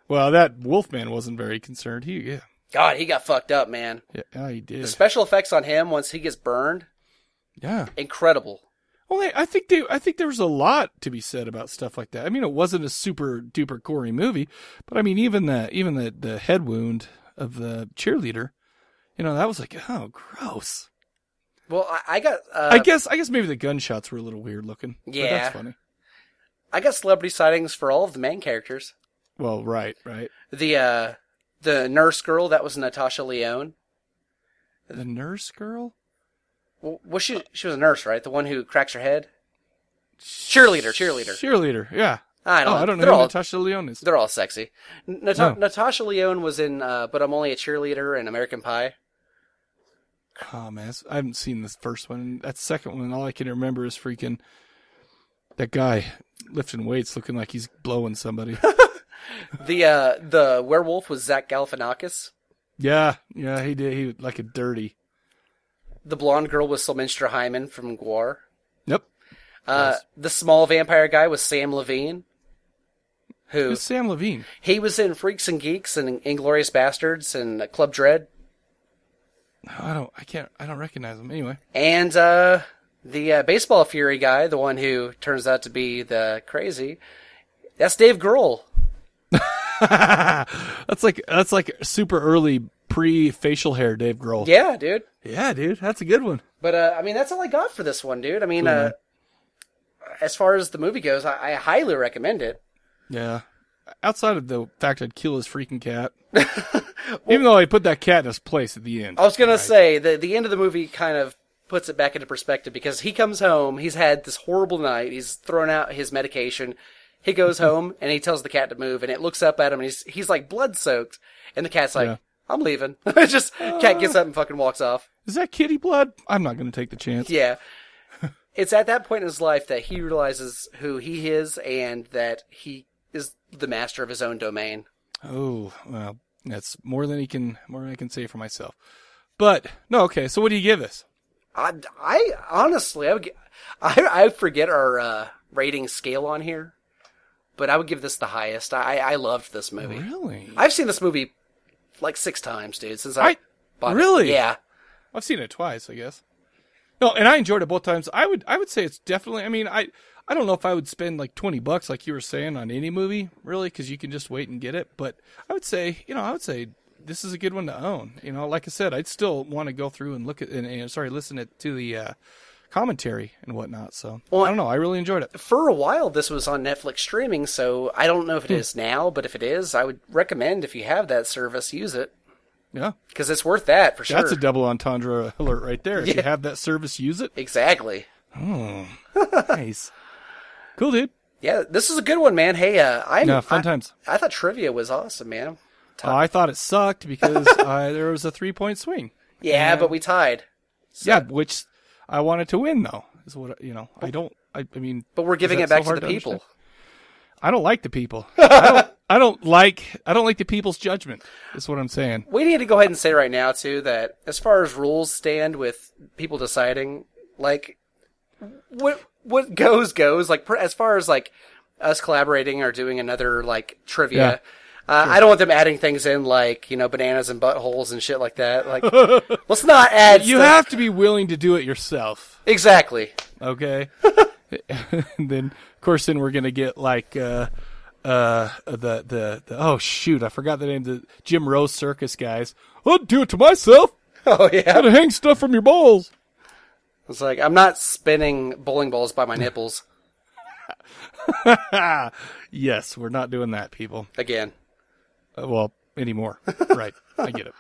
S2: Well, that Wolfman wasn't very concerned. He yeah.
S1: God, he got fucked up, man.
S2: Yeah, yeah, he did.
S1: The special effects on him once he gets burned,
S2: yeah.
S1: incredible.
S2: Well, I- I think they, I think there was a lot to be said about stuff like that. I mean, it wasn't a super duper gory movie, but I mean, even the even the the head wound of the cheerleader, you know, that was like, oh, gross.
S1: Well, I, I got uh,
S2: I guess I guess maybe the gunshots were a little weird looking. but
S1: Yeah.
S2: that's funny.
S1: I got celebrity sightings for all of the main characters.
S2: Well, right, right.
S1: The uh the nurse girl that was Natasha Leone.
S2: The nurse girl,
S1: W- Was she she was a nurse, right? The one who cracks her head. Cheerleader, cheerleader.
S2: cheerleader. Yeah.
S1: I don't
S2: oh,
S1: know.
S2: I don't know
S1: They're
S2: who
S1: all-
S2: Natasha Leone is.
S1: They're all sexy. N- Nata-
S2: No.
S1: Natasha Leone was in uh, But I'm Only a Cheerleader and American Pie.
S2: Oh man, that's- I haven't seen this first one. That second one, all I can remember is freaking that guy lifting weights, looking like he's blowing somebody.
S1: The uh, the werewolf was Zach Galifianakis.
S2: yeah, yeah, he did. He was like a dirty.
S1: The blonde girl was Sylvester Hyman from Guar.
S2: Yep.
S1: Uh, The small vampire guy was Sam Levine, who
S2: It's Sam Levine.
S1: he was in Freaks and Geeks and Inglorious Bastards and Club Dread.
S2: I don't. I can't. I don't recognize him. Anyway.
S1: And uh, the uh, baseball fury guy, the one who turns out to be the crazy, that's Dave Grohl.
S2: That's like that's like super early pre facial hair Dave Grohl.
S1: Yeah, dude.
S2: Yeah, dude, that's a good one.
S1: But uh, I mean, that's all I got for this one, dude. I mean, uh, as far as the movie goes, I, I highly recommend it.
S2: Yeah. Outside of the fact I'd kill his freaking [laughs] cat, even though I put that cat in his place at the end.
S1: I was gonna say the the end of the movie kind of puts it back into perspective because he comes home, he's had this horrible night, he's thrown out his medication. He goes home and he tells the cat to move, and it looks up at him, and he's he's like blood soaked, and the cat's like,
S2: Yeah.
S1: "I'm leaving." [laughs] It's Just cat gets up and fucking walks off.
S2: Is that kitty blood? I'm not going to take the chance.
S1: Yeah. It's at that point in his life that he realizes who he is and that he is the master of his own domain.
S2: Oh, well, that's more than he can more than I can say for myself. But no, okay. So what do you give this?
S1: I, I honestly, I would, gi- I, I forget our uh, rating scale on here, but I would give this the highest. I, I loved this movie.
S2: Really?
S1: I've seen this movie like six times, dude. Since I,
S2: I-
S1: bought it.
S2: really?
S1: yeah,
S2: I've seen it twice, I guess. No, and I enjoyed it both times. I would I would say it's definitely. I mean, I I don't know if I would spend like twenty bucks like you were saying on any movie really because you can just wait and get it. But I would say you know I would say this is a good one to own. You know, like I said, I'd still want to go through and look at and, and sorry listen it to the uh, commentary and whatnot. So I don't know. I really enjoyed it.
S1: for a while this was on Netflix streaming, so I don't know if it
S2: Hmm.
S1: is now, but if it is, I would recommend if you have that service, use it
S2: Yeah,
S1: because it's worth that for sure.
S2: that's a double entendre alert right there. If you have that service, use it.
S1: exactly.
S2: Nice, cool, dude.
S1: Yeah, this is a good one, man. Hey, uh, I'm,
S2: No, fun
S1: I-
S2: times.
S1: I thought trivia was awesome, man.
S2: Oh, I thought it sucked because uh, there was a three point swing.
S1: Yeah, but we tied.
S2: Yeah, which I wanted to win though. Is what you know. I don't. I, I mean,
S1: But we're
S2: is
S1: giving
S2: that
S1: it back
S2: so
S1: to
S2: hard
S1: the people.
S2: understand? I don't like the people. I don't, I don't like. I don't like the people's judgment. Is what I'm saying.
S1: We need to go ahead and say right now too that as far as rules stand with people deciding, like what what goes goes. Like pr- as far as like us collaborating or doing another like trivia. Uh, I don't want them adding things in like you know bananas and buttholes and shit like that. Like, let's not add.
S2: You
S1: stuff-
S2: have to be willing to do it yourself.
S1: exactly.
S2: Okay. [laughs] and then of course then we're gonna get like uh uh the the, the oh shoot I forgot the name the Jim Rose circus guys. I'll do it to myself.
S1: Oh yeah.
S2: Gotta hang stuff from your balls.
S1: It's like I'm not spinning bowling balls by my nipples
S2: Yes, we're not doing that, people.
S1: again,
S2: Uh, well, anymore. right. I get it.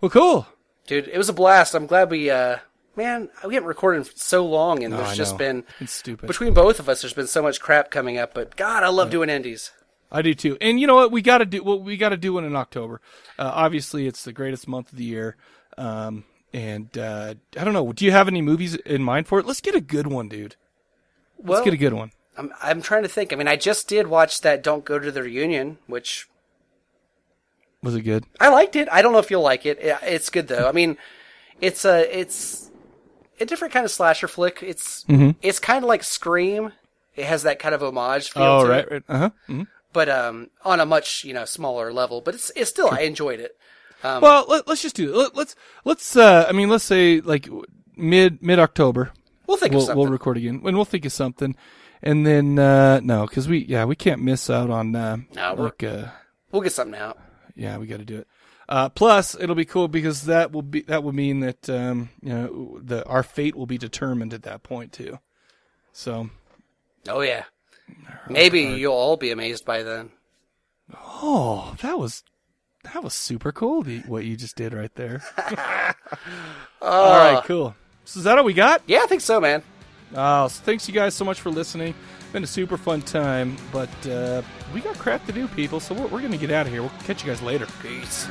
S2: Well, cool.
S1: dude. It was a blast. I'm glad we. uh Man, we haven't recorded in so long, and there's
S2: I
S1: just
S2: know.
S1: been
S2: It's stupid.
S1: between both of us, there's been so much crap coming up, but God, I love doing indies.
S2: I do too. And you know what? We got to do what we got to do one in October. Uh, obviously, it's the greatest month of the year. Um, and uh, I don't know. Do you have any movies in mind for it? Let's get a good one, dude.
S1: Well,
S2: Let's get a good one.
S1: I'm I'm trying to think. I mean, I just did watch that "Don't Go to the Reunion," which
S2: Was it good?
S1: I liked it. I don't know if you'll like it. It- It's good though. I mean, it's a it's a different kind of slasher flick. It's
S2: Mm-hmm.
S1: it's kind of like Scream. It has that kind of homage feel.
S2: Oh
S1: to
S2: right,
S1: it,
S2: right. Uh huh.
S1: but um, on a much you know smaller level. But it's it's still I enjoyed it. Um,
S2: well, let, let's just do it. Let, let's let's. Uh, I mean, let's say like mid mid October.
S1: We'll think of
S2: We'll,
S1: something.
S2: we'll record again, and we'll think of something, and then uh, no, because we yeah we can't miss out on uh,
S1: No, we're-
S2: like uh,
S1: we'll get something out.
S2: yeah, we got to do it. Uh, plus, it'll be cool because that will be that will mean that um, you know the our fate will be determined at that point too. So,
S1: Oh yeah. Maybe you'll all be amazed by then.
S2: oh, that was that was super cool. The, what you just did right there. all right, cool. So is that all we got?
S1: Yeah, I think so, man.
S2: Uh, so thanks you guys so much for listening. Been a super fun time, but uh, we got crap to do, people. So we're, we're gonna get out of here. We'll catch you guys later. Peace.